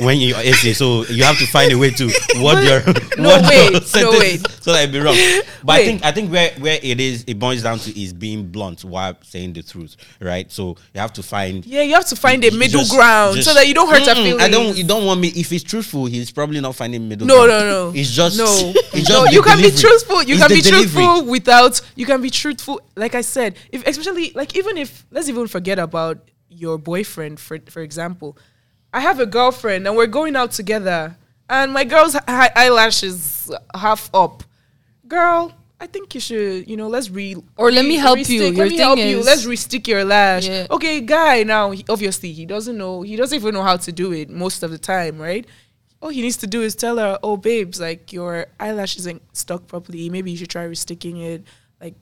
when you essay. So you have to find a way to word your
no
word
way,
your
no
sentences
way.
so that it be wrong. But I
Wait.
think I think where where it is, it boils down to is being blunt while saying the truth, right? So you have to find.
Yeah, you have to find a
you
middle
just-
ground so
just-
that you don't hurt her
Mm-mm,
feelings.
I don't. You don't want me. If it's truthful, he's probably not finding middle.
No,
ground.
no, no.
It's just
no.
It's just
no,
the
you can be
delivery.
truthful. You
It's
can
the
be
delivery.
truthful without. You can be truthful. Like I said, if especially like even if let's even forget about your boyfriend for for example, I have a girlfriend and we're going out together, and my girl's hi- hi- eyelashes half up, girl. I think you should, you know, let's re
Or let me
re-
help you.
restick-
Your
Let me
thing
help you.
is-
Let's restick your lash.
Yeah.
Okay, guy. Now, he, obviously, he doesn't know. He doesn't even know how to do it most of the time, right? all he needs to do is tell her, "Oh, babes, like your eyelash isn't stuck properly. Maybe you should try resticking it, like,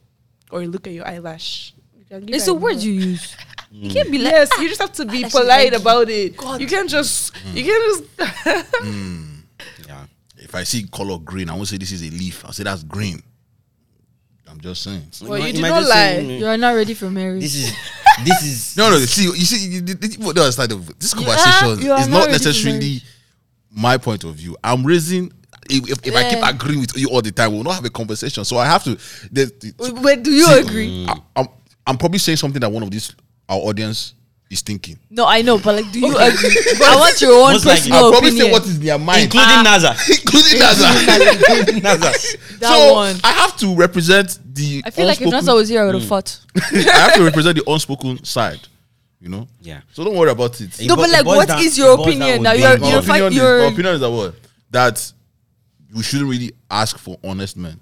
or look at your eyelash." You can give
It's
her
the word
more.
you use. You can't be like,
Yes, you just have to be
Eyelashes
polite
ugly.
about it.
God.
You can't just, you can't just.
Yeah.
If I see color green, I won't say this is a leaf. I'll say that's green. I'm just saying.
Well, you
Ima-
did
imagine
not lie.
saying, mm,
you are not ready for marriage.
This is. This is
No, no. See, you see, you, did- did- no, it's like the, this conversation
you are
is
not
not
ready for
necessarily
marriage.
my point of view. I'm raising. If, if, if I keep
Yeah.
agreeing with you all the time, we'll not have a conversation. So I have to. There's,
But do you
See,
agree?
I, I'm, I'm probably saying something that one of these our audience is thinking.
No, I know, but like, do you agree? I want your own
Most likely.
personal
I'll probably
opinion.
say what is in their mind,
including
Ah,
NASA.
including
Including
Naza.
NASA.
that
so
one.
I have to represent the.
I feel like if
unspoken-
Nasa was here, I would have
Hmm.
fought.
I have to represent the unspoken side. You know.
Yeah.
So don't worry about it.
No,
bo-
but
it
like,
boils
what
down-
is
it
your
boils down
opinion
with
now?
being
You're,
my
blunt.
you're,
opinion,
fight,
is,
you're,
my opinion is that what that we shouldn't really ask for honest men.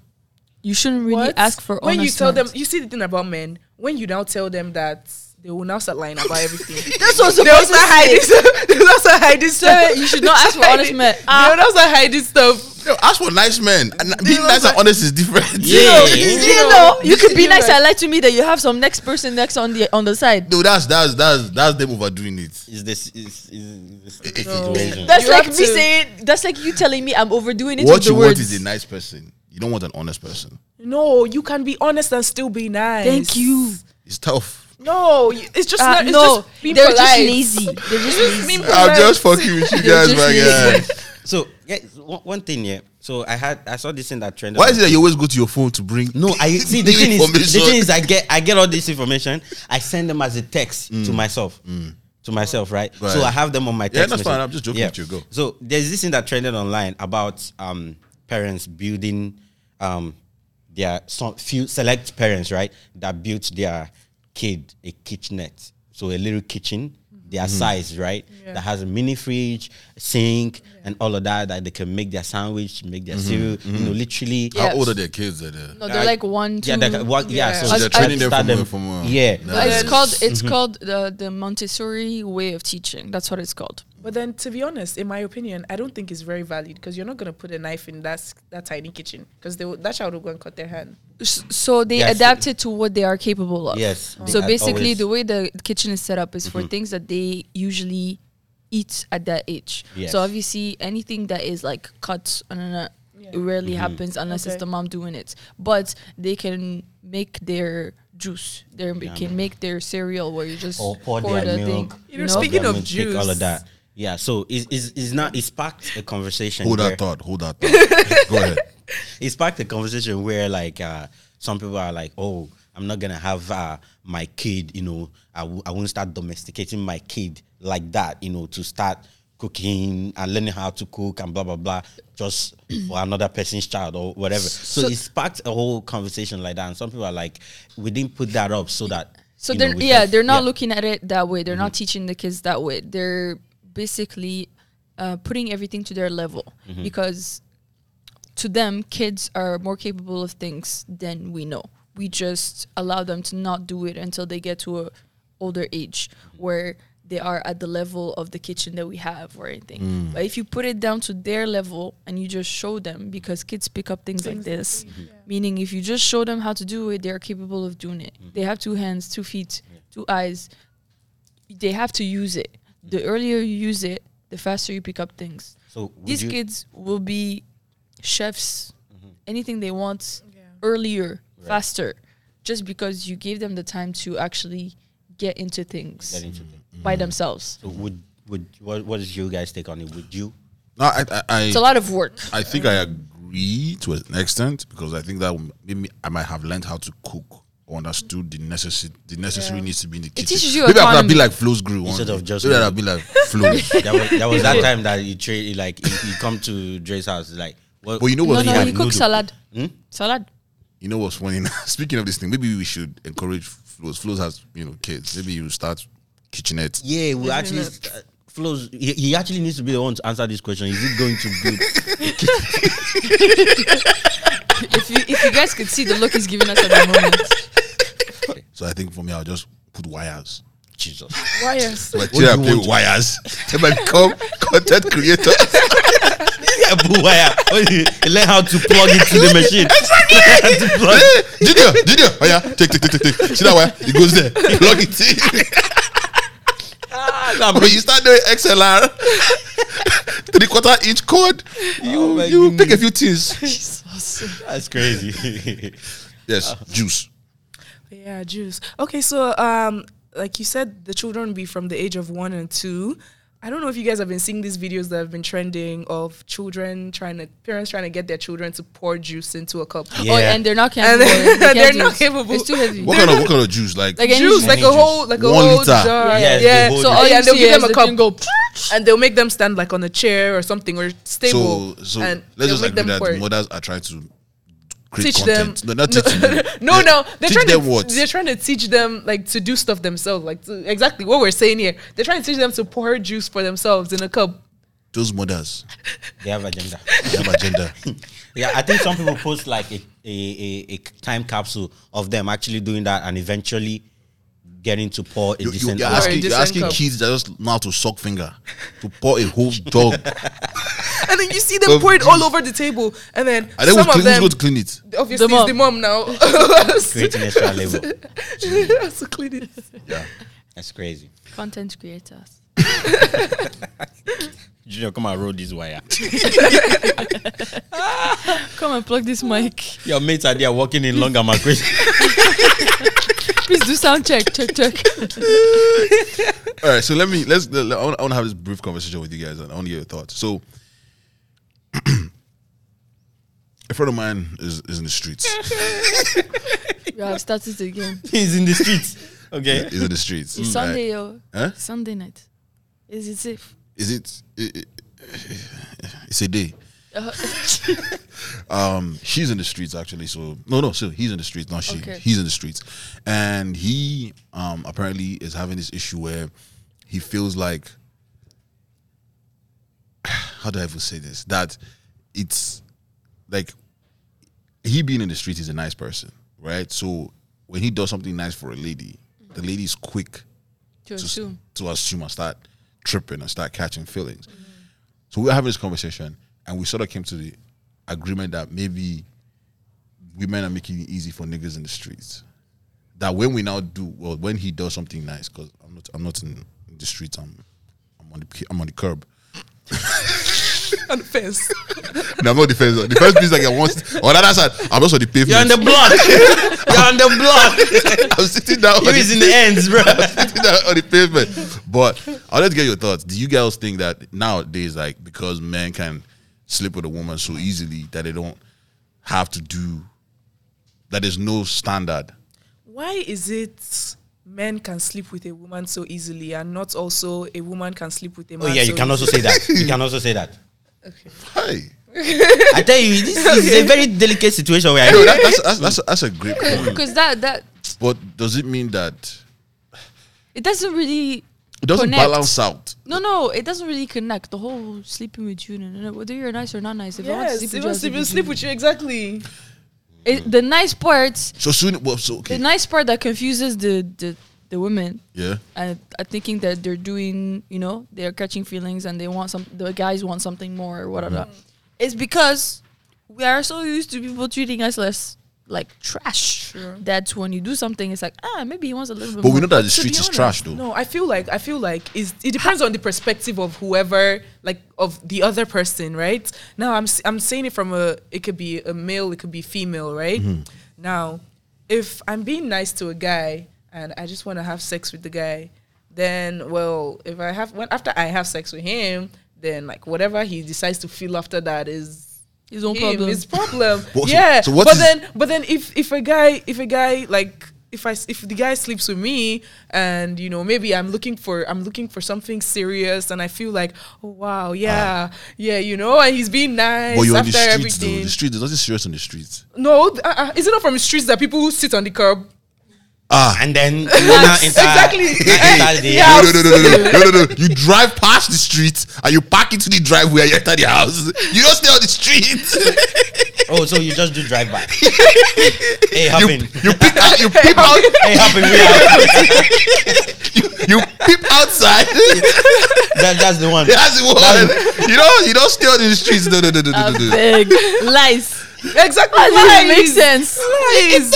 you shouldn't really
What?
ask for
when you
honest
tell them.
words.
You see the thing about men when you now tell them that they will now start lying about everything.
That's what I'm
They also
supposed to say.
hiding stuff. They also hiding
Sir,
stuff.
you should not ask for honest men. Ah.
They also hiding stuff.
Yo, ask for nice men. And being
was
nice
like-
and honest is different.
Yeah.
You,
You
know, you could be
you
nice
know-
and lie to me that you have some next person next on the on the side.
No, that's that's that's that's them overdoing it.
Is this is is, is this situation?
That's
You
like me
have to-
saying. That's like you telling me I'm overdoing it.
what
with the
you
words.
want is a nice person. You don't want an honest person.
No, you can be honest and still be nice.
Thank you.
It's tough.
No, y- it's just
Uh,
not. It's
no,
just being
they're
polite.
just lazy. They're just lazy.
Being
I'm
polite.
just fucking with you
You're
guys,
just
my
lazy.
guys.
So yeah, one, one thing yeah. So I had I saw this thing that trended.
Why
on
is it that you always go to your phone to bring?
No, I see the thing is the
information?
thing is I get I get all this information. I send them as a text to myself. To myself, right?
Mm. Right.
So I have them on my text.
that's
message.
fine. I'm just joking with you. Go.
So there's this thing that trended online about um, parents building um, their some few select parents, right? That built their kid a kitchenette. So a little kitchen, their
Mm-hmm.
size, right? That has a mini fridge, sink, and all of that that they can make their sandwich, make their
Mm-hmm.
cereal, you know, literally
Yeah.
How old are their kids? Are they?
No, they're
I-
like one, two.
yeah, that, what, yeah.
Yeah.
So
So
you
they're
try to
training them
start
from a- from a-
yeah.
No.
But it's
Yes.
called it's called the the Montessori way of teaching. That's what it's called.
But then, to be honest, in my opinion, I don't think it's very valid because you're not gonna put a knife in that s- that tiny kitchen because that child will go and cut their hand.
S- So they
Yes.
adapt it to what they are capable of.
Yes, they
So
ad- always-
basically,
Mm-hmm.
the way the kitchen is set up is for things that they usually eat at that age.
Yes.
So obviously, anything that is like cut, and uh, it rarely
Mm-hmm.
happens unless it's
Okay.
the mom doing it. But they can make their juice. They can make their cereal where you just
Or pour
the
their
thing.
milk.
You know,
pour
speaking
their
of
milk, take all
juice.
of that. Yeah. So it's it's, it's not it sparked a conversation.
Hold
where,
that thought. Hold that thought. Go ahead.
It sparked a conversation where like uh, some people are like, oh, I'm not gonna have uh, my kid. You know, I w- I won't start domesticating my kid like that. You know, to start cooking and learning how to cook and blah blah blah just for another person's child or whatever so, it sparked a whole conversation like that and some people are like we didn't put that up so that
So
you know,
they're
we
yeah,
can-
they're not
yeah. Mm-hmm.
looking at it that way. They're not teaching the kids that way. They're basically uh, putting everything to their level
Mm-hmm.
because to them, kids are more capable of things than we know. We just allow them to not do it until they get to a older age where they are at the level of the kitchen that we have or anything.
Mm.
But if you put it down to their level and you just show them, because kids pick up things, like this, meaning if you just show them how to do it, they are capable of doing it.
Mm-hmm.
They have two hands, two feet, two eyes. They have to use it. The earlier you use it, the faster you pick up things
Mm. so would
these
you-
kids will be chefs,
Mm-hmm.
anything they want earlier, faster, just because you gave them the time to actually get into things
Get into Mm-hmm. it.
by themselves.
So would would what what is your guys take on it? Would you?
No, I, I, I,
It's a lot of work.
I think I agree to an extent because I think that maybe I might have learned how to cook or understood the necessary the necessary needs to be in the kitchen.
teaches you
maybe I could have
economy.
been like Flo's grew one
Instead
day.
of just
maybe I'd
me.
be like Flo's.
There was, there was that time that you trade like you, you come to Dre's house like what?
But you know
No,
what?
no,
have
you cook
noodle.
salad.
Hmm?
Salad.
You know what's funny? now? Speaking of this thing, maybe we should encourage Flo's. Flo's has you know kids. Maybe you start kitchenette.
Yeah, we actually uh, flows. He, he actually needs to be the one to answer this question. Is it going to good?
if, you, if you guys could see the look he's giving us at the moment.
So I think for me, I'll just put wires.
Jesus.
Why yes?
Like,
do you
yeah, play
want
with wires. They might come content creator.
Yeah, but why? What do you- you Learn how to plug into the machine. Learn how to plug.
Hey, Junior, Junior, oh yeah, take, take, take, take, take. See that wire? It goes there. Plug it in. But when you start doing XLR, three quarter inch cord, you
Oh my
you pick a few things.
That's crazy.
Yes,
Ah.
juice.
Yeah, juice. Okay, so um, like you said, the children be from the age of one and two. I don't know if you guys have been seeing these videos that have been trending of children trying to parents trying to get their children to pour juice into a cup.
Yeah.
Oh, and they're not
And
capable. They can't
they're
do
not
it.
capable.
It's too heavy.
What kind of what kind of juice? Like,
Like any
Juice,
juice.
like a
Juice.
whole, like a
One
whole
liter.
jar.
Yes,
yeah.
the whole
So
juice.
all
Yeah,
you
they'll
see
give them
is
a
the
cup.
thing go, and they'll make them stand like on a chair or something or
so
stable.
so.
and
Let's
they'll
just
make
agree
them
that
pour it.
mothers are trying to create
teach them.
content. No, not teaching them.
no, no. They're
teach
trying
them
to,
what?
They're trying to teach them like to do stuff themselves. Like to, exactly what we're saying here. They're trying to teach them to pour juice for themselves in a cup.
Those mothers,
they have agenda.
they have agenda.
Yeah, I think some people post like a, a, a, a time capsule of them actually doing that and eventually getting to pour a
You, you,
decent
you're
amount.
asking, you're
decent
asking
cup.
kids that just know how to suck finger to pour a whole dog.
And then you see them pour it all over the table. And then
And then
some
who's,
of
clean, who's
them,
going to clean it?
obviously,
The
it's the mom now.
creating extra level.
Has to clean it.
That's crazy.
Content creators.
Junior, come and roll this wire.
Come and plug this mic.
Your mates are there walking in long and crazy.
Please do sound check, check, check.
All right, so let me let's. let- I want to have this brief conversation with you guys, and I want to get your thoughts. So, a friend of mine is, is in the streets.
You have started again.
He's in the streets. Okay.
is in the streets.
It's
right?
Sunday, yo.
Huh?
Sunday night. Is it safe?
Is it, it, it- It's a day.
Uh,
Um, she's in the streets actually. So no, no. So he's in the streets, not she.
Okay.
He's in the streets, and he um apparently is having this issue where he feels like. How do I even say this? That it's like he being in the streets is a nice person, right? So when he does something nice for a lady, the lady's quick to,
to assume.
to assume and start tripping and start catching feelings. So we were having this conversation and we sort of came to the agreement that maybe women are making it easy for niggas in the streets. That when we now do well, when he does something nice, because I'm not I'm not in the streets, I'm I'm on the I'm on the curb.
on the fence.
No, I'm not the first. The first place like I want on the other side, I'm also the pavement.
You're on the block. You're on the block.
I'm sitting down.
He
on
is in the ends, bro.
on the pavement. But I'd like to get your thoughts. Do you girls think that nowadays, like because men can sleep with a woman so easily that they don't have to do that there's no standard?
Why is it men can sleep with a woman so easily and not also a woman can sleep with a
Oh
man?
yeah, you
so
can also say that. You can also say that.
Hey.
I tell you, this is a very delicate situation where
No,
I
Oh, that, that's, that's, that's, a, that's a great point.
Because that that
But does it mean that
it doesn't really
it doesn't
Connect.
balance out?
no no it doesn't really connect the whole sleeping with you no, no, no, whether you're nice or not nice if I want to
Yes,
sleep
even
with you, I'll
sleep,
sleep with
sleep
you.
with you exactly.
It, the nice part
So soon, well, so
the
okay,
nice part that confuses the the, the women
yeah.
and are thinking that they're doing, you know, they're catching feelings and they want some, the guys want something more or whatever. It's because we are so used to people treating us less like trash that when you do something, it's like, ah, maybe he wants a little bit
But
more.
we know that the
To be
streets is
honest,
trash, though.
No, I feel like I feel like is it depends on the perspective of whoever, like of the other person, right? Now I'm s- I'm saying it from a it could be a male, it could be female, right? Now, if I'm being nice to a guy and I just want to have sex with the guy, then well, if I have when after I have sex with him, then like whatever he decides to feel after that is
His own
him,
problem.
His problem.
What- so-
yeah.
so what
but
is-
then, but then, if if a guy, if a guy like. If I s- if the guy sleeps with me and you know maybe I'm looking for I'm looking for something serious and I feel like oh wow yeah yeah you know and he's being nice
Ah. But you're in
after
the streets, though.
everything
The streets, there's nothing serious on the streets.
no th- uh, uh, is it not from the streets that people who sit on the curb
Ah. and then you now enter
exactly.
now enter the-
Yeah.
no, no, no, no, no, no, no, no. You drive past the street and you park into the driveway and you enter the house. You don't stay on the street.
Oh, so you just do drive by. hey, happen.
You pick out, Ah, you peep out,
hey, happen. We are.
you peep outside.
That, that's the one.
That's the one. You don't, you don't stay on the streets. No, no, no, no, no, no, no.
Big lies.
exactly
That doesn't
lies.
make sense.
lies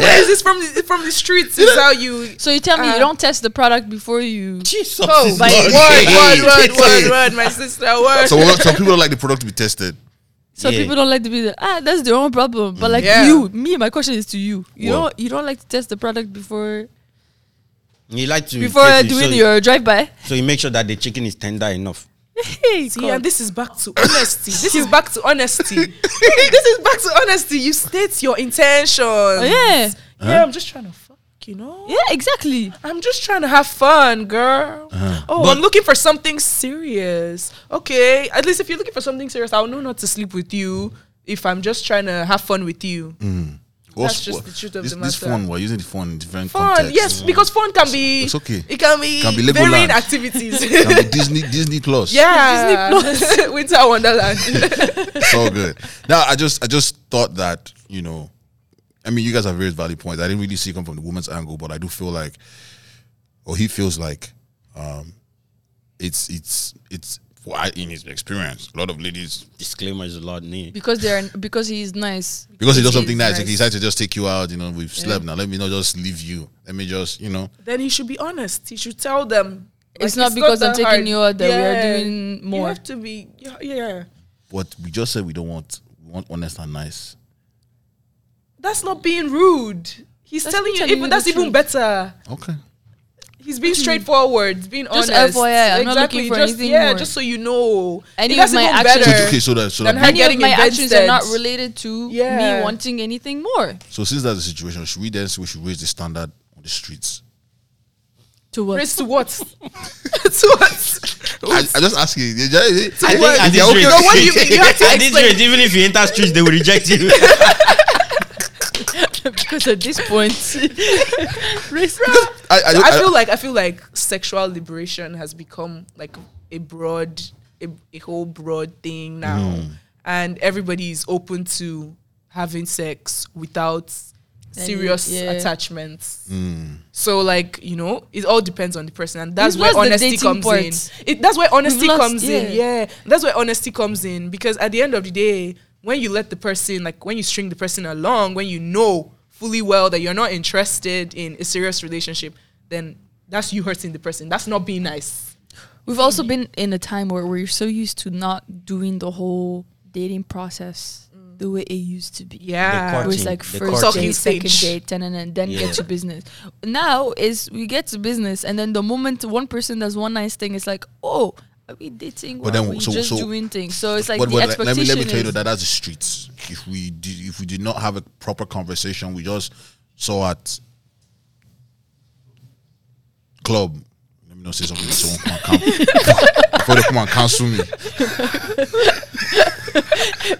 lies it's from the, from the streets is how you
So you tell me
Uh,
you don't test the product before you.
Jesus.
Oh,
is
by
not-
word
Hey.
word word word word my sister word
So what- some people don't like the product to be tested.
So
Yeah.
people don't like to be the ah, that's their own problem. But like
Yeah.
you, me, my question is to you. You
What?
don't you don't like to test the product before
You like to
before
take Mm, it,
doing
so,
your drive by.
So you make sure that the chicken is tender enough.
Hey,
See,
God.
and this is back to honesty. This is back to honesty. this is back to honesty. You state your intention.
Oh, yeah.
Yeah, I'm just trying to fuck, you know?
Yeah, exactly.
I'm just trying to have fun, girl.
Uh-huh.
Oh, I'm looking for something serious. Okay. At least if you're looking for something serious, I'll know not to sleep with you if I'm just trying to have fun with you.
Mm,
That's just the truth of
this,
the
This
matter.
phone, we're using the phone in different
Fun,
contexts.
yes, because fun can be
Mm. it's okay.
It can be,
Can be
varying
Legoland.
activities.
Can be Disney, Disney Plus.
yeah, Winter Wonderland.
it's all good. Now, I just I just thought that you know, I mean, you guys have raised valid points. I didn't really see it come from the woman's angle, but I do feel like, or he feels like, um, it's it's it's well, I, in his experience, a lot of ladies
Disclaimer is a lot need.
Because they're because he's nice.
because he does
He's
something nice,
nice.
like he decided to just take you out. You know, we've slept now. Let me not just leave you. Let me just you know.
then he should be honest. He should tell them.
It's not because I'm
that
taking you out that we are doing
You
more.
have to be, yeah. yeah.
But we just said we don't want we want honest and nice.
That's not being rude. He's
That's
telling you,
me telling
even,
you
that's
the
even
truth.
better.
Okay.
He's being straightforward, being
Just
honest.
FYI, I'm not looking for
just,
anything
Yeah,
more.
just so you know.
Any
That's
of my
even
actions-
So,
better.
Sure.
okay, so that so
Then
that
how-
Any of
getting
my actions are not
invested.
related to
Yeah.
me wanting anything more.
so since that's the situation, should we then say we should raise the standard on the streets?
To what?
Raise to what? to what?
I, I just ask you. yeah, yeah,
I
yeah.
think
Yeah,
at
yeah,
this
okay,
rate-
No, what do you mean? You have to
At this
explain.
rate, even if you enter streets, they will reject you.
because at this point, race.
I, I,
I
I-
feel like I feel like sexual liberation has become like a broad, a, a whole broad thing now,
Hmm.
and everybody is open to having sex without
Any-
serious
yeah.
attachments.
Hmm.
So like you know, it all depends on the person, and that's
We've
where
lost the
honesty
dating
comes
part.
in. It, that's where honesty
lost-
comes in.
yeah.
Yeah, that's where honesty comes in because at the end of the day, when you let the person, like when you string the person along, when you know fully well that you're not interested in a serious relationship, then that's you hurting the person. That's not being nice.
We've also been in a time where we're so used to not doing the whole dating process the way it used to be.
The
Yeah,
It was
Courting,
like
the
first
courting.
date, second
Stage.
date, and then, and then
Yeah.
get to business. Now is we get to business, and then the moment one person does one nice thing, it's like, oh, are we dating? Or
But then
are we
so-
just
so-
doing things? So it's like
but-
the
but let- let me
expectation
let me tell you
is-
that that's the streets. If we did, if we did not have a proper conversation, we just saw at club. Let me not say something. so Someone come and count- before they come and cancel me.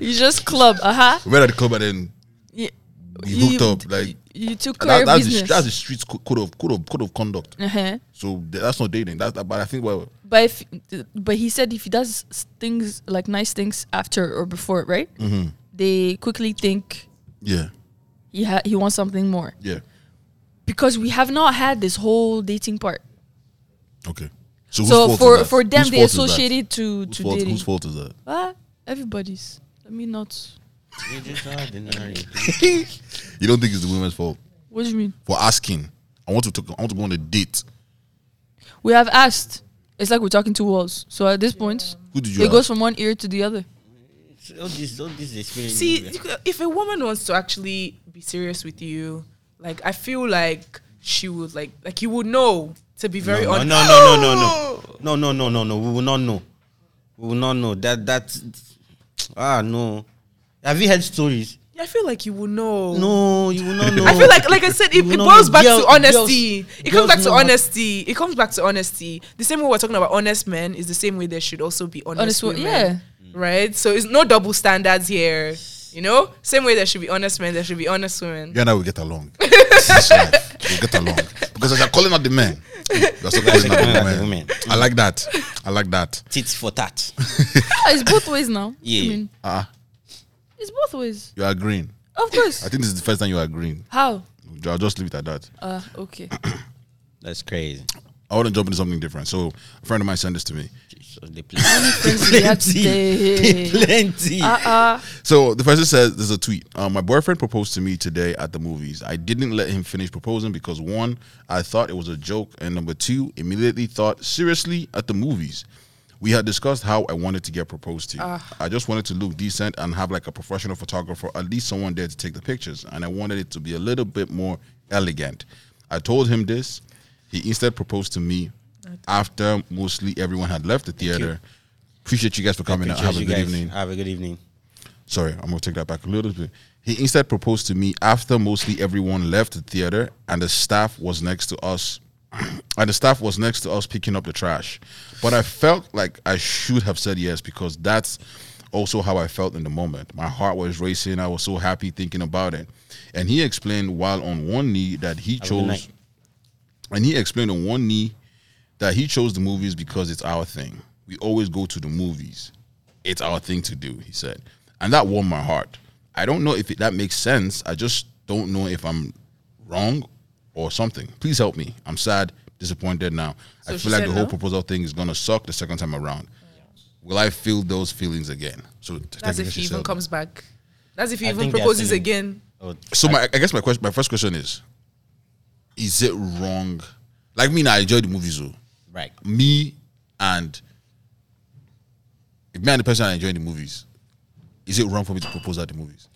you just club, uh huh.
We were at the club and then
You,
we hooked up. Like
you took
that-
care of
that's the,
business.
str- that's the streets co- code of code of code of conduct.
uh-huh.
So th- that's not dating. That's but I think well,
But if but he said if he does s- things like nice things after or before, right?
Mm-hmm.
They quickly think
yeah,
he ha- he wants something more
yeah,
because we have not had this whole dating part.
okay. So, whose fault
so
is
for
that?
for them,
Whose
they
fault is that?
associate it to
Whose
to
fault,
dating.
whose fault is that?
Ah, everybody's. Let me not.
You don't think it's the women's fault?
What do you mean?
for asking. I want to talk, I want to go on a date.
We have asked. It's like we're talking to walls. So at this point,
Who did you?
it
ask?
goes from one ear to the other.
all this, all this experience.
See, you c- if a woman wants to actually be serious with you, like I feel like she would like like you would know to be very
no, no,
honest.
no, no, no, no, no, no, no, no, no. We will not know. We will not know that. That ah no. Have you heard stories?
I feel like you would know.
No, you will not know.
I feel like, like I said, it,
You
it
know,
boils back
girls-
to honesty.
girls-
it
girls
comes back to
know how-
honesty. It comes back to honesty. The same way we're talking about honest men is the same way there should also be honest,
Honest wo-
women.
yeah.
Right? So it's no double standards here. You know? Same way there should be honest men, there should be honest women.
You and I will get along. This life. We'll get along because as you're calling out the men, you're still calling out the women. I like that. I like that.
Tits for tat.
Ah, it's both ways now.
Yeah.
I mean,
Ah,
it's both ways.
you are agreeing.
Of course.
I think this is the first time you are agreeing.
How?
I'll just leave it at that.
Uh, okay.
That's crazy.
I want to jump into something different. So a friend of mine sent this to me.
So they plenty.
Friends, we have to stay.
plenty.
So the person says, "There's a tweet. Uh, my boyfriend proposed to me today at the movies. I didn't let him finish proposing because one, I thought it was a joke, and number two, immediately thought seriously at the movies. We had discussed how I wanted to get proposed to. I just wanted to look decent and have like a professional photographer, at least someone there to take the pictures, and I wanted it to be a little bit more elegant. I told him this. He instead proposed to me after mostly everyone had left the theater. Appreciate you guys for coming out. Have a
You
good
guys
evening
Have a good evening.
sorry, I'm gonna take that back a little bit. He instead proposed to me after mostly everyone left the theater and the staff was next to us. And the staff was next to us picking up the trash. But I felt like I should have said yes because that's also how I felt in the moment. My heart was racing. I was so happy thinking about it. And he explained while on one knee that he
a good night.
chose and he explained on one knee that he chose the movies because it's our thing. We always go to the movies. It's our thing to do, he said. And that warmed my heart. I don't know if it, that makes sense. I just don't know if I'm wrong or something. Please help me. I'm sad, disappointed now. I
So she
feel like
said
the whole
no?
proposal thing is going to suck the second time around. Will I feel those feelings again? So
That's
technically
if
she
he even
said-
comes back. That's if he
I
even
think they're
proposes
feeling-
again.
Oh,
So my, I guess my question, my first question is: Is it wrong? Like me, now, I enjoy the movies. Though.
right.
me and if me and the person are enjoying the movies, is it wrong for me to propose at the movies?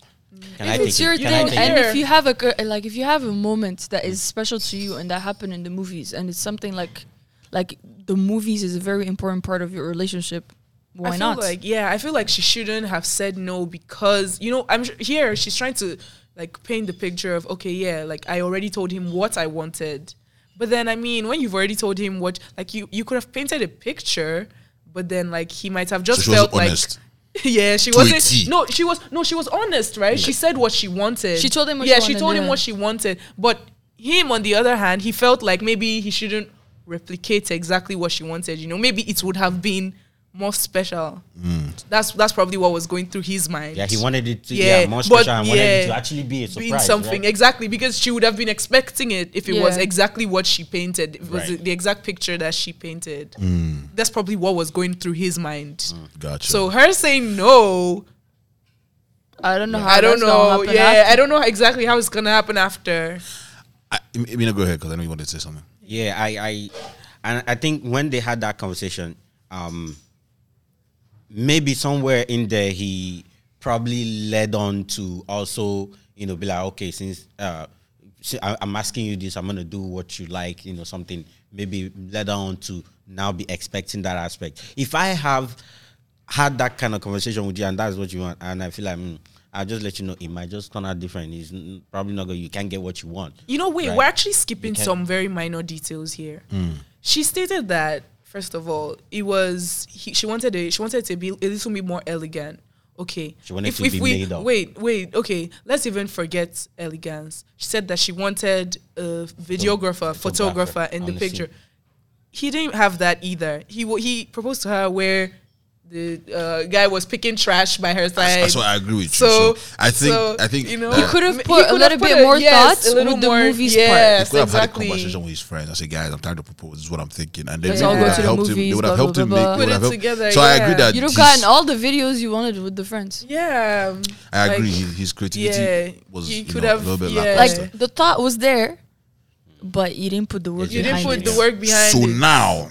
Can I
If
take
it's
it?
your
Can I
thing,
take
and
it?
if you have a gir- like, if you have a moment that is special to you and that happened in the movies, and it's something like, like the movies is a very important part of your relationship. Why
I feel
not?
Like, yeah, I feel like she shouldn't have said no because you know I'm sh- here. She's trying to like paint the picture of okay, yeah, like I already told him what I wanted, but then I mean, when you've already told him what, like you you could have painted a picture, but then like he might have just
she
felt
wasn't
like.
honest.
Yeah, she
To a T.
wasn't. No, she was. No, she was honest, right? She said what she wanted.
She told him what
yeah,
she
she
wanted,
told him
yeah.
what she wanted. But him, on the other hand, he felt like maybe he shouldn't replicate exactly what she wanted. You know, maybe it would have been more special. That's that's probably what was going through his mind.
Yeah, he wanted it to yeah, more
but
special. and wanted it
yeah,
to actually be a surprise.
being something
right?
exactly because she would have been expecting it if it was
Yeah.
exactly what she painted. If it was
Right.
the exact picture that she painted. That's probably what was going through his mind.
Gotcha.
So her saying no,
I don't know how
I don't
that's gonna
know.
happen
Yeah,
after.
I don't know exactly how it's gonna happen after.
I, I mean, go ahead because I know you wanted to say something.
Yeah, I, I, and I think when they had that conversation, um, maybe somewhere in there he probably led on to also, you know, be like, okay, since uh, si- I, am asking you this, I'm gonna do what you like, you know, something. Maybe led on to now be expecting that aspect. If I have had that kind of conversation with you and that's what you want, and I feel like. mm, I'll just let you know it might just turn out different. It's n- probably not going. to You can't get what you want.
You know, wait,
Right. Hmm.
we're actually skipping
can-
some very minor details here. She stated that first of all, it was he, she wanted a, she wanted to be a little bit more elegant. Okay,
She wanted
if,
to
if
be
we,
made up.
Wait, wait, okay. Let's even forget elegance. She said that she wanted a videographer, photographer in the
on the
picture. He didn't have that either. He wa- he proposed to her where the uh, guy was picking trash by her side.
That's what I agree with you.
So,
So I think
so,
I think
you know,
that-
He could have
He
put a
could
little
have put
bit
a-
more
yes,
thoughts
a little
with the
more-
movies
yes.
He could have
exactly.
had a conversation with his friends. I say, guys, I'm trying to propose. This is what I'm thinking. And then
Let's
they
all
would
go
have
to the
helped him. They
movies,
would have
blah,
helped
blah,
him
blah,
make.
blah.
They would
Put
have
it
helped.
together,
so I agree
yeah.
that
part. You'd have
he's-
gotten all the videos you wanted with the friends.
Yeah.
I
Like,
agree. His, his creativity
yeah,
was
he
you
could
know,
have-
a little bit
yeah.
lackluster.
Like the thought was there, but you didn't put the work
You
You didn't
behind
put
it.
the work behind
so
it.
now,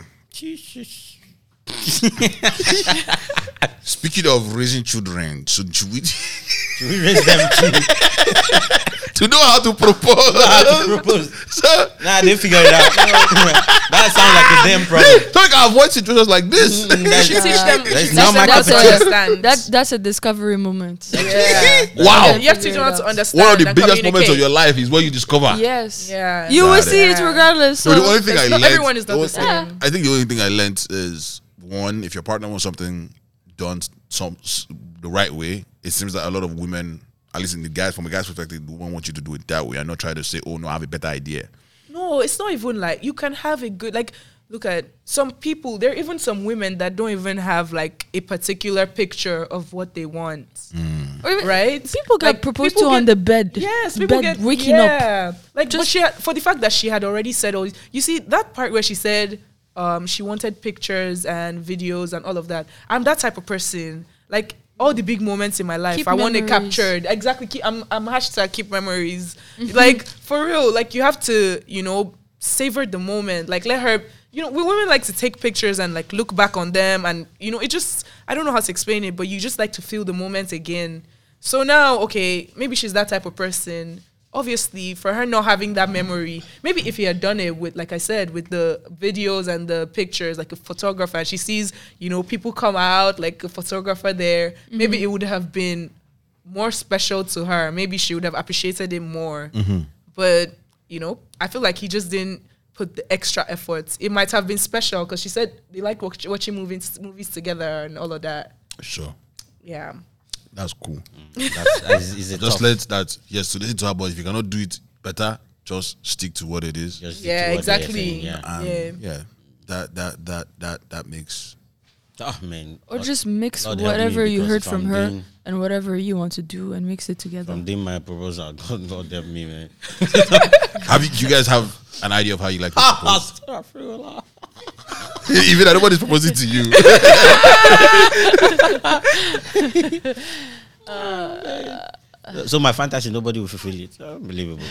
speaking of raising children, so should we
Should we raise them to
to know how to propose?
propose?
so,
Nah, they figure it out. that sounds like a damn problem.
so I can avoid situations like this.
Mm, That's-
Teach them.
That's
teach
not
them
my
how
cup
that's
to
of
a,
understand.
that, that's a discovery moment.
wow.
you have to
Figure
know
it
how to
out.
understand.
One of the
and
biggest moments of
communicate.
your life is when you discover.
Yes.
Yeah.
You will
Got it.
see it regardless. So
So the only thing I
It's not-
learned,
everyone is not the
only-
same.
I think the only thing I learned is one: if your partner wants something done some s- the right way, it seems that a lot of women, at least in the guys from a guy's perspective, the women want you to do it that way and not try to say, "Oh no, I have a better idea."
No, it's not even like you can have a good like. Look at some people. There are even some women that don't even have like a particular picture of what they want.
Mm.
Or even-
Right?
People get
Like,
proposed
people
to on
get-
the bed.
Yes, people
bed
get
waking up.
yeah. Like, but
Just-
she had, for the fact that she had already said all. This, you see that part where she said um, she wanted pictures and videos and all of that. I'm that type of person. Like all the big moments in my life,
Keep
I want it
memories.
captured. Exactly. Keep, I'm I'm hashtag keep memories. Like for real. Like you have to you know savor the moment. Like let her. You know, we women like to take pictures and like look back on them, and you know, it just—I don't know how to explain it, but you just like to feel the moment again. So now, okay, maybe she's that type of person. Obviously, for her not having that memory, maybe if he had done it with, like I said, with the videos and the pictures, like a photographer, and she sees, you know, people come out, like a photographer there, maybe it would have been more special to her. Maybe she would have appreciated it more. But, you know, I feel like he just didn't put the extra efforts. It might have been special because she said they like watch, watching movies, movies together and all of that.
Sure,
Yeah.
that's cool.
That's, that's, is it
Just
tough?
let that yes to listen to her, but if you cannot do it better, just stick to what it is.
Just stick
Yeah,
to what they're
exactly.
saying, yeah.
And,
yeah.
yeah. Um, That that that that that makes
Oh man.
Or just mix
Lord help me,
whatever you
because
heard
if
from
I'm
her
being-
and whatever you want to do and mix it together.
I'm doing my proposal. God Lord help me, man.
have you, you guys have an idea of how you like to
I
propose?
swear, I feel like-
Even though nobody's proposing to you.
so my fantasy, nobody will fulfill it. Unbelievable.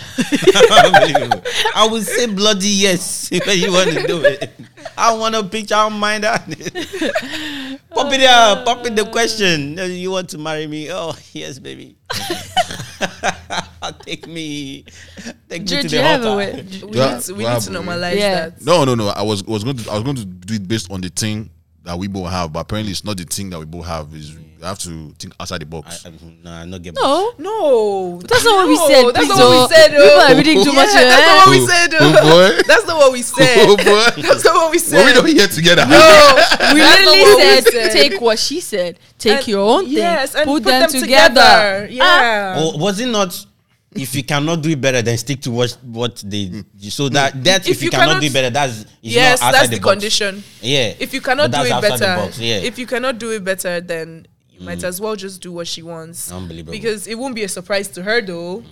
Unbelievable. I will say bloody yes if you want to do it. I want a picture. I don't mind that. pop it up. Pop in the question. Uh, You want to marry me? Oh yes, baby. take me. Take me to
Do, do you
the
have a
altar.
way?
We
Yeah,
need to, we
yeah,
need to
but-
normalize
Yeah.
that.
No, no, no. I was was going to I was going to do it based on the thing that we both have, but apparently it's not the thing that we both have. Is we have to think outside the
I,
box.
I, Um, no, I'm not getting.
No,
No,
that's not what we
No,
said.
That's
please,
not what we
oh.
said.
People
oh.
are reading too
Yeah,
much.
That's not
eh?
what we
Oh,
said.
oh,
oh.
boy.
That's not what we
oh
said.
boy,
That's not what we said.
well, we don't hear together.
We
That's not
literally
what we
said,
said.
take what she said, take
And-
your own thing,
yes, and
put, them, together. Ah.
Yeah.
Or was it Oh, not? If you cannot do it better, then stick to what what they so that that if, you, cannot, do it better, that's it's
yes,
not outside
that's the,
box.
condition.
Yeah.
If you cannot
But
do it
that's outside the
better,
box, yeah. Mm.
if you cannot do it better, then you might as well just do what she wants.
Unbelievable.
Because it won't be a surprise to her though.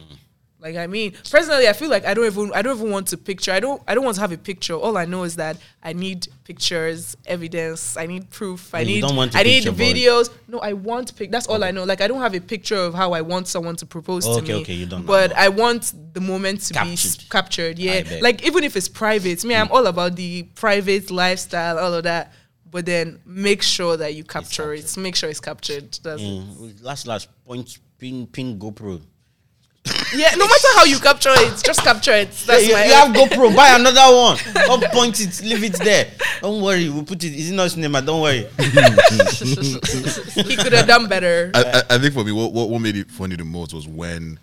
Like I mean, personally, I feel like I don't even I don't even want to picture. I don't I don't want to have a picture. All I know is that I need pictures, evidence. I need proof. I
You
need
don't want a
I need
picture, but-
videos. No, I want pic. That's all I know. Like I don't have a picture of how I want someone to propose to
Okay,
me.
okay, you don't know.
But I want the moment to be s-
Captured.
captured.
I
Yeah,
bet.
like even if it's private, me, I'm all about the private lifestyle, all of that. But then make sure that you capture it. Make sure it's captured. That's
Mm, last last point pin pin GoPro.
yeah. No matter how you capture it, just capture it. That's
you,
my.
you have GoPro, buy another one. Don't point it, leave it there. Don't worry, we'll put it. It's not cinema, don't worry.
he could have done better.
I, I, I think for me, what, what what made it funny the most was when,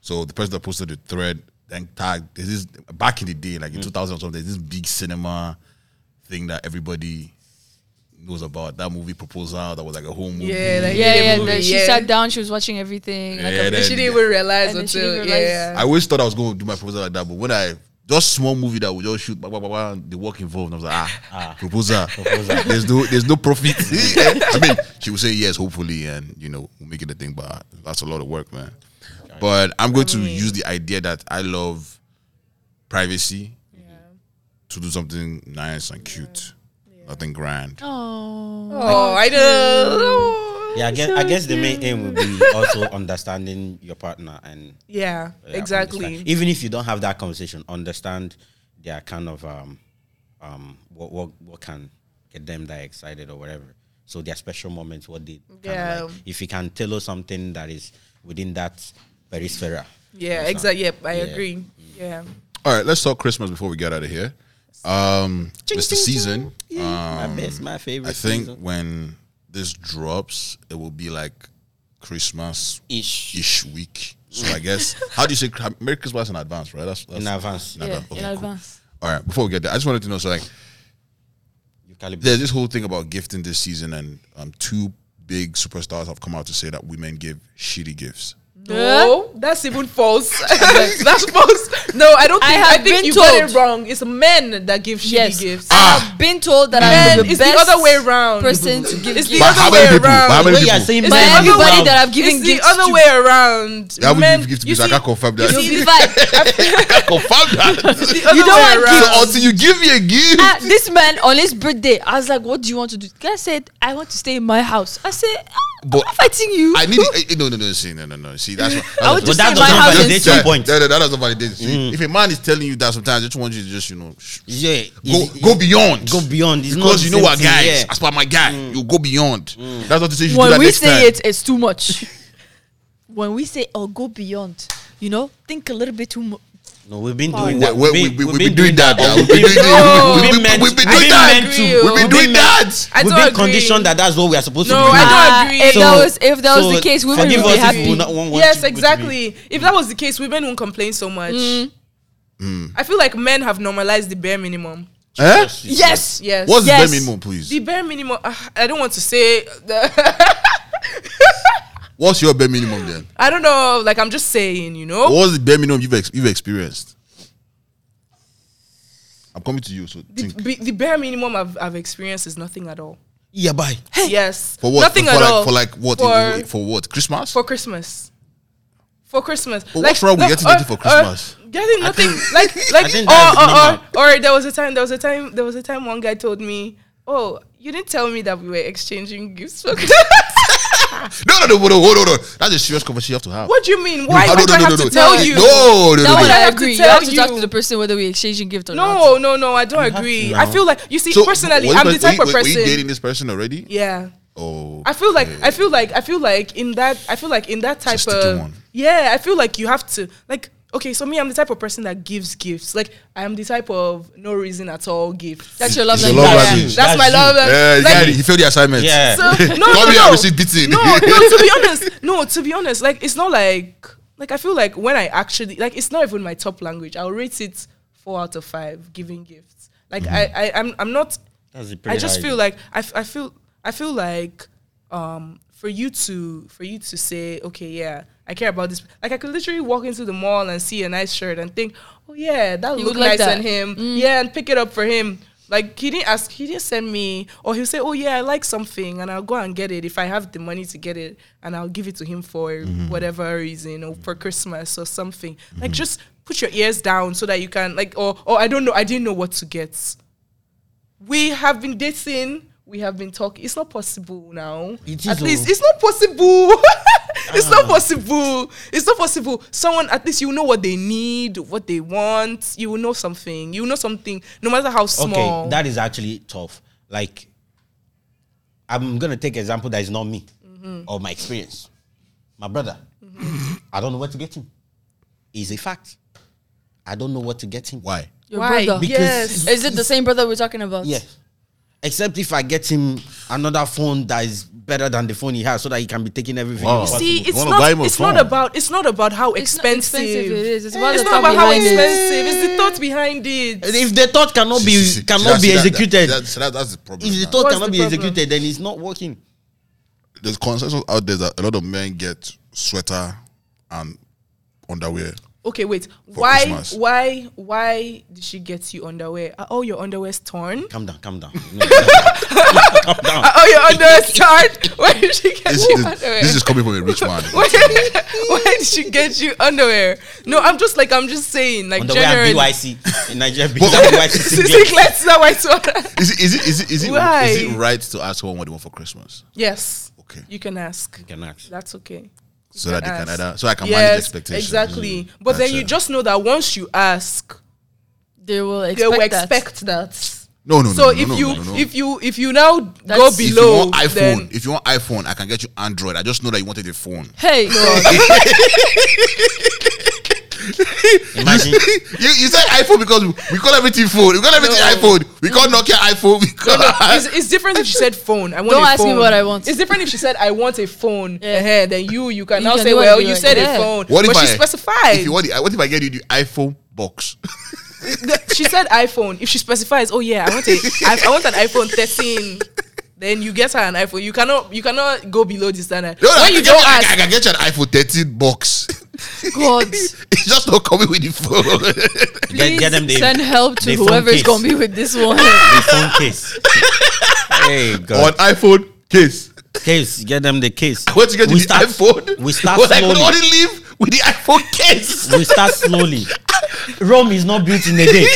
so the person that posted the thread then tagged. This is back in the day,
Mm.
like in 2000 or something. There's this big cinema thing that everybody knows about. That movie proposal that was like a whole movie.
Yeah, like, Yeah,
Yeah, yeah.
movie,
the- she
yeah.
sat down, she was watching everything. Like
Yeah,
a,
then-
she didn't even realize
And then she
until
didn't realize-
yeah.
I always thought I was going to do my proposal like that, but when I just small movie that we just shoot, blah, blah, blah, blah, and the work involved, and I was like, ah, proposal. there's no, there's no profit. I mean, she would say yes, hopefully, and you know, we'll make it a thing. But that's a lot of work, man. But I'm going to use the idea that I love privacy to do something nice and cute, nothing grand.
oh,
Oh, I know.
Yeah, I guess I guess the main aim would be also understanding your partner and
Yeah,
yeah,
exactly.
understand. Even if you don't have that conversation, understand their kind of um um what what what can get them that excited or whatever. So their special moments, what they kinda
Yeah.
like. If you can tell us something that is within that periphery.
Yeah, exactly. Yep, I
Yeah. Mm.
agree. Yeah.
All right, let's talk Christmas before we get out of here. Um, it's the season.
my best, my favorite.
Um, I think
season.
when this drops, it will be like Christmas
ish
ish week. So I guess how do you say cr- Merry Christmas in advance, right? That's, that's
in advance.
yeah,
advance. Okay,
in
cool.
advance.
All right. Before we get there, I just wanted to know. So like,
You calibrate.
there's this whole thing about gifting this season, and um, two big superstars have come out to say that women give shitty gifts.
No, that's even false. that's false. No, I don't
I
think. I,
have been
think you got
told.
it wrong. It's men that give shitty
Yes,
gifts.
I
Ah!
have been told that I'm
Men,
the
it's the
best
other way around.
person to give
It's
gifts.
the
But
other
how
way
many people?
around.
But how many
What you
people?
are saying,
It's
But
man,
the other
everybody
way-
that I've given
it's the
gifts
other
to-
way around.
That would
Men-
give gifts to
you
me. So I
see-
can't confirm that.
you
You'll
see
be
this-
fine.
I can't confirm that.
the other
don't
way
want
around.
gifts.
so until you give me a gift,
Ah, this man on his birthday, I was like, "What do you want to do?" Guy said, "I want to stay in my house." I said, ah,
But
"I'm not fighting you."
I need. eh, no, no, no. See, no, no, no. See, that's. What, that's
I would
what-
just
that
stay in
does
my
not
house.
validate
and-
your
Yeah,
point. Mm.
No, no, that doesn't validate. See, If a man is telling you that sometimes, I just want you to just you know sh-
yeah,
go
it's-
go beyond,
Go beyond. It's not
because you
the
know
same
what,
thing,
guys.
yeah. Mm.
As per my guy, you go beyond. That's not to say you should do
When
that
we
next
say
time.
it, it's too much. when we say, "Oh, go beyond," you know, think a little bit too much.
No, we've been
We,
doing that.
we, we,
We've
we,
been-
we've been doing that. yeah. We've been doing
No.
that. We've
Oh, We've
been-
been
we've been
meant-
doing
we've
that.
been meant
to.
We've been
We've
doing
been meant-
that.
I
We've
don't
been
agree.
conditioned that that's what we are supposed
No,
to be
I
doing.
don't
Ah,
agree.
If
So-
that was if that was
so
the case, women
forgive us
would be
if we
happy.
will not want what
yes,
you- what you
exactly. If that was the case, women won't complain so much.
Mm.
Mm.
I feel like men have normalized the bare minimum.
Eh?
Yes.
Yes.
What's
Yes.
the bare minimum, please?
The bare minimum. Uh, I don't want to say. The
What's your bare minimum then?
I don't know. Like I'm just saying, you know.
What's the bare minimum you've ex- you've experienced? I'm coming to you. So
The,
think.
b- the bare minimum I've, I've experienced is nothing at all.
Yeah, bye.
Yes.
For what?
Nothing
for
at
like,
all.
For like what?
For,
For what? Christmas?
for Christmas. For Christmas.
But what's wrong with getting nothing for Christmas?
getting nothing. like, like,
think that's
or, or, or, or, there was a time, there was a time, there was a time one guy told me, oh, you didn't tell me that we were exchanging gifts for Christmas.
No, no, no, no, no, no, no. That's a serious conversation you have to have.
What do you mean? Why
no,
would
no,
I
no,
have
no,
to
no.
tell you?
No, no,
That
no,
one
no.
I
have to
agree. You
tell
have to talk
you.
to the person whether we exchanging gift or not.
No, no, no, I don't agree. I
no.
feel like you see personally,
was
I'm
this
the
person-
type of
were you- Were you
person.
dating this person already?
Yeah.
Oh,
I feel like I feel like I feel like in that I feel like in that type
It's a sticky
of
one.
yeah I feel like you have to like okay so me I'm the type of person that gives gifts like I am the type of no reason at all gift
That's your love
It's your
language.
love
Yeah.
language.
that's, my
you.
love
yeah,
like,
yeah, he failed the assignment.
Yeah.
so, no no
Come here,
no.
I received beating.
no no to be honest no to be honest like it's not like like I feel like when I actually like it's not even my top language I'll rate it four out of five giving gifts like I, I I'm I'm not
That's a
I
pretty
just
high-
feel like I, f- I feel I feel like um for you to for you to say okay yeah I care about this like I could literally walk into the mall and see a nice shirt and think oh yeah that
You
look
would
nice
like that. Mm.
on him yeah and pick it up for him like he didn't ask he didn't send me or he'll say oh yeah I like something and I'll go and get it if I have the money to get it and I'll give it to him for
Mm-hmm.
whatever reason or for Christmas or something like just put your ears down so that you can like or or I don't know I didn't know what to get we have been dating. We have been talking. It's not possible now.
It is
at least
oh.
it's not possible. it's
Ah.
not possible. It's not possible. Someone at least you know what they need, what they want. You will know something. You will know something, no matter how small.
Okay, that is actually tough. Like, I'm gonna take example that is not me
Mm-hmm.
or my experience. My brother, I don't know what to get him. Is a fact. I don't know what to get him.
Why?
Your
Why?
brother.
Because-
yes.
Is it the same brother we're talking about?
Yeah. Except if I get him another phone that is better than the phone he has, so that he can be taking everything.
Wow.
he wants.
See,
possible.
it's
Wanna buy him
not.
a
It's not
phone.
about. It's not about how
It's not
expensive.
expensive it is. It's about
it's not
the thought
about how
behind it.
expensive. It's the thought behind it.
if the thought cannot
See,
be
see, see,
cannot
see,
be
that- that-
executed,
that- so that- that's the problem.
if the
now.
thought
What's
cannot
the
be
problem?
executed, then it's not working.
There's consensus out there that a lot of men get sweater and underwear.
Okay, wait. Why?
Christmas.
Why? Why did she get you underwear? Are all your underwear's torn?
Calm down, calm down. No, calm down.
Are all your underwear's torn? Why did she get
This,
you
this,
underwear?
this is coming from a rich man.
Why did she get you underwear? No, I'm just like I'm just saying like
On the way at
generally.
BYC in Nigeria, because of BYC
Sissy
singlet.
Glitz, that white sweater.
Is it, is it, is it, is it,
Why?
is it right to ask someone what they want for Christmas?
Yes.
Okay.
You can ask.
You can ask.
That's okay.
So that they can
ask.
either, so I can manage
Yes,
expectations. Mm-hmm.
exactly. But
That's
then you
it.
just know that once you ask,
They will expect.
they will
that.
expect that.
No, no, no.
so
no,
if
no,
you
no, no, no.
if you if you now go
That's- If
If
below,
you want iPhone,
then
if you want iPhone, I can get you Android. I just know that you wanted a phone.
Hey,
Imagine.
you, you said iPhone because we call everything phone. We call everything
No.
iPhone. We call Nokia iPhone. We call
it's, it's different if she said phone. I want
Don't
a
ask me
phone.
what I want.
It's different if she said I want a phone.
Yeah.
Eh-heh, then you you can
You
now
can
say,
do what
well,
you
you
want.
said
Yeah.
a phone,
What if
but
I
she specified.
If you want, the, what if I get you the iPhone box?
The- she said iPhone. If she specifies, oh yeah, I want a, I, I want an iPhone 13. Then you get her an iPhone. You cannot you cannot go below the standard.
No, no, I
when you
can
don't
get, I can-
ask,
I can get you an iPhone 13 box.
God,
it's just not coming with the phone.
Get, get them the,
please send help to
the phone
whoever is
case.
gonna be with this one.
the phone case. hey
Or an
God,
iPhone case.
case. Get them the case.
Once you get
We
the
start-
iPhone,
We start
But I could
slowly.
only live with the iPhone case.
We start slowly. Rome is not built in a day.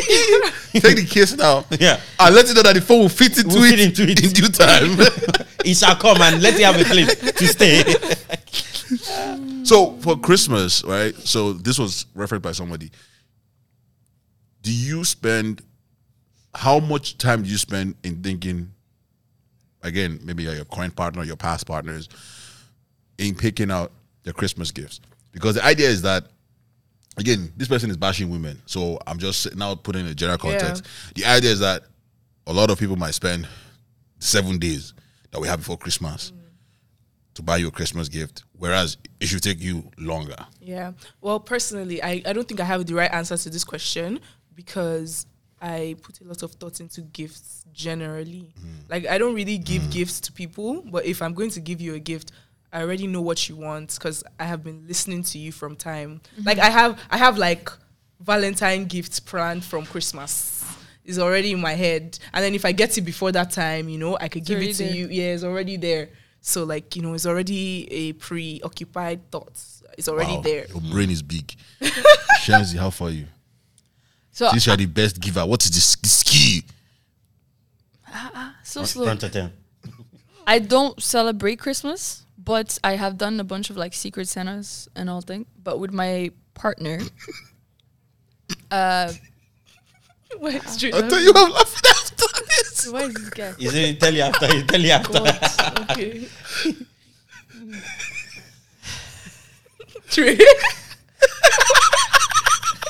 Take the case now.
Yeah.
And let you know that the phone will fit into,
We'll
it,
fit into it.
in due time.
It shall come and let it have a place to stay.
So for Christmas, right? So this was referenced by somebody. Do you spend how much time do you spend in thinking again, maybe like your current partner, your past partners, in picking out their Christmas gifts? Because the idea is that again, this person is bashing women. So I'm just now putting in a general context. The idea is that a lot of people might spend seven days that we have before
Mm.
Christmas to buy you a Christmas gift, whereas it should take you longer.
Yeah. Well, personally, I, I don't think I have the right answer to this question because I put a lot of thought into gifts generally. Like, I don't really give gifts to people, but if I'm going to give you a gift, I already know what you want because I have been listening to you from time.
Mm-hmm.
Like, I have, I have like Valentine gifts planned from Christmas. It's already in my head, and then if I get it before that time, you know, I could give
already
it to
there.
you. Yeah, it's already there. So like you know, it's already a preoccupied thought. It's already there.
Your brain is big. Shamsi, how far are you?
So
Since you are the best giver, what is this this key?
so slow.
Don't tell them.
I don't celebrate Christmas, But I have done a bunch of like secret Santas and all thing. But with my partner, uh,
Wait, it's true.
I tell you, I'm laughing after this.
why is this guy?
Is it tell you after? You tell you after.
God, okay.
True.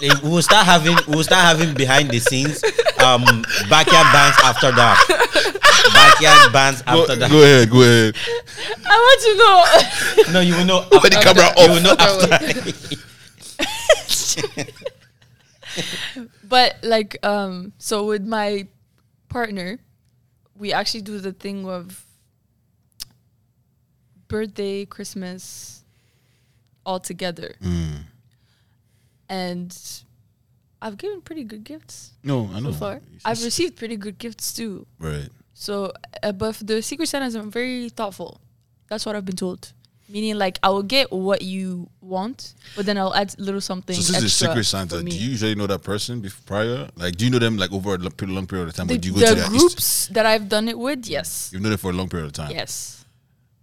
Eh, we'll start having we'll start having behind the scenes um backyard bands after that. Backyard bands
Go,
after that.
go ahead, go ahead.
I want to know.
No, you will know.
Put the
After,
camera
you will
off.
know after.
but like um so with my partner we actually do the thing of birthday christmas all together
Mm.
and i've given pretty good gifts
No, I know.
so far i've received pretty good gifts too
right.
so uh, but the secret santas are very thoughtful that's what i've been told meaning like i will get what you want but then i'll add little something
So since it's
extra
Secret
for
Santa, do
me.
you usually know that person before, prior? Like, do you know them like over a lo- pretty long period of time?
the,
or do you go
the
to that?
groups that I've done it with, yes,
You've known them for a long period of time.
yes,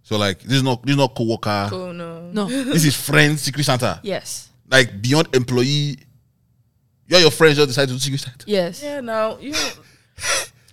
So like, this is not this is not coworker.
oh no.
no,
This is friend Secret Santa.
yes,
Like beyond employee, you're your friends just decide to do Secret Santa.
yes.
Yeah, now you.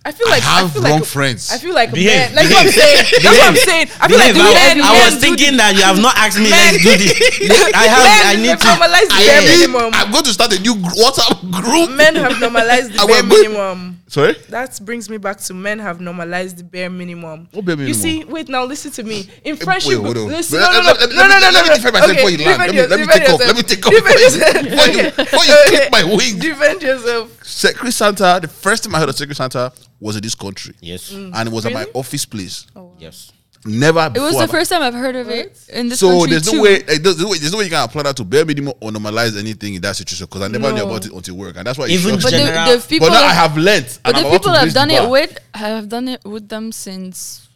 I feel like I
have
feel
wrong
like,
friends.
I feel like
Behave,
man. Like what I'm saying. That's what I'm saying. I feel like
Behave. I,
men.
was- I
men
was
do
thinking that you have not asked me. Let's do this. I have. I
Men
need
have
to.
normalized the
I
bare minimum.
am going to start a new gr- WhatsApp group.
Men have normalized the
I
bare
went good.
minimum.
Sorry.
That brings me back to men have normalized the bare minimum.
What bare
You
minimum?
see, wait now, listen to me. In
Wait,
friendship,
hold on. uh,
listen, no,
Let-
no, no,
let- let-
no,
let
no,
me-
no, no,
let me
no.
defend myself before you land. Let me-
defend
let me
yourself,
take off. Let me
defend
take off before you-
yourself.
before you-
Okay.
before you
Okay.
clip my wings.
Defend yourself.
Secret Santa. The first time I heard of Secret Santa was in this country,
Yes.
Mm.
and it was at
Really?
my office place.
Yes.
Never.
Oh. It was the first time I've heard of it in this
So
country
there's
too.
no way, eh, there's no way, there's no way you can apply that to bare minimum or normalize anything in that situation because I never knew
No.
about it until work, and that's why it
Even
shocks
But
me.
General-
the, the people,
But now I
that-
have learnt.
but
and
the
I'm about to
people I've
raise the
done it
bar.
with, I have done it with them since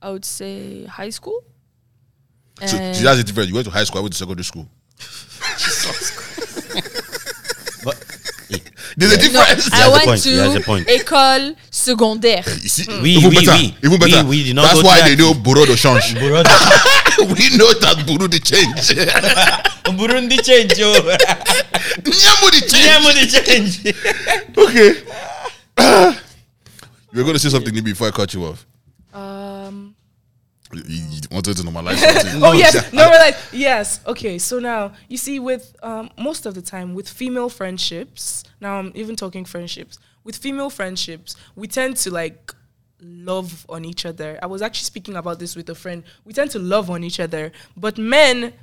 I would say high school.
So,
And
see, that's the difference. You went to high school, I went to secondary school.
But eh,
There's a
no,
difference.
has
I
a
went
point, he has a point.
to école secondaire.
You see,
We-
even
we-
better.
we-
even
we-
better.
we did not
That's
go
why
to
they do Buro de change.
Burundi,
we know that Buru the change.
Burundi change. Oh.
Nyamu the change.
Burundi change.
Okay. you were going to say something Nibi, before I cut you off.
Um.
You, you wanted to normalize something.
Oh yes,
yeah.
no, we're like yes. Okay, so now you see, with um, most of the time with female friendships, now I'm even talking friendships. With female friendships, we tend to like love on each other. I was actually speaking about this with a friend. We tend to love on each other, but men,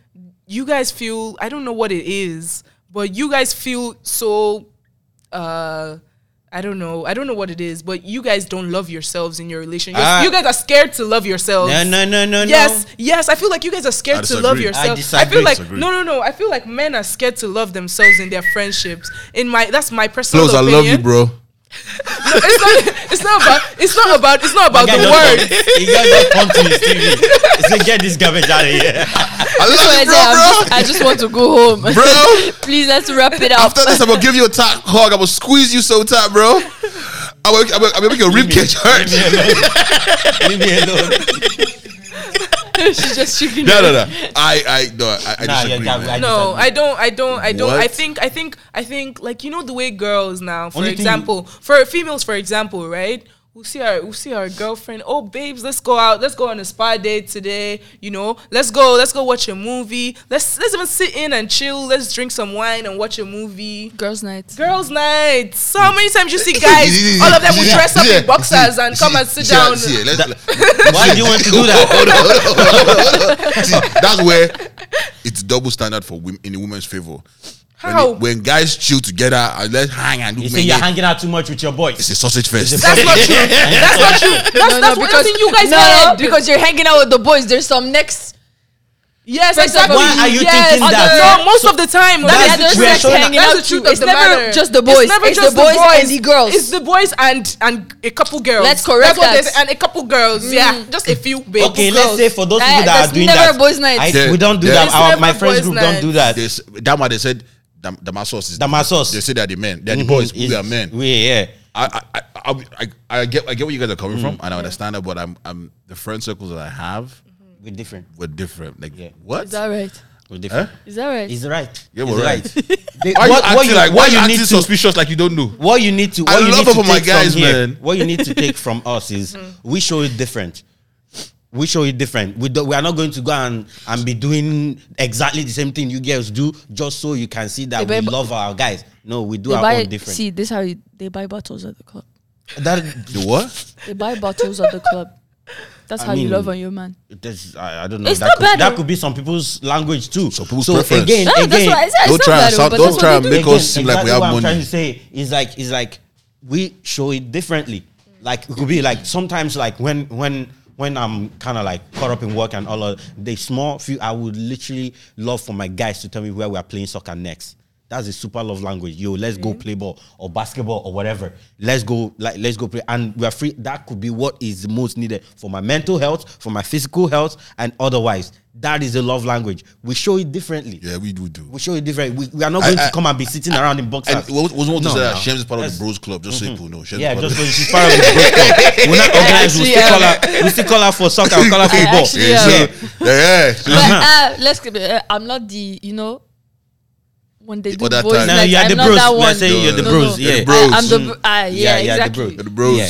you guys feel I don't know what it is, but you guys feel so uh I don't know. I don't know what it is, but you guys don't love yourselves in your relationship.
Ah.
you guys are scared to love yourselves.
No, no, no, no,
Yes,
no.
yes. I feel like you guys are scared
I
to love
disagree. I
yourself.
disagree.
feel like
Disagree.
no, no, no. I feel like men are scared to love themselves in their friendships. In my that's my personal
Close, I
opinion.
love you, bro.
It's not. It's not about. It's not about. It's not about
Guy
the
just
word.
come- He got just come to his TV. He said, "Get this garbage out of here."
I love
I,
you,
said, I'm
bro,
just, I just want to go home.
bro. Bro.
Please let's wrap it up.
After this, I'm gonna give you a tight hug. I'm gonna squeeze you so tight, bro. I'm gonna, I'm gonna, I'm gonna make your rib cage hurt.
Leave me alone. Leave me alone.
She's just shaking.
No,
her
no, no. I, I, no, I, I
Nah, yeah,
disagree.
yeah,
man.
I
No,
disagree.
I don't. I don't. I don't. I
What?
think. I think. I think. Like you know the way girls now. For
Only thing-
example, for females, for example, right? We'll see our we'll see our girlfriend. Oh, babes, let's go out. Let's go on a spa day today. You know, let's go. Let's go watch a movie. Let's let's even sit in and chill. Let's drink some wine and watch a movie.
Girls' night.
Girls' night. So many times you see guys, all of them will
Yeah,
dress up
yeah,
in boxers
yeah,
and come and sit
yeah,
down.
yeah, let's-
Why do you want to do that?
Hold on, hold on, hold on, hold on, hold on. See, that's where it's double standard for women in a woman's favor. When,
How?
when guys chill together and let's hang and do
You say
men-
you're hanging out too much with your boys.
it's a sausage fest.
That's not true. That's not true. That's, that's what that's what you guys
no,
are.
no, because you're hanging out with the boys. There's some next.
Yes,
First of
exactly.
all,
Why are you
Yes,
thinking
other-
that?
No, most of the time.
That's the
That's,
truth.
the sex
We're showing-
hanging out
that's the
too.
truth of
It's
the
never
matter. just the boys. It's the boys and the girls.
It's the boys and and a couple girls.
Let's correct
That's what they
that. Mm.
say, And a couple girls. Yeah, just a few baby
Okay,
girls.
let's say for those
That-
people that
that's
are doing
never
that,
boys' night.
I-
There-
we don't do
there-
that.
It's
Our,
never
my friends
boys'
group
night.
don't do that.
There's, that man they said Dam- Damasos is
Damasos.
They say they're the men. They're
Mhm,
the boys.
it's-
We are men.
We yeah.
I, I,
Mm.
I, I, I get I get where you guys are coming from, and I understand that. But I'm, I'm the friend circles that I have
We're different.
we're different. Like
Yeah.
what?
Is that right?
We're different.
Is that right?
He's right.
Yeah, we're
He's
right.
They-
Why
what,
you acting
what you,
like? Why
what
you
you
acting
need to
suspicious like you don't know?
what you need to what
I
you
love
need
it
to
for my
take
guys,
from here,
man. Mm.
What you need to take from us is we show it different. We show it different. We, do, we are not going to go and, and be doing exactly the same thing you girls do just so you can see that
They
we
buy-
love our guys. No, we do
they
our
buy
own different.
see this how you, they buy bottles at the club.
that
The what?
They buy bottles at the club. That's
I
how you love
mean,
on your man.
that's, I, I don't know.
It's
that,
not
could,
bad,
that
oh.
could be some people's language too. So,
people's preference.
again,
Ah,
again,
that's what I said.
Don't
it's
try
not
and
bad,
sound-
but
don't
that's what
try
they
and
do.
make
Again,
us seem like we
exactly
have
what I'm
money.
trying to say is like is like we show it differently. Like it could be like sometimes like when when when I'm kind of like caught up in work and all of the small few, I would literally love for my guys to tell me where we are playing soccer next. That's a super love language. Yo, let's go play ball or basketball or whatever. Let's go like let's go play, and we are free. That could be what is most needed for my mental health, for my physical health, and otherwise. That is a love language. We show it differently.
Yeah, we do do.
We show you different. We, we are not going
I-
to come and be sitting around in boxers.
And what was one to
No,
say that
no.
Shams is part of the
That's- mm-hmm.
Bros Club? Just so people know, Shams
yeah,
is part
just
of
so
the
she's part of the break club. We're not organized. We still call her. We still call her for soccer. We call her
um, I
football. Yeah.
actually um, am.
So,
yeah. yeah.
But
Uh-huh.
uh, let's. Uh, I'm not the you know when they
The
do
other
voice
type.
now
nights,
you are
I'm
the
not
bros.
that one.
Let's say you're the
No,
bros.
no.
Yeah,
the bros.
I, am the. Bro-
Mm.
uh, yeah,
yeah, the
exactly.
bro.
The bros.
Yeah.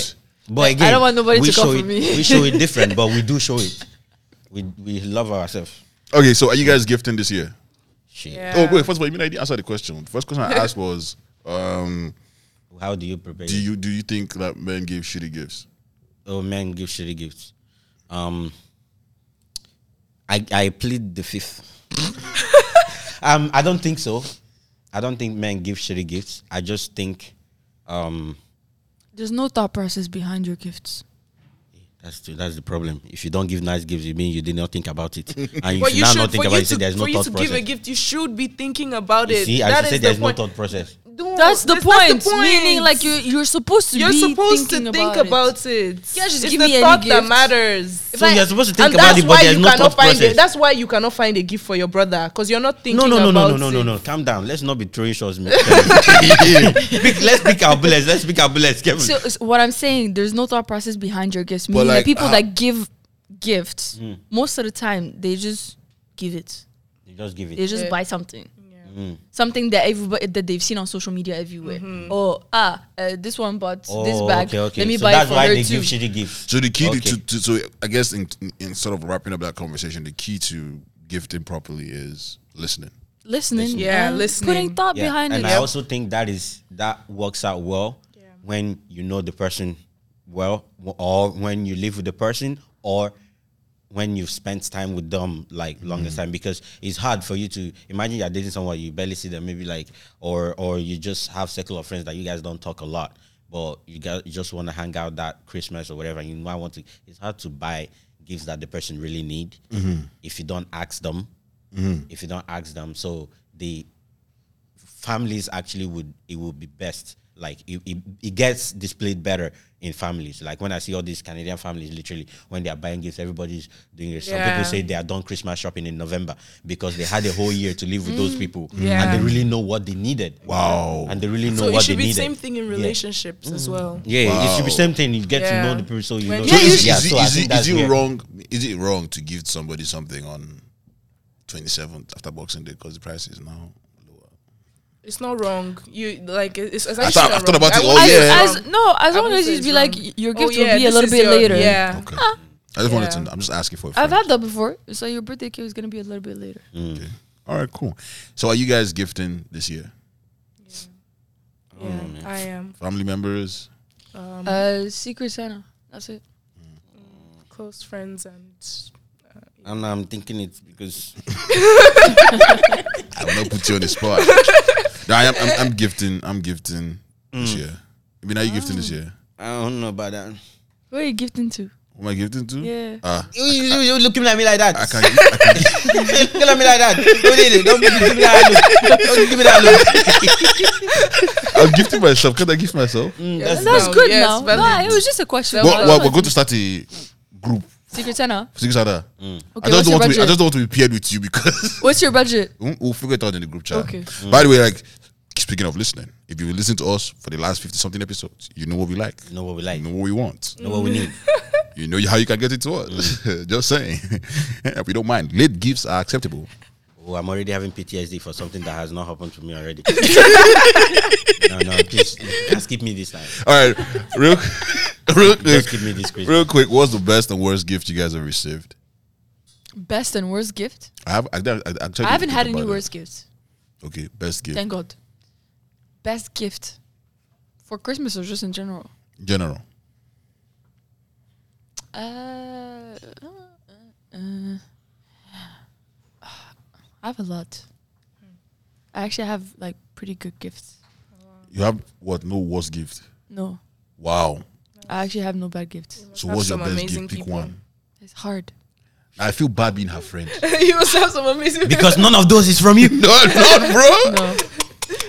But again,
don't want nobody
we
to come
show
for
it,
me.
We show it different, but we do show it. We we love ourselves.
Okay, so are you guys gifting this year?
Shit.
Oh wait, first of all, you mean I didn't answer the question. First question I asked was, um,
How do you prepare?
do you do you think that men give shitty gifts?
oh man, give shitty gifts. Um, I I plead the fifth. um, I don't think so. I don't think men give shitty gifts. I just think, um,
There's no thought process behind your gifts.
that's the, that's the problem. If you don't give nice gifts, you mean you did not think about it, and if
But
you
you
now
should,
not
for
think about it,
you to,
say there's no
for you
thought
to give a
process.
gift, you should be thinking about
You
it.
see,
That
I
is
said
the
there's no
point.
thought process.
No,
That's the
that's
point.
point.
Meaning, like you, you're supposed to.
You're
be
supposed to
thinking
think
about, it.
about it.
can't just
it's
give
the
me any
thought that
gift.
matters.
So you're supposed to think
And
about
that's
it, but
why
there's
you
no
cannot
thought
find
process.
it. That's why you cannot find a gift for your brother because you're not thinking
No,
about
no, no, no, no, no,
it.
no, no. Calm down. Let's not be throwing shots. man. Pick- let's pick our bullets. Let's pick our bullets. Carefully.
So, so what I'm saying, there's no thought process behind your gifts. Meaning
like,
the people
uh,
that give gifts,
Hmm.
most of the time they just give it.
you just give
They
it.
just buy something.
Hmm.
Something that everybody that they've seen on social media everywhere. Oh ah, uh, this one bought this bag. Let me
Oh, so
buy it
that's
for
why
her
they
too.
give shitty gifts.
So the key to-
Okay.
to, to so I guess in, in sort of wrapping up that conversation, the key to gifting properly is listening.
listening,
Yeah,
uh,
listening.
putting thought
Yeah,
behind
and
it.
I also think that is that works out well when you know the person well, w- or when you live with the person, or when you've spent time with them like
Mm.
longest time because it's hard for you to imagine you're dating someone you barely see them maybe like or or you just have circle of friends that you guys don't talk a lot but you guys you just want to hang out that christmas or whatever and you might want to it's hard to buy gifts that the person really need
Mm-hmm.
if you don't ask them if you don't ask them so the families actually would it would be best like it, it, it gets displayed better in families like when i see all these canadian families literally when they are buying gifts everybody's doing it some
Yeah.
people say they are done christmas shopping in november because they had a whole year to live with those people
Mm. Yeah.
and they really know what they needed
Wow.
and they really know
So it
what
should
they
be the
needed
same thing in relationships as
Mm.
well.
yeah it should be
Wow.
same thing you get
Yeah.
to know the people so you
When-
know
So Yeah,
is,
you
is,
should-
so I
is,
think
it- is
that's
it
where-
wrong? Is it wrong to give somebody something on twenty seventh after Boxing Day because the price is now lower?
It's not wrong. You like it- it's. it's
I
actually
thought-
not
I thought
wrong.
about it
I
all
wouldn't
year.
say it's
As,
wrong.
no, as
I
long
wouldn't
as
say
you
it's
be like
wrong.
y- your
Oh,
gift
yeah,
will be a
this
little
is
bit
your-
later.
Yeah.
Okay, I just wanted to.
Yeah.
know. I'm just asking for. A
Uh-huh. I've
friend.
had that before. So your birthday cake is gonna be a little bit later.
Okay. All right, cool. So are you guys gifting this year?
Yeah, I am um,
Family members?
Uh, Secret Santa. That's it.
close friends and
and i'm thinking it's because
I will not put you on the spot. No, I am, I'm, I'm gifting. I'm gifting this year. I mean, are you gifting this year?
i don't know
uh,
about that
Who are you gifting to?
Who am I gifting to?
Yeah.
Ah,
you, you, you looking at me like that
I can't. gi- I can't gi-
Look at me like that. Don't need it. Don't give me that look. Don't give me that look.
I'm gifting myself. Can I gift myself?
That's
That's
No,
good
yes,
now.
but-
No, it was just a question.
Well, well, we're going to start a group.
Secret Santa.
Six other. I
Okay,
just
what's
don't
your
want to. Be, I
budget?
just don't want to be paired with you because
What's your budget?
we'll, we'll figure it out in the group chat.
Okay.
By the way, like speaking of listening, if you listen to us for the last fifty something episodes, you know what we like.
You know what we like.
You know what we want.
know what we need.
You know how you can get it to us. Just saying. we don't mind. Late gifts are acceptable.
Oh, I'm already having PTSD for something that has not happened to me already. no, no, please, just give me this time.
All right, real, real quick.
Just give me this Christmas.
Real quick. What's the best and worst gift you guys have received?
Best and worst gift?
I have. I, I, I, I
I haven't had any worst gifts.
Okay, best gift.
Thank God. Best gift for Christmas or just in general?
General.
Uh, uh, uh, I have a lot. Hmm. I actually have like pretty good gifts.
You have what? No worst gift.
No,
Wow.
I actually have no bad gifts.
So
Have
what's your
some
best
amazing
gift? Pick
people.
one.
It's hard.
I feel bad being her friend.
you must have some amazing.
Because none of those is from you.
no, no, bro.
No,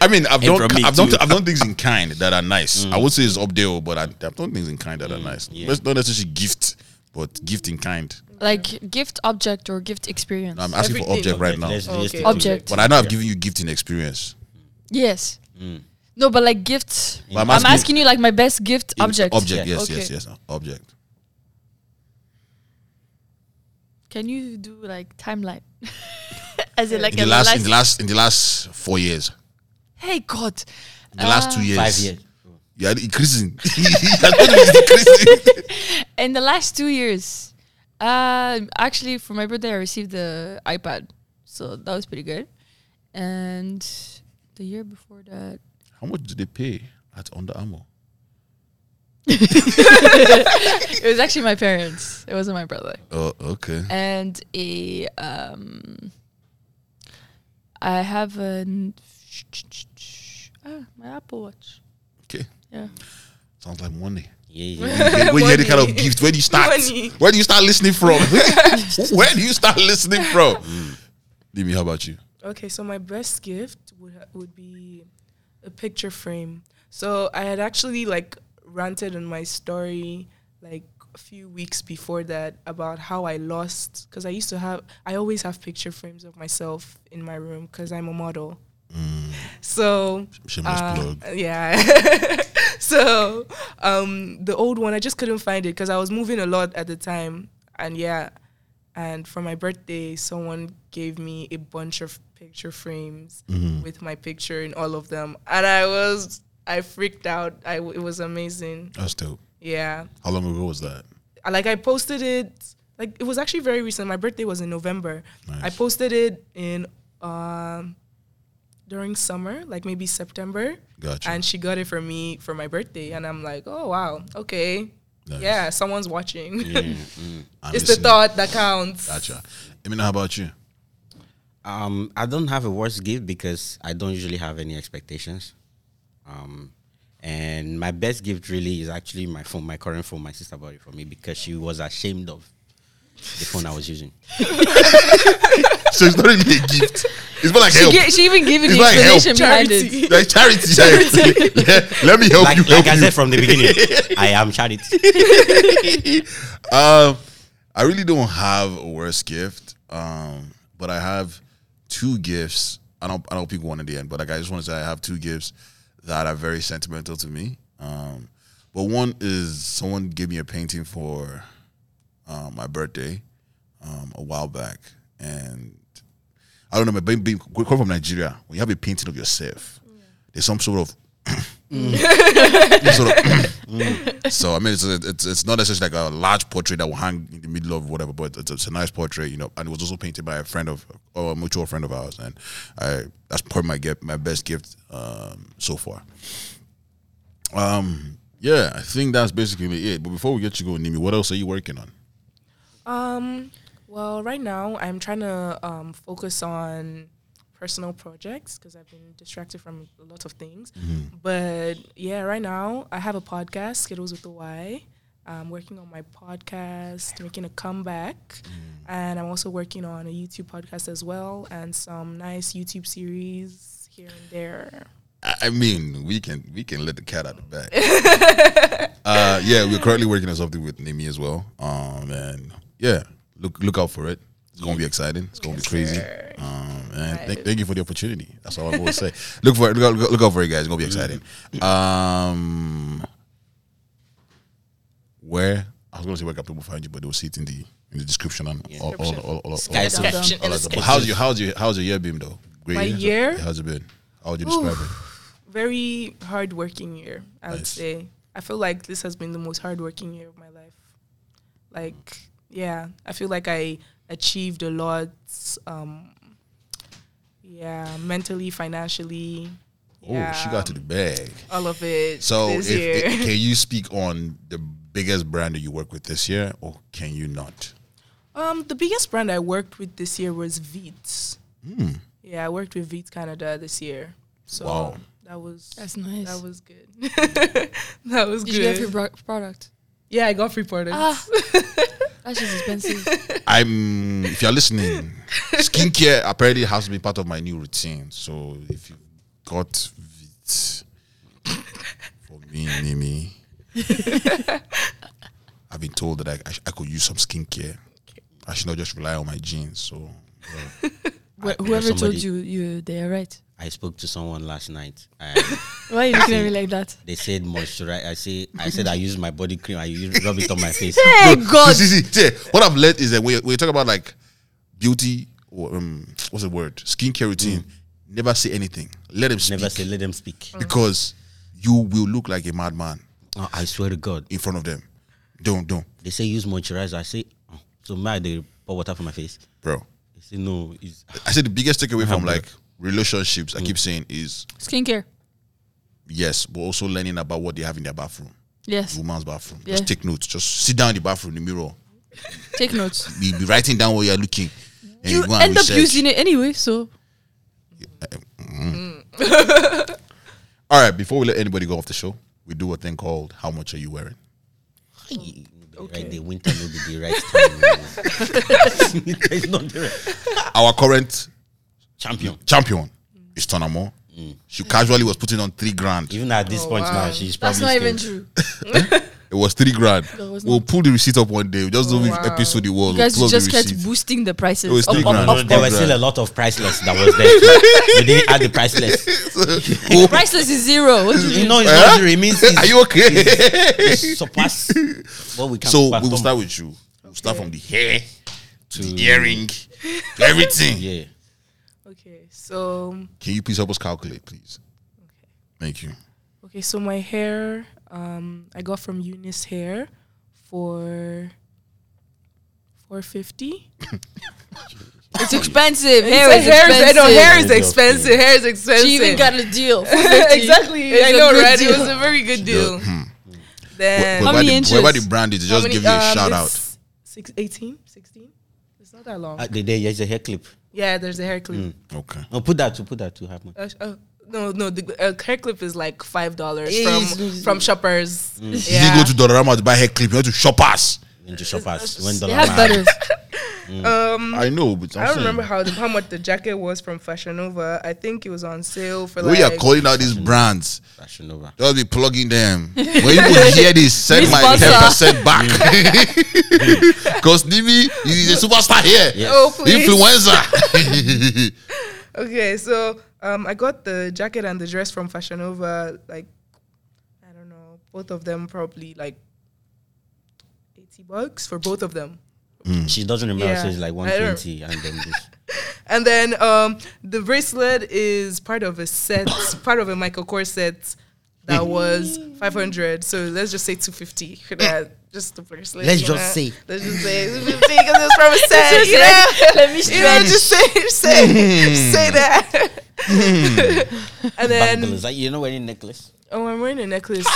I mean, I've
And
done,
from me
I've done,
too. Mm.
I've done things in kind that are nice. I would say it's up there, but I, I've done things in kind that are nice. It's Not necessarily gift, but gift in kind.
like gift object or gift experience.
I'm asking for
Everything.
object right now,
Let's- let's
Okay.
take it.
Object.
but I know I've given you gift in experience.
yes. No, but like gift.
But Mm. I'm
I'm,
asking-
asking, you like my best gift
In-
object.
Object.
Yeah.
Yes,
Okay.
yes, yes. uh, Object.
Can you do like timeline? As in like
In the
a
last,
last,
in the last, in the last four years,
Hey God.
in the last two years,
Five years.
you are increasing. You are totally increasing.
In the last two years, um, actually for my birthday I received the iPad, so that was pretty good. And the year before that,
How much do they pay at Under Armour?
it was actually my parents. It wasn't my brother.
Oh, okay.
And a um, I have an ah, my Apple Watch.
Okay.
Yeah.
Sounds like money.
Yeah, yeah.
when you hear the kind of
Money.
gift, where do you start?
Money.
Where do you start listening from? where do you start listening from? Dimi, how about you?
Okay, so my best gift would ha- would be a picture frame. So I had actually like ranted on my story like a few weeks before that about how I lost because I used to have I always have picture frames of myself in my room because I'm a model. So
Shameless plug.
uh, yeah. so um, the old one, I just couldn't find it because I was moving a lot at the time. And yeah, and for my birthday, someone gave me a bunch of picture frames with my picture in all of them. And I was, I freaked out. I, w- it was amazing.
That's dope.
Yeah.
How long ago was that?
I- like I posted it like it was actually very recent. My birthday was in November. I posted it in um during summer, like maybe September.
Gotcha.
And she got it for me for my birthday and I'm like, "Oh wow. Okay.
Nice.
Yeah, someone's
I'm
watching." it's the
listening.
thought that counts.
Gotcha. Emina, how about you?
Um, I don't have a worst gift because I don't usually have any expectations. Um, and my best gift really is actually my phone, my current phone. My sister bought it for me because she was ashamed of the phone I was using.
So it's not really a gift. It's more like
She,
help.
ga- she even gave you
It's
the
like help.
explanation behind it.
like charity. charity. let, let me help
Like,
you.
like
help
I
you.
said from the beginning, I am charity.
Um, I really don't have a worst gift. Um, but I have two gifts. I don't. I don't pick one at the end. But like, I just want to say I have two gifts that are very sentimental to me. Um, but one is someone gave me a painting for um, my birthday um, a while back, and I don't know. but Being, being coming from Nigeria, when you have a painting of yourself, there's some sort of sort of- so I mean, it's, it's it's not necessarily like a large portrait that will hang in the middle of whatever, but it's, it's a nice portrait, you know. And it was also painted by a friend of, or a mutual friend of ours, and I that's probably my gift, my best gift um, so far. Um, yeah, I think that's basically it. But before we get you going, Nimi, what else are you working on?
Um, well, right now I'm trying to um, focus on personal projects because I've been distracted from a lot of things. But yeah, right now I have a podcast, Skittles with the Y. I'm working on my podcast, making a comeback, and I'm also working on a YouTube podcast as well and some nice YouTube series here and there.
I I mean, we can we can let the cat out of the bag. uh, yeah, we're currently working on something with Nimi as well. Um, and yeah, look look out for it. It's gonna be exciting. It's gonna be crazy. Um, and thank, thank you for the opportunity. That's all I'm gonna say. Look for it. Look out, look, out for it, guys. It's gonna be
Mm-hmm.
exciting. Um, where I was going to say where can people find you, but they'll see it in the in the description and all, all, all, all, all, all,
Sky
all-
Sketch.
all- all- But how's your how's your how's your year been though? Great
My year?
How's it been? How would you describe it?
Very hardworking year, I would
Nice.
say. I feel like this has been the most hardworking year of my life. Like, yeah, I feel like I achieved a lot. Um, yeah, mentally, financially.
Oh, she got to the bag.
all of it.
So,
this
if,
year.
i- can you speak on the biggest brand that you work with this year, or can you not?
Um, the biggest brand I worked with this year was Veets. Yeah, I worked with Veets Canada this year. So
Hmm. Wow.
that was
That's nice.
that was good. that was
Did
good.
you get free pro- product?
yeah, I got free products.
Ah, that's just expensive.
I'm. If you're listening, skincare apparently has to be part of my new routine. So if you got it for me, Nimi, I've been told that I, I, sh- I could use some skincare. I should not just rely on my genes. So
Wh-
I-
whoever told
somebody-
you, you they are right.
I spoke to someone last night. And
Why are you looking at me like that?
they said moisturize. I say I said I use my body cream. I use, rub it on my face.
Thank God.
See, see, see, what I've learned is that when you, when you talk about like beauty or um, what's the word, skincare routine,
Mm.
never say anything. Let him speak
Never say let them speak.
because you will look like a madman
Oh, I swear to God.
in front of them. Don't don't,
They say use moisturizer. I say oh, so. My they pour water for my face.
bro.
They say no. It's,
I said the biggest takeaway from
bro.
like relationships. I keep
Mm.
saying is
Skincare.
yes, but also learning about what they have in their bathroom,
Yes.
woman's bathroom.
Yeah.
Just take notes. Just sit down in the bathroom, in the mirror,
Take notes.
be, be writing down what you're looking. And
You
go and
end up
research.
using it anyway, so
All right, before we let anybody go off the show, we do a thing called "How much are you wearing?"
Right, the winter maybe the right time. you know. it's not the right.
Our current
champion.
champion is Tana Moore. She casually was putting on three grand.
Even at this point now, she's probably
Oh, that's not even
still-
true.
It was three grand.
was
we'll pull the receipt up one day. Just
Oh,
do not episode it was.
You guys
We'll pull up
just
the
kept
receipt.
boosting the
It was
prices.
three
Up, up,
grand.
up.
There were still a lot of priceless that was there. we didn't add the priceless.
Oh,
Priceless is zero. What do you
You
Eh?
mean?
know, it's not zero. It means it's,
Are you okay?
it's surpass what we can.
so we
perform.
will start with you. We'll start from the hair to the earring to everything.
Yeah.
Okay, so
Can you please help us calculate, please? Thank you.
okay, so my hair, um, I got from Eunice Hair for four fifty.
It's expensive. Hair is
hair is,
expensive.
I know hair is
Okay.
expensive. Hair is expensive.
She even got a deal.
exactly.
It's
I
a
know,
good
right? It was
deal.
a very good deal. Hmm.
Wh-
Then
How
Whoever
many
the,
inches?
whoever the brand is,
How
Hmm. just
many-
give you a
um,
shout out.
it's Six, 18, 16? It's not that long.
Uh, there, there's a hair clip.
yeah, there's a hair clip.
Okay.
No, put that to put that to happen.
Uh, sh- oh, no, no, the uh, hair clip is like five dollars
Yeah,
from
it's- it's-
from shoppers.
You
Yeah.
didn't go to Dollarama to buy hair clip. You went to Shoppers.
When the shoppers, when the
They have butters.
I know, but I'm
Mm. I don't
saying,
remember how the, how much the jacket was from Fashion Nova. I think it was on sale for
We are
like.
calling out these brands.
Fashion Nova.
Just be plugging them. when you could hear this, send my
Sponsor.
ten percent back. Because Nimi is a superstar here,
oh please!
influencer.
Okay, so um, I got the jacket and the dress from Fashion Nova. Like, I don't know, both of them probably like eighty bucks for both of them.
She doesn't remember, so
Yeah.
it's like
I don't-
120 and then this.
And then um, the bracelet is part of a set, part of a Michael Kors set that was 500. So let's just say 250 for that. Just the bracelet.
Let's
you
just
know.
say.
Let's just say 250 because it's from a set. you know?
Let me
You know,
stretch.
just say, say, say that. and then,
Bangles. Like, you know, wearing necklace.
oh, I'm wearing a necklace.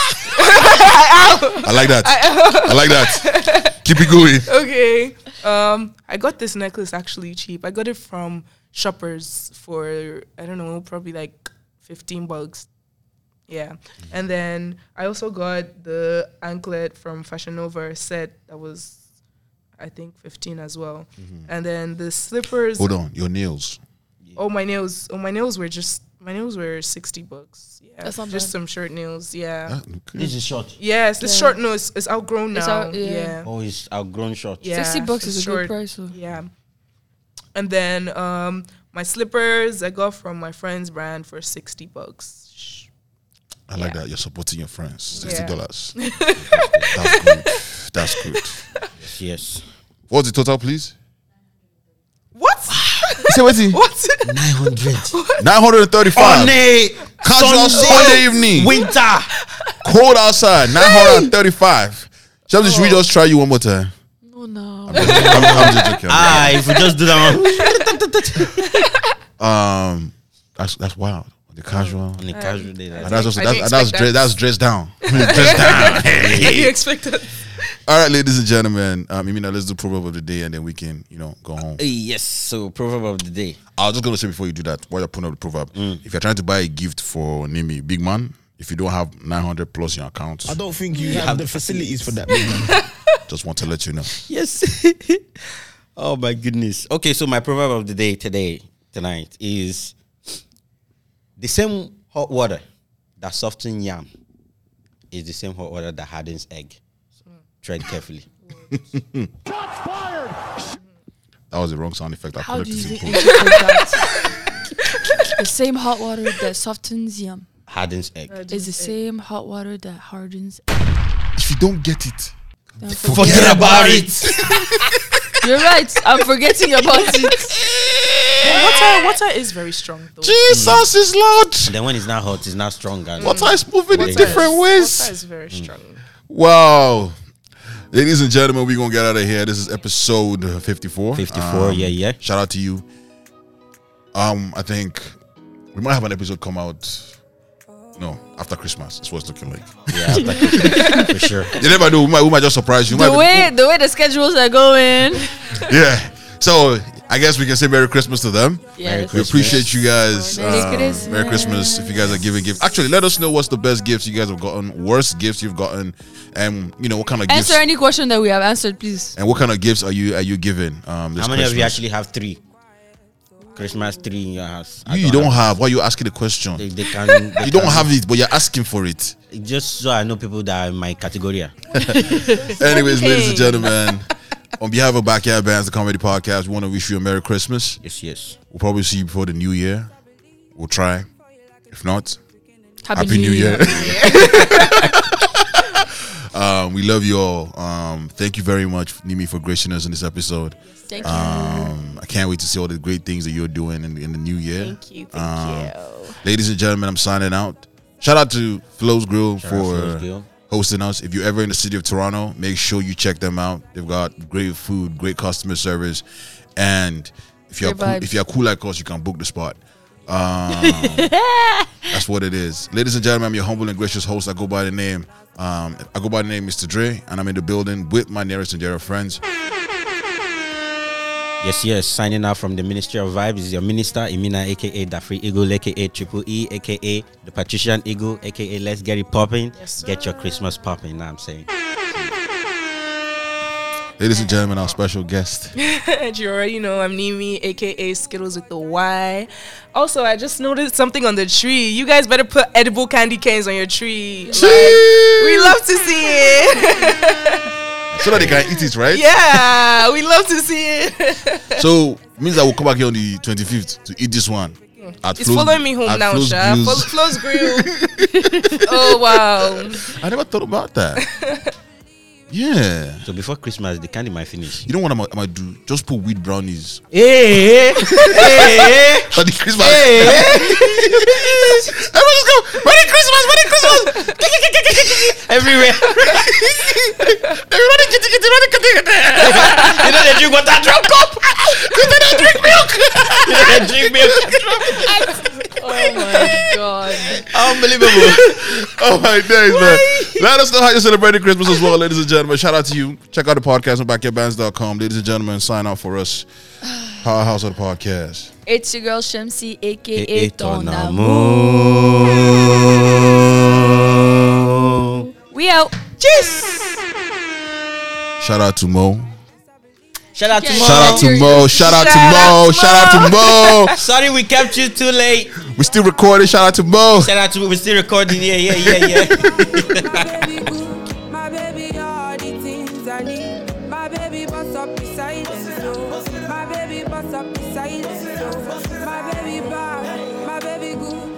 I like that. I like that. Keep it going.
okay. Um, I got this necklace actually cheap. I got it from Shoppers for I don't know, probably like fifteen bucks. Yeah, and then I also got the anklet from Fashion Nova set that was, I think, fifteen as well. And then the slippers.
Hold on, your nails.
Oh my nails! Oh my nails were just my nails were sixty bucks. Yeah,
That's not
just
bad.
some short nails. Yeah.
Ah, okay.
This is short.
Yes, this
Yeah.
short nose is outgrown now.
It's out- yeah.
yeah.
Oh, it's outgrown short.
Yeah,
60 bucks
it's
is a good
short.
price, so.
Yeah. And then um, my slippers I got from my friend's brand for 60 bucks. Shh.
I like
Yeah.
that. You're supporting your friends. Sixty
Yeah.
dollars. That's good. That's good.
Yes.
What's the total, please?
What?
Say what?
what?
900.
Nine hundred and thirty-five.
Funny.
Casual Sunday evening.
Winter.
Cold outside. Nine hundred and thirty-five. Shall we just-
Oh.
we just try you one more time?
Oh no.
I'm, I'm just joking.
Ah, if we just do that one.
Um, that's that's wild. The casual.
On a casual day like
And that's just
I
that's
didn't
that's, dress,
expect that.
that's dressed down. dressed down.
you expected?
All right, ladies and gentlemen. Um, Imina, let's do proverb of the day, and then we can you know go home.
Hey, Yes. So proverb of the day.
I was just gonna say before you do that, while you're putting up the proverb, if you're trying to buy a gift for Nimi, big man, if you don't have 900 plus in your account,
I don't think you have the facilities for that.
just want to let you know.
Yes. oh my goodness. Okay, so my proverb of the day today, tonight is the same hot water that softens yam is the same hot water that hardens egg. Tread carefully.
That was the wrong sound effect. I
How
put
do
it
you
in
think
post.
you did that? the same hot water that softens yum
Hardens egg.
is the same hot water that hardens.
If you don't get it,
Don't forget-
Forget about it.
You're right. I'm forgetting about it.
Water, water is very strong though.
Jesus is Lord.
then when it's not hot, it's not strong. And
What is moving in
Water
different
Water
ways?
is very strong.
Wow. Ladies and gentlemen, we're gonna get out of here. This is episode 54.
54,
Um,
yeah, yeah.
Shout out to you. Um, I think we might have an episode come out. No, after Christmas. That's what it's looking like.
Yeah, after- for sure.
You never know. We might, we might just surprise you. We
The
might-
way the way the schedules are going.
yeah. So I guess we can say Merry Christmas to them.
Yes.
We appreciate you guys.
Merry
um,
Christmas.
Merry Christmas. If you guys are giving gifts, actually, let us know what's the best gifts you guys have gotten, worst gifts you've gotten, and you know what kind of
Answer
gifts
any question that we have answered, please.
and what kind of gifts are you are you giving? Um, this
How many of you
Christmas?
actually have three? Christmas tree in your house. I
You, you don't
have.
have. Why are you asking the question?
They, they can, they
You don't
can-
have it, but you're asking for it.
Just so I know people that are in my category. ah.
Anyways, ladies and
Okay.
gentlemen, on behalf of Backyard Bands, the comedy podcast, we want to wish you a Merry Christmas.
Yes, yes.
We'll probably see you before the new year. We'll try. If not,
Happy,
Happy New Year. um, we love you all. Um, thank you very much, Nimi, for gracing us in this episode.
Thank you.
Um, I can't wait to see all the great things that you're doing in, in the new year. Um,
Thank you. Thank you.
Ladies and gentlemen, I'm signing out. Shout out to Flo's Grill
out
for
Flo's Grill.
hosting us. If you're ever in the city of Toronto, make sure you check them out. They've got great food, great customer service, and if you're
Great
cool,
vibes.
if you're cool like us, you can book the spot. Um, that's what it is, ladies and gentlemen. I'm your humble and gracious host. I go by the name. Um, I go by the name Mr. Dre, and I'm in the building with my nearest and dearest friends.
Yes, yes. Signing out from the Ministry of Vibes is your minister, Imina, aka Dafri Eagle, aka Triple E, aka the Patrician Eagle, aka Let's Get It Popping. Get your Christmas popping, you know what I'm saying?
Ladies and gentlemen, our special guest.
And you already know I'm Nimi, aka Skittles with the Y. Also, I just noticed something on the tree. You guys better put edible candy canes on your tree. Like, we love to see it.
so that they can eat it, right?
yeah, we love to see it.
So means I will come back here on the 25th to eat this one. At
Mm. It's
Flo's-
following me home
at
now,
Flo's
Sha.
Grills.
Flo- Flo's grill. oh wow.
I never thought about that. yeah.
So before Christmas, the candy might finish.
You know what I might, I might do? Just put wheat brownies
Hey! hey!
on the Christmas. Everyone just go, Merry Christmas, Merry Christmas.
Everywhere.
Everybody get get everybody get
you know they drink water drop cup. you know they drink milk. you know they drink milk.
Oh my god.
Unbelievable.
Oh my days, man. Let us know how you're celebrating Christmas as well, ladies and gentlemen. Shout out to you. Check out the podcast on backyardbands.com. Ladies and gentlemen, sign up for us. Powerhouse of the podcast.
It's your girl Shamsi, aka
Eight on
Ton
a
Amour.
moon.
We out.
Shout out to Mo.
Shout out to
Shout
Mo.
Shout out to Mo. Shout out to Mo.
Shout out to
Shout out to Mo.
Sorry we kept you too late.
We still recording. Shout out to Mo.
Shout out to we're still recording. Yeah, yeah, yeah, yeah.
My baby good, my baby all the things I need. My baby bust up the silence, oh. My baby bust up the silence, oh. My baby bad, my baby good,